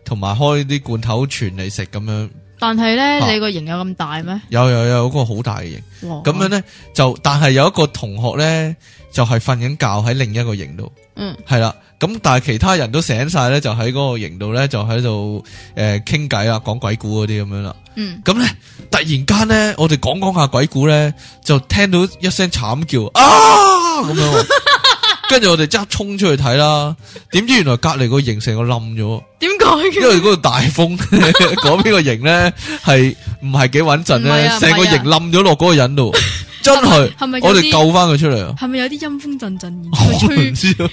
[SPEAKER 1] 同埋開啲罐頭傳嚟食咁樣。
[SPEAKER 3] 但係咧
[SPEAKER 1] 啊
[SPEAKER 3] 你個營有咁大咩？
[SPEAKER 1] 有有有嗰個好大嘅營。
[SPEAKER 3] 哇
[SPEAKER 1] 咁樣，咧就，但係有一個同學咧就係瞓緊覺喺另一個營度，
[SPEAKER 3] 嗯，
[SPEAKER 1] 係啦。咁但係其他人都醒晒咧，就喺嗰個營度咧就喺度诶傾偈啊，講鬼故嗰啲咁樣啦。
[SPEAKER 3] 嗯，
[SPEAKER 1] 咁咧突然間咧，我哋講講下鬼故咧，就聽到一聲慘叫啊咁 樣喎，跟住我哋即刻衝出去睇啦。點知原來隔離個營成個冧咗，
[SPEAKER 3] 點解
[SPEAKER 1] 因
[SPEAKER 3] 嘅？
[SPEAKER 1] 為嗰度大風， 嗰邊個營咧係唔係幾穩陣
[SPEAKER 3] 唔係
[SPEAKER 1] 咧？
[SPEAKER 3] 啊
[SPEAKER 1] 成個
[SPEAKER 3] 唔係啊
[SPEAKER 1] 營冧咗落嗰個人 度，真係。
[SPEAKER 3] 係咪有
[SPEAKER 1] 我哋
[SPEAKER 3] 啲
[SPEAKER 1] 救翻佢出嚟啊！
[SPEAKER 3] 係咪有啲陰風陣陣，然之
[SPEAKER 1] 我
[SPEAKER 3] 後
[SPEAKER 1] 唔
[SPEAKER 3] 吹
[SPEAKER 1] 知啊，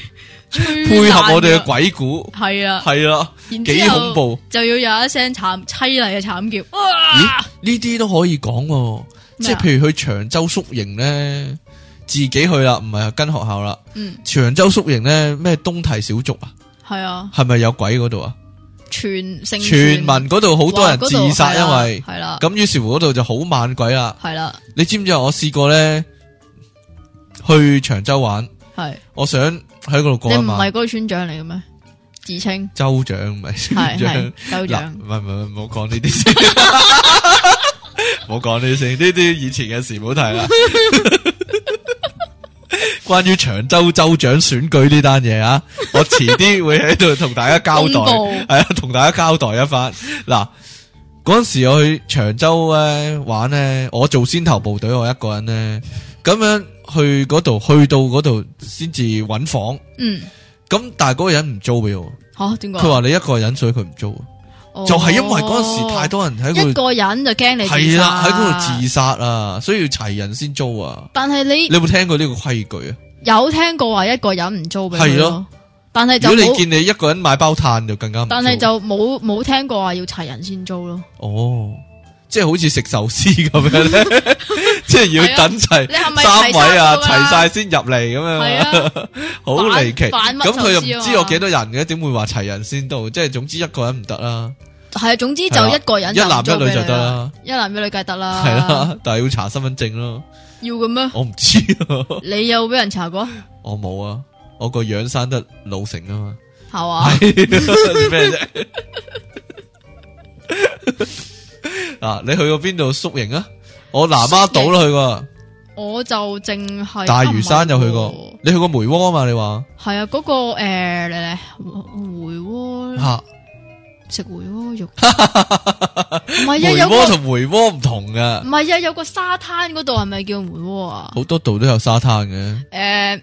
[SPEAKER 3] 吹
[SPEAKER 1] 配合我哋嘅
[SPEAKER 3] 嘅
[SPEAKER 1] 鬼故，
[SPEAKER 3] 係啊，
[SPEAKER 1] 係啦，
[SPEAKER 3] 然之
[SPEAKER 1] 幾
[SPEAKER 3] 後
[SPEAKER 1] 恐怖！
[SPEAKER 3] 就要有一聲慘凄厲嘅慘叫，
[SPEAKER 1] 咦
[SPEAKER 3] 哇！，
[SPEAKER 1] 呢啲都可以講喎，即係
[SPEAKER 3] 咩啊
[SPEAKER 1] 譬如去長洲宿營咧，自己去啦，唔係跟學校啦。
[SPEAKER 3] 嗯，
[SPEAKER 1] 長洲宿營咧，咩東堤小築啊，
[SPEAKER 3] 係啊，
[SPEAKER 1] 係咪有鬼嗰度啊？
[SPEAKER 3] 全城
[SPEAKER 1] 傳聞嗰度好多人自殺，因為
[SPEAKER 3] 係啊啦，
[SPEAKER 1] 咁，於是乎嗰度就好猛鬼啦。
[SPEAKER 3] 係啦，
[SPEAKER 1] 你知唔知我試過咧去長洲玩，
[SPEAKER 3] 係。
[SPEAKER 1] 我想喺嗰度過
[SPEAKER 3] 你
[SPEAKER 1] 一
[SPEAKER 3] 唔係嗰
[SPEAKER 1] 晚。
[SPEAKER 3] 個村長嚟嘅咩？自稱
[SPEAKER 1] 州長唔係
[SPEAKER 3] 係
[SPEAKER 1] 村長
[SPEAKER 3] 係。州
[SPEAKER 1] 嗱，
[SPEAKER 3] 長
[SPEAKER 1] 唔係唔係唔好講呢啲先， 唔好講呢啲先，呢啲以前嘅事唔好提啦。關於長洲州長選舉呢單嘢啊，我遲啲會喺度同大家交代，
[SPEAKER 3] 公佈
[SPEAKER 1] 係啊，同大家交代一番。嗱，嗰阵时我去長洲咧玩咧，我做先頭部隊，我一個人咧，咁樣去嗰度，去到嗰度先至揾房。
[SPEAKER 3] 嗯
[SPEAKER 1] 咁但係嗰個人唔租俾我，
[SPEAKER 3] 吓點解？
[SPEAKER 1] 佢話你一個人，所以佢唔租。
[SPEAKER 3] 哦
[SPEAKER 1] 就係因為嗰陣時太多人喺
[SPEAKER 3] 一
[SPEAKER 1] 嗰度，
[SPEAKER 3] 個人就驚你自殺
[SPEAKER 1] 係啦，喺嗰度自。殺啊，所以要齊人先租啊。
[SPEAKER 3] 但係
[SPEAKER 1] 你
[SPEAKER 3] 你
[SPEAKER 1] 有冇聽過呢個規矩啊？
[SPEAKER 3] 有聽過話一個人唔租俾
[SPEAKER 1] 係
[SPEAKER 3] 佢
[SPEAKER 1] 咯
[SPEAKER 3] 咯？但係就
[SPEAKER 1] 如果你
[SPEAKER 3] 冇，
[SPEAKER 1] 見你一個人買包炭就更加唔租，
[SPEAKER 3] 但係就冇冇聽過話要齊人先租咯。
[SPEAKER 1] 哦，即係好似食壽司咁樣咧， 即係要等齊
[SPEAKER 3] 你係啊咪
[SPEAKER 1] 三位啊，齊
[SPEAKER 3] 齊
[SPEAKER 1] 晒先入嚟咁
[SPEAKER 3] 係
[SPEAKER 1] 樣，
[SPEAKER 3] 啊，
[SPEAKER 1] 好離奇。
[SPEAKER 3] 反
[SPEAKER 1] 咁佢又唔
[SPEAKER 3] 啊
[SPEAKER 1] 知我幾多
[SPEAKER 3] 多。
[SPEAKER 1] 人嘅，點會話齊人先到？即係總之一個人唔得啦，
[SPEAKER 3] 係啊，總之
[SPEAKER 1] 係
[SPEAKER 3] 就
[SPEAKER 1] 啦
[SPEAKER 3] 一個人
[SPEAKER 1] 一
[SPEAKER 3] 就啊
[SPEAKER 1] 男
[SPEAKER 3] 唔
[SPEAKER 1] 一
[SPEAKER 3] 租俾
[SPEAKER 1] 女就
[SPEAKER 3] 你
[SPEAKER 1] 得。啦，
[SPEAKER 3] 一男一女梗係得啦。
[SPEAKER 1] 係啦，但係要查身份證咯。
[SPEAKER 3] 要嘅咩？
[SPEAKER 1] 我唔知啊。
[SPEAKER 3] 你有俾人查過
[SPEAKER 1] 我冇啊，我個樣生得老成啊嘛，
[SPEAKER 3] 係嘛？
[SPEAKER 1] 係咩啫？ 啊，你去過邊度宿營啊？我南丫島都去過，
[SPEAKER 3] 我就淨係
[SPEAKER 1] 大嶼山就去
[SPEAKER 3] 哎啊唔係喎
[SPEAKER 1] 過，你去過梅窩啊嘛？你話
[SPEAKER 3] 系啊，嗰、個个诶嚟嚟回鍋
[SPEAKER 1] 吓
[SPEAKER 3] 食回鍋肉，唔係啊，
[SPEAKER 1] 梅
[SPEAKER 3] 有 個嗯
[SPEAKER 1] 窩同梅窩唔同噶
[SPEAKER 3] 唔，係啊，有個沙灘嗰度係咪叫回鍋啊？
[SPEAKER 1] 好多度都有沙灘嘅，
[SPEAKER 3] 诶、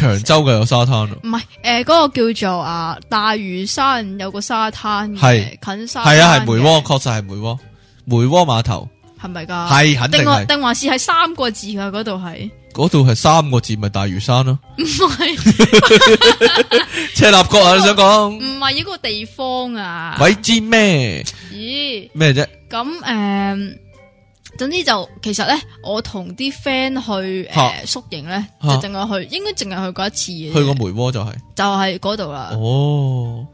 [SPEAKER 1] 長洲嘅有沙灘咯，
[SPEAKER 3] 唔系诶，誒嗰個叫做啊大嶼山有個沙灘嘅，近沙
[SPEAKER 1] 係啊係梅
[SPEAKER 3] 灘嘅
[SPEAKER 1] 窩，，確實係梅窩，梅窩碼頭
[SPEAKER 3] 係咪㗎？
[SPEAKER 1] 係肯定
[SPEAKER 3] 啊
[SPEAKER 1] 係，
[SPEAKER 3] 定還定還是係三個字㗎？嗰度係
[SPEAKER 1] 嗰度係三個字咪大嶼山咯，
[SPEAKER 3] 唔係
[SPEAKER 1] 赤鱲角啊！你想講
[SPEAKER 3] 唔係呢個地方啊？
[SPEAKER 1] 鬼知咩
[SPEAKER 3] 咦，
[SPEAKER 1] 咩啫？
[SPEAKER 3] 咁诶、誒總之就其實咧，我同啲 friend 去诶宿營咧，就
[SPEAKER 1] 嚇
[SPEAKER 3] 淨係去，應該淨係去過一次嘅啫，
[SPEAKER 1] 去過梅窩就係，
[SPEAKER 3] 就係嗰度啦，
[SPEAKER 1] 哦，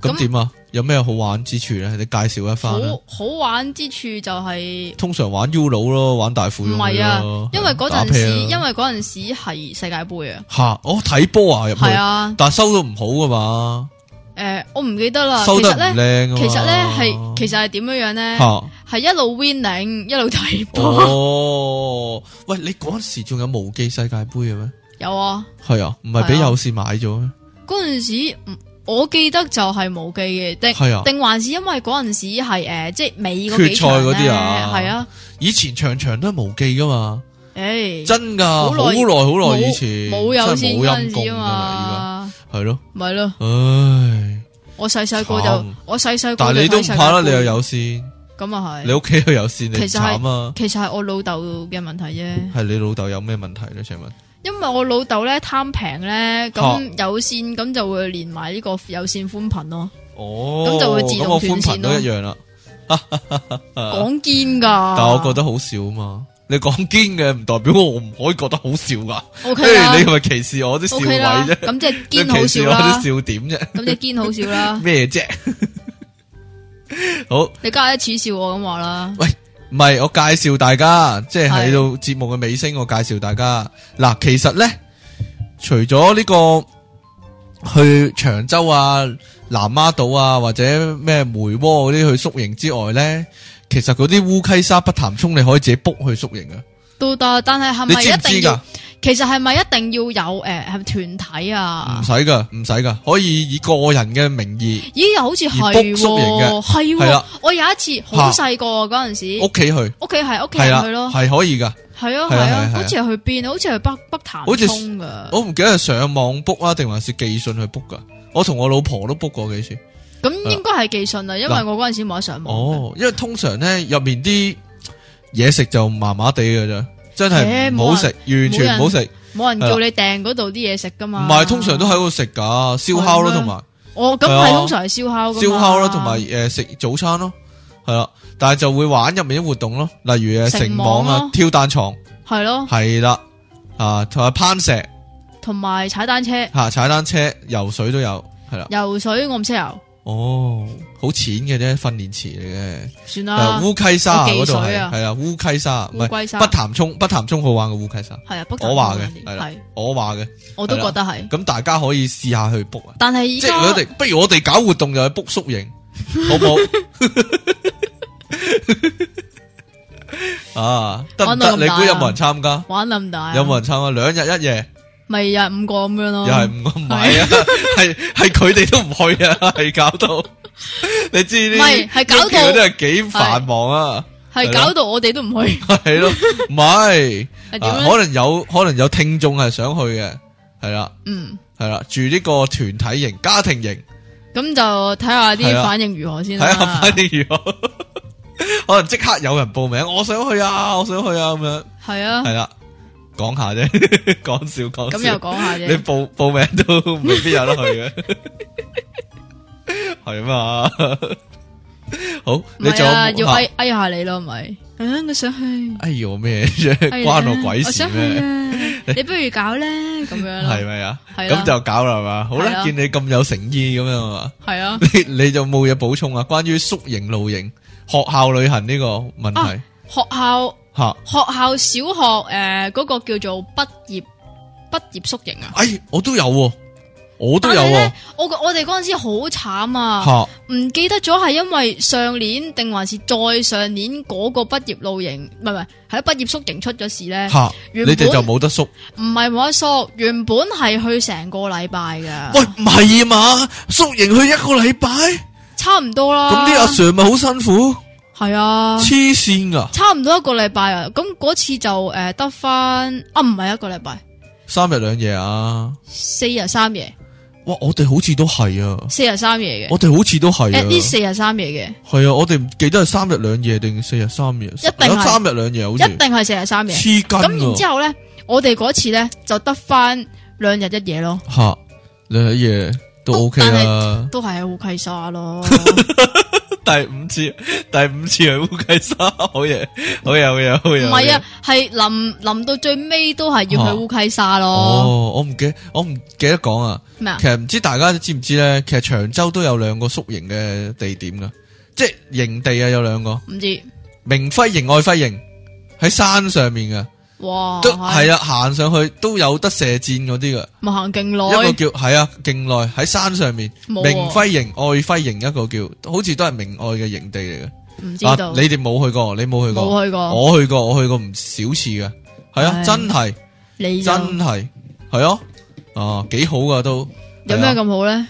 [SPEAKER 1] 咁
[SPEAKER 3] 啊咁
[SPEAKER 1] 點啊？有咩好玩之處咧？你介紹一
[SPEAKER 3] 好
[SPEAKER 1] 番啦。
[SPEAKER 3] 好玩之處就係
[SPEAKER 1] 通常玩 U 佬咯，玩大富
[SPEAKER 3] 唔
[SPEAKER 1] 翁
[SPEAKER 3] 係啊
[SPEAKER 1] 咯，
[SPEAKER 3] 因為嗰
[SPEAKER 1] 打
[SPEAKER 3] 陣
[SPEAKER 1] 啤
[SPEAKER 3] 時，
[SPEAKER 1] 啊
[SPEAKER 3] 因為嗰陣時係世界盃啊，
[SPEAKER 1] 吓，我睇波啊入去
[SPEAKER 3] 係，啊，
[SPEAKER 1] 但收到唔好噶嘛，
[SPEAKER 3] 诶、我唔記得啦，其
[SPEAKER 1] 收得
[SPEAKER 3] 實
[SPEAKER 1] 唔啊
[SPEAKER 3] 咧。
[SPEAKER 1] 靓
[SPEAKER 3] 啊其實咧係，其實係點樣樣咧？
[SPEAKER 1] 吓
[SPEAKER 3] 係一路 winning 一路睇波，
[SPEAKER 1] 哦，喂，你嗰陣時仲有無記世界盃嘅咩？
[SPEAKER 3] 有啊。
[SPEAKER 1] 係啊，唔係俾
[SPEAKER 3] 係啊
[SPEAKER 1] 有線買咗咩？
[SPEAKER 3] 嗰陣時唔我記得就係無記嘅，定
[SPEAKER 1] 係啊
[SPEAKER 3] 定還是因為嗰陣時係诶，誒即係美嗰
[SPEAKER 1] 決賽
[SPEAKER 3] 幾場
[SPEAKER 1] 嗰啲
[SPEAKER 3] 咧
[SPEAKER 1] 啊
[SPEAKER 3] 係啊，
[SPEAKER 1] 以前場場都係無記噶嘛，
[SPEAKER 3] 诶，
[SPEAKER 1] 真㗎，好
[SPEAKER 3] 好耐
[SPEAKER 1] 耐好耐以
[SPEAKER 3] 冇
[SPEAKER 1] 前
[SPEAKER 3] 冇有
[SPEAKER 1] 真係
[SPEAKER 3] 線
[SPEAKER 1] 冇
[SPEAKER 3] 嗰
[SPEAKER 1] 陰
[SPEAKER 3] 陣
[SPEAKER 1] 功
[SPEAKER 3] 時
[SPEAKER 1] 㗎
[SPEAKER 3] 啊
[SPEAKER 1] 啦，
[SPEAKER 3] 嘛，
[SPEAKER 1] 而家係咯，
[SPEAKER 3] 咪咯，
[SPEAKER 1] 唉，
[SPEAKER 3] 我細細個就
[SPEAKER 1] 慘
[SPEAKER 3] 我細細個
[SPEAKER 1] 但係你都唔怕啦，你又
[SPEAKER 3] 有
[SPEAKER 1] 有線，
[SPEAKER 3] 咁啊
[SPEAKER 1] 你
[SPEAKER 3] 係，
[SPEAKER 1] 屋企又有線，你
[SPEAKER 3] 其實係
[SPEAKER 1] 慘啊！
[SPEAKER 3] 其實係我老豆嘅問題啫，
[SPEAKER 1] 係你老豆有咩問題咧？請問？
[SPEAKER 3] 因為我老豆咧貪平咧，咁
[SPEAKER 1] 嚇
[SPEAKER 3] 有線咁就會連埋呢個有線寬頻咯，
[SPEAKER 1] 哦，
[SPEAKER 3] 咁就會自動
[SPEAKER 1] 咁我寬頻
[SPEAKER 3] 斷線
[SPEAKER 1] 都
[SPEAKER 3] 咯
[SPEAKER 1] 一樣啦。
[SPEAKER 3] 講堅㗎。
[SPEAKER 1] 啊但我覺得好少啊嘛。你講堅嘅唔代表我唔可以覺得好笑噶。
[SPEAKER 3] O
[SPEAKER 1] 嘿
[SPEAKER 3] K 啦
[SPEAKER 1] 你係咪歧視我啲笑
[SPEAKER 3] O
[SPEAKER 1] 位
[SPEAKER 3] K 啦，
[SPEAKER 1] 啫？
[SPEAKER 3] 咁即係
[SPEAKER 1] 你
[SPEAKER 3] 堅好
[SPEAKER 1] 歧視我
[SPEAKER 3] 笑啦
[SPEAKER 1] 啲，笑點啫？。
[SPEAKER 3] 咁即係堅好笑啦
[SPEAKER 1] 咩啫？ 好，唔
[SPEAKER 3] 你家下恥笑我咁話啦，
[SPEAKER 1] 係我介紹大家，即係喺
[SPEAKER 3] 係
[SPEAKER 1] 到節目嘅尾聲，我介紹大家嗱，其實咧，除咗呢、個去長洲啊、南丫島啊，或者咩梅窩嗰啲去宿營之外咧，其實嗰啲烏溪沙、北潭涌，你可以自己 book 去宿營啊。
[SPEAKER 3] 都得，但啊係係
[SPEAKER 1] 你
[SPEAKER 3] 咪
[SPEAKER 1] 知唔
[SPEAKER 3] 一定
[SPEAKER 1] 知㗎
[SPEAKER 3] 要？？其實係咪一定要有诶系咪團體啊
[SPEAKER 1] 唔？使噶，唔使噶，可以以個人嘅名義
[SPEAKER 3] 咦，又好似
[SPEAKER 1] 而
[SPEAKER 3] 係
[SPEAKER 1] book 宿營嘅
[SPEAKER 3] 喎，係
[SPEAKER 1] 係啦
[SPEAKER 3] 喎。我有一次好細個嗰陣時，
[SPEAKER 1] 屋企去，
[SPEAKER 3] 屋企係屋企
[SPEAKER 1] 係
[SPEAKER 3] 人
[SPEAKER 1] 啦
[SPEAKER 3] 去，咯，
[SPEAKER 1] 係可以噶。
[SPEAKER 3] 係啊
[SPEAKER 1] 係
[SPEAKER 3] 係
[SPEAKER 1] 啊係
[SPEAKER 3] 啊
[SPEAKER 1] 啊，
[SPEAKER 3] 好似係去邊啊？好似係北北潭
[SPEAKER 1] 好似哦
[SPEAKER 3] 涌噶。
[SPEAKER 1] 我唔記得係上網 book 啊，定還是寄信去 book 噶。我同我老婆都 book 過幾次。
[SPEAKER 3] 咁應該係寄信啊啦，因為
[SPEAKER 1] 嗱
[SPEAKER 3] 我嗰陣時冇得上網嘅。
[SPEAKER 1] 哦，因為通常咧入面啲嘢食就麻麻地嘅啫，真係唔好食，完全唔好食。
[SPEAKER 3] 冇人叫你訂嗰度啲嘢食噶
[SPEAKER 1] 唔
[SPEAKER 3] 嘛。
[SPEAKER 1] 係，通常都喺度食噶，燒烤啦，
[SPEAKER 3] 係咩
[SPEAKER 1] 同埋
[SPEAKER 3] 我咁
[SPEAKER 1] 係啊
[SPEAKER 3] 係通常係燒烤噶嘛。
[SPEAKER 1] 燒烤啦，同埋诶食早餐咯，係啦。但係就會玩入面啲活動咯，例如诶
[SPEAKER 3] 繩
[SPEAKER 1] 繩網
[SPEAKER 3] 網
[SPEAKER 1] 啊
[SPEAKER 3] 咯、
[SPEAKER 1] 跳彈床，
[SPEAKER 3] 係咯。
[SPEAKER 1] 係啦，啊同埋攀石。
[SPEAKER 3] 同埋踩單車、
[SPEAKER 1] 吓、踩單車、游水都有，係啦。
[SPEAKER 3] 游水，我唔識游，
[SPEAKER 1] 哦，好淺嘅啫，訓練池嚟嘅。
[SPEAKER 3] 算
[SPEAKER 1] 誒
[SPEAKER 3] 啦。
[SPEAKER 1] 烏溪沙
[SPEAKER 3] 我
[SPEAKER 1] 嗰
[SPEAKER 3] 記
[SPEAKER 1] 度
[SPEAKER 3] 水
[SPEAKER 1] 係
[SPEAKER 3] 啊
[SPEAKER 1] 係啦，烏溪沙唔
[SPEAKER 3] 烏
[SPEAKER 1] 係
[SPEAKER 3] 龜山
[SPEAKER 1] 北潭涌，北潭涌好玩嘅烏溪沙，
[SPEAKER 3] 係啊，北
[SPEAKER 1] 我話嘅係啦
[SPEAKER 3] 係
[SPEAKER 1] 我話嘅。
[SPEAKER 3] 我都
[SPEAKER 1] 係啦
[SPEAKER 3] 覺得係。
[SPEAKER 1] 咁大家可以試下去 book 啊，
[SPEAKER 3] 但係依
[SPEAKER 1] 即係我
[SPEAKER 3] 家
[SPEAKER 1] 哋不如我哋搞活動就去 book 宿 營，好 唔好？啊，得唔
[SPEAKER 3] 玩
[SPEAKER 1] 得？
[SPEAKER 3] 到咁
[SPEAKER 1] 你
[SPEAKER 3] 大啊
[SPEAKER 1] 估有冇人參加？
[SPEAKER 3] 玩咁大，
[SPEAKER 1] 有冇人參加？兩日一夜。
[SPEAKER 3] 咪又係五個咁樣咯？
[SPEAKER 1] 又系唔唔 系啊，系系佢哋都唔去啊，系搞到 你知呢
[SPEAKER 3] 唔係係搞到
[SPEAKER 1] 呢啲係幾繁忙啊，
[SPEAKER 3] 係搞到我哋都唔 去，
[SPEAKER 1] 係咯，唔係
[SPEAKER 3] 係點
[SPEAKER 1] 啊
[SPEAKER 3] 咧？
[SPEAKER 1] 可能有可能有聽眾係想去嘅，係啦
[SPEAKER 3] 嗯，
[SPEAKER 1] 係啦，住呢個團體型、家庭型，
[SPEAKER 3] 咁就睇下
[SPEAKER 1] 係
[SPEAKER 3] 啲
[SPEAKER 1] 啊
[SPEAKER 3] 反應如何先
[SPEAKER 1] 睇
[SPEAKER 3] 啦。
[SPEAKER 1] 下反應如何， 可能即刻有人報名，我想去啊，我想去啊，咁樣
[SPEAKER 3] 係啊，
[SPEAKER 1] 係啦，講下啫， 講笑講
[SPEAKER 3] 咁
[SPEAKER 1] 笑
[SPEAKER 3] 又。講下
[SPEAKER 1] 你
[SPEAKER 3] 啫。
[SPEAKER 1] 報报名都 未必有得 去嘅，系嘛？好，
[SPEAKER 3] 唔
[SPEAKER 1] 你仲
[SPEAKER 3] 係
[SPEAKER 1] 有
[SPEAKER 3] 啊，
[SPEAKER 1] 冇
[SPEAKER 3] 要
[SPEAKER 1] 啊
[SPEAKER 3] 哎哎下 你咯，咪。啊，我想去。
[SPEAKER 1] 哎呦咩啫？
[SPEAKER 3] 哎呀
[SPEAKER 1] 關我鬼
[SPEAKER 3] 我
[SPEAKER 1] 事
[SPEAKER 3] 想去
[SPEAKER 1] 咩？
[SPEAKER 3] 啊！ 你不如搞咧，咁樣
[SPEAKER 1] 係
[SPEAKER 3] 啦。
[SPEAKER 1] 咪啊？
[SPEAKER 3] 係啦
[SPEAKER 1] 咁就搞啦係嘛？好
[SPEAKER 3] 係
[SPEAKER 1] 啦，
[SPEAKER 3] 啊
[SPEAKER 1] 見你咁有誠意咁樣啊嘛，
[SPEAKER 3] 係啊，
[SPEAKER 1] 你你就冇嘢補充啊？關於宿營露營、學校旅行呢個問題
[SPEAKER 3] 啊學校
[SPEAKER 1] 吓，
[SPEAKER 3] 學校小學诶嗰個叫做畢業畢業宿營啊。
[SPEAKER 1] 哎，我都有，喎，我都
[SPEAKER 3] 但
[SPEAKER 1] 有
[SPEAKER 3] 係
[SPEAKER 1] 喎
[SPEAKER 3] 咧，我我哋嗰阵时好惨啊，
[SPEAKER 1] 吓，
[SPEAKER 3] 唔记得咗系因为上年定还是再上年嗰个毕业露营，唔系唔系喺毕业宿营出咗事咧，
[SPEAKER 1] 吓，你
[SPEAKER 3] 原
[SPEAKER 1] 哋就
[SPEAKER 3] 本
[SPEAKER 1] 冇得宿。
[SPEAKER 3] 唔系冇得宿，原本系去成个礼拜噶，
[SPEAKER 1] 喂，唔係啊嘛？宿營去一個禮拜，咁
[SPEAKER 3] 差唔多啦，
[SPEAKER 1] 啲阿 Sir 咪好辛苦。
[SPEAKER 3] 系啊，
[SPEAKER 1] 黐線噶，
[SPEAKER 3] 差唔多一个礼拜啊，咁嗰次就诶得翻啊，唔系一个礼拜，
[SPEAKER 1] 三日兩夜啊！
[SPEAKER 3] 四日三夜，
[SPEAKER 1] 哇，我哋好似都係啊，
[SPEAKER 3] 四日三夜嘅，
[SPEAKER 1] 我哋好似都係啊，
[SPEAKER 3] 誒呢四日三夜
[SPEAKER 1] 係啊，我哋唔記得係三日兩夜定四日三夜，一
[SPEAKER 3] 定係
[SPEAKER 1] 三日兩夜好
[SPEAKER 3] 嘅，
[SPEAKER 1] 似
[SPEAKER 3] 一定係四日三夜。
[SPEAKER 1] 黐筋
[SPEAKER 3] 咁然之
[SPEAKER 1] 啊！
[SPEAKER 3] 後咧，我哋嗰次咧就得翻兩日一夜咯，
[SPEAKER 1] 吓兩日一夜都
[SPEAKER 3] 都
[SPEAKER 1] OK 啊啦，
[SPEAKER 3] 都係好溪沙咯。
[SPEAKER 1] 第五次第五次係烏雞沙，好嘢好嘢好嘢好
[SPEAKER 3] 唔
[SPEAKER 1] 嘢，
[SPEAKER 3] 係
[SPEAKER 1] 好嘢
[SPEAKER 3] 啊，係臨臨到最尾都係要去烏溪沙咯。
[SPEAKER 1] 哦，我唔記我唔記得講啊。
[SPEAKER 3] 咩啊
[SPEAKER 1] 其？實唔知大家知唔知咧？其實長洲都有兩個宿營嘅地點噶，即係營地啊，有兩個
[SPEAKER 3] 唔知
[SPEAKER 1] 明輝營、愛輝營喺山上面嘅，
[SPEAKER 3] 哇，
[SPEAKER 1] 都係啊，行上去都有得射箭嗰啲噶。
[SPEAKER 3] 咪行勁
[SPEAKER 1] 一個
[SPEAKER 3] 耐，
[SPEAKER 1] 叫係啊，勁耐喺山上面，
[SPEAKER 3] 哦冇
[SPEAKER 1] 明
[SPEAKER 3] 啊
[SPEAKER 1] 輝營、愛輝營一個叫，好似都係明愛嘅營地嚟嘅。
[SPEAKER 3] 唔知
[SPEAKER 1] 啊
[SPEAKER 3] 道，
[SPEAKER 1] 你哋冇去過，你冇去過，
[SPEAKER 3] 冇去過，
[SPEAKER 1] 我去過，我去過唔少次嘅，係啊，
[SPEAKER 3] 唉哎
[SPEAKER 1] 真係
[SPEAKER 3] 你就
[SPEAKER 1] 真係係啊，啊幾好噶都。
[SPEAKER 3] 有
[SPEAKER 1] 係啊
[SPEAKER 3] 咩咁好咧？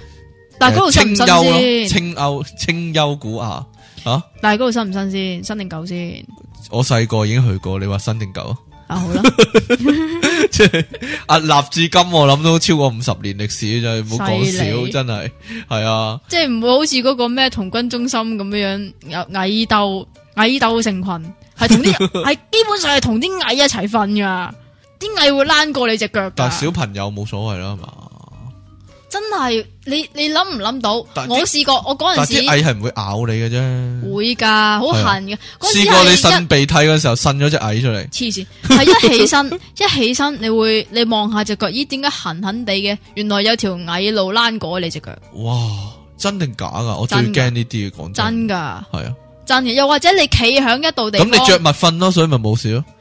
[SPEAKER 3] 但係嗰度新唔
[SPEAKER 1] 清幽咯
[SPEAKER 3] 新先？
[SPEAKER 1] 清幽清幽古雅啊！
[SPEAKER 3] 但係嗰度新唔新先？新定舊先？
[SPEAKER 1] 我細個已經去過，你話新定舊？
[SPEAKER 3] 啊好啦，
[SPEAKER 1] 即係屹立至今，我諗都超過五十年歷史真係，唔好講
[SPEAKER 3] 犀
[SPEAKER 1] 少，
[SPEAKER 3] 利
[SPEAKER 1] 真係係啊！
[SPEAKER 3] 即係唔會好似嗰個咩童軍中心咁樣樣有蟻鬥蟻鬥成群，係同啲 係基本上係同啲蟻一齊瞓噶，啲蟻會躝過你隻腳
[SPEAKER 1] 但
[SPEAKER 3] 噶，
[SPEAKER 1] 係小朋友冇所謂啦係嘛，
[SPEAKER 3] 真係你你諗唔諗到？
[SPEAKER 1] 但
[SPEAKER 3] 我試過我嗰
[SPEAKER 1] 但係
[SPEAKER 3] 陣
[SPEAKER 1] 啲
[SPEAKER 3] 時
[SPEAKER 1] 蟻係唔會咬你嘅啫。
[SPEAKER 3] 會㗎，好
[SPEAKER 1] 係啊
[SPEAKER 3] 痕嘅。嗰陣
[SPEAKER 1] 試
[SPEAKER 3] 時
[SPEAKER 1] 過你
[SPEAKER 3] 係一
[SPEAKER 1] 擤鼻涕嗰時候，擤咗隻蟻出嚟，
[SPEAKER 3] 黐線，係一起身 一起身，你會你望下只腳，咦？點解痕痕地嘅？原來有條蟻路躝過你只腳，
[SPEAKER 1] 哇！真定假噶？我最
[SPEAKER 3] 真㗎
[SPEAKER 1] 驚呢啲嘅，講真
[SPEAKER 3] 真噶
[SPEAKER 1] 係啊！
[SPEAKER 3] 真嘅。又或者你企喺一度地
[SPEAKER 1] 咁
[SPEAKER 3] 方，
[SPEAKER 1] 你着襪瞓咯，所以咪冇事咯。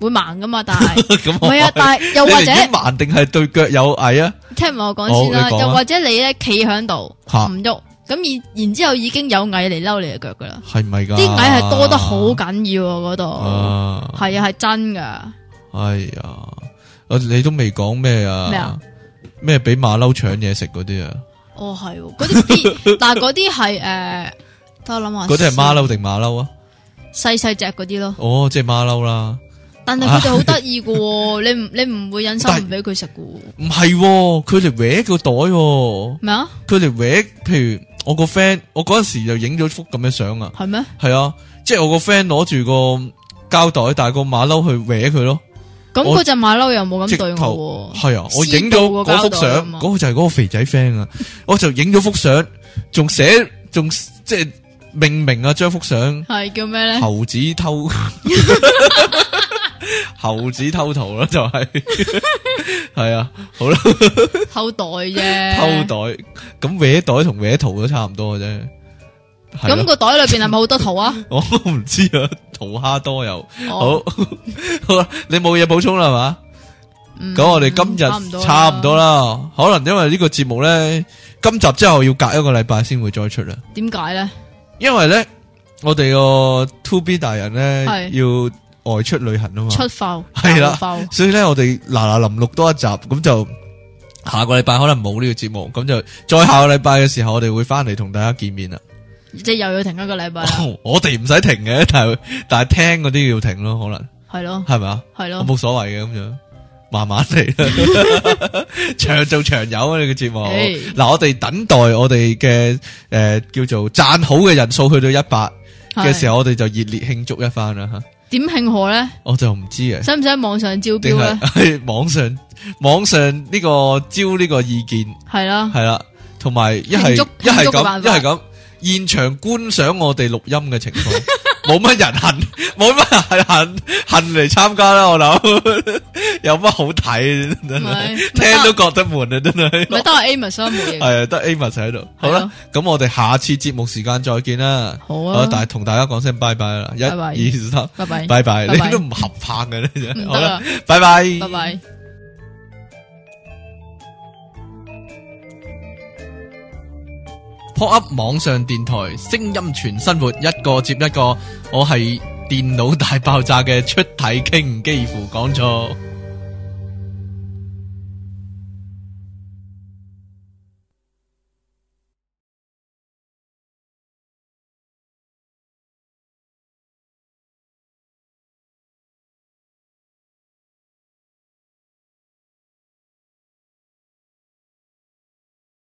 [SPEAKER 3] 會盲噶嘛？但係
[SPEAKER 1] 咁
[SPEAKER 3] 唔
[SPEAKER 1] 我
[SPEAKER 3] 係啊，但係又
[SPEAKER 1] 你
[SPEAKER 3] 或
[SPEAKER 1] 寧願
[SPEAKER 3] 者
[SPEAKER 1] 盲定係對腳有蟻啊？
[SPEAKER 3] 聽埋我講先
[SPEAKER 1] 好
[SPEAKER 3] 啦，
[SPEAKER 1] 你講啊啊
[SPEAKER 3] 又或者你咧企喺度
[SPEAKER 1] 嚇
[SPEAKER 3] 唔喐，咁然然之後已經有蟻嚟嬲你隻腳噶啦，
[SPEAKER 1] 係咪噶？
[SPEAKER 3] 啲蟻係多得好緊要啊！嗰度
[SPEAKER 1] 啊！
[SPEAKER 3] 係啊，係真噶，
[SPEAKER 1] 哎呀，我你都未講咩啊？
[SPEAKER 3] 咩啊？
[SPEAKER 1] 咩俾馬騮搶嘢食嗰啲啊？
[SPEAKER 3] 哦係喎，嗰啲 啲，但係嗰啲係誒，等我諗下先，
[SPEAKER 1] 嗰啲係馬騮定馬騮啊？
[SPEAKER 3] 細細隻嗰啲咯。
[SPEAKER 1] 哦，即係馬騮啦。
[SPEAKER 3] 但係佢哋好得意嘅 喎，你唔你唔會忍心
[SPEAKER 1] 但係
[SPEAKER 3] 唔俾佢食嘅喎，
[SPEAKER 1] 唔係喎，佢哋搲個袋喎，
[SPEAKER 3] 咩啊？
[SPEAKER 1] 佢哋搲，譬如我個 friend，我嗰陣時就影咗幅咁嘅相啊。
[SPEAKER 3] 係咩？
[SPEAKER 1] 係啊，即係我個 friend 攞住個膠袋，但係個馬騮去搲佢咯。
[SPEAKER 3] 咁
[SPEAKER 1] 我
[SPEAKER 3] 嗰只馬騮又冇咁
[SPEAKER 1] 直
[SPEAKER 3] 對我
[SPEAKER 1] 頭
[SPEAKER 3] 喎，
[SPEAKER 1] 係啊，我影
[SPEAKER 3] 私道
[SPEAKER 1] 咗
[SPEAKER 3] 個
[SPEAKER 1] 嗰幅
[SPEAKER 3] 膠袋啊
[SPEAKER 1] 相，
[SPEAKER 3] 嘛
[SPEAKER 1] 嗰個就係嗰個肥仔 friend 啊， 我就影咗幅相，仲寫仲即係命名啊，將幅 相
[SPEAKER 3] 係叫咩咧？
[SPEAKER 1] 猴子偷 猴子偷桃啦，就係 係啊，好啦，
[SPEAKER 3] 偷袋
[SPEAKER 1] 偷
[SPEAKER 3] 啫，。
[SPEAKER 1] 袋咁搲袋同搲桃都差唔多嘅啫，係
[SPEAKER 3] 咁
[SPEAKER 1] 咯，
[SPEAKER 3] 個袋裏邊係咪好多 圖啊？
[SPEAKER 1] 我都唔知啊，桃蝦多又好
[SPEAKER 3] 哦，
[SPEAKER 1] 好啦，你冇嘢補充啦係嘛？
[SPEAKER 3] 嗯
[SPEAKER 1] 咁我哋今日差唔多。啦，可能因為呢個節目呢，今集之後要隔一個禮拜先會再出啦，
[SPEAKER 3] 點解咧？
[SPEAKER 1] 因為呢，我哋個 To B 大人呢，要外出旅行啊嘛，
[SPEAKER 3] 出埠
[SPEAKER 1] 係啦
[SPEAKER 3] 爆埠
[SPEAKER 1] 所以呢，我哋嗱嗱臨錄多一集，咁就下個禮拜可能冇呢個節目，咁就再下個禮拜嘅時候，我哋會翻嚟同大家見面啦。啊
[SPEAKER 3] 即係又要停一個禮拜啦，
[SPEAKER 1] 我哋唔使停嘅，但係但係聽嗰啲要停咯，可能
[SPEAKER 3] 係咯，
[SPEAKER 1] 係咪啊？
[SPEAKER 3] 係
[SPEAKER 1] 我
[SPEAKER 3] 咯。
[SPEAKER 1] 冇所謂嘅咁樣，慢慢嚟啦，長做長有啊！呢個節目，
[SPEAKER 3] 誒
[SPEAKER 1] 嗱我哋等待我哋嘅诶叫做讚好嘅人數去到一百嘅時
[SPEAKER 3] 候
[SPEAKER 1] 候，我哋就熱烈慶祝一番啦吓！
[SPEAKER 3] 點慶賀咧？
[SPEAKER 1] 我就唔知嘅，
[SPEAKER 3] 使唔使喺網上招標
[SPEAKER 1] 定
[SPEAKER 3] 咧
[SPEAKER 1] 係？ 喺網上網上呢個招呢個意見
[SPEAKER 3] 係啦，
[SPEAKER 1] 係啦，同埋一係
[SPEAKER 3] 啊慶祝
[SPEAKER 1] 一係
[SPEAKER 3] 慶祝嘅
[SPEAKER 1] 咁
[SPEAKER 3] 辦
[SPEAKER 1] 一
[SPEAKER 3] 法
[SPEAKER 1] 係咁現場觀賞我哋錄音嘅情況。 冇乜人恨， 冇乜人恨恨嚟參加啦！我諗 有乜好睇真係
[SPEAKER 3] 咪
[SPEAKER 1] 听都
[SPEAKER 3] 咪
[SPEAKER 1] 覺得悶啊，真係
[SPEAKER 3] 咪得我 Amos 咯，冇嘢
[SPEAKER 1] 係啊，得 Amos 喺度。好
[SPEAKER 3] 係
[SPEAKER 1] 啦
[SPEAKER 3] 咯，
[SPEAKER 1] 咁我哋下次節目時間再見啦。
[SPEAKER 3] 好
[SPEAKER 1] 好
[SPEAKER 3] 啊
[SPEAKER 1] 啦，，但係同大家講聲拜拜啦，一、
[SPEAKER 3] 拜拜
[SPEAKER 1] 二、三，
[SPEAKER 3] 拜拜，
[SPEAKER 1] 拜拜。
[SPEAKER 3] 拜拜
[SPEAKER 1] 你都唔合拍嘅呢真係
[SPEAKER 3] 唔
[SPEAKER 1] 好
[SPEAKER 3] 得
[SPEAKER 1] 啦
[SPEAKER 3] 啦，，
[SPEAKER 1] 拜拜，
[SPEAKER 3] 拜拜。
[SPEAKER 1] Pop Up 網上電台，聲音全生活，一個接一個。我係電腦大爆炸嘅出體傾，幾乎講錯。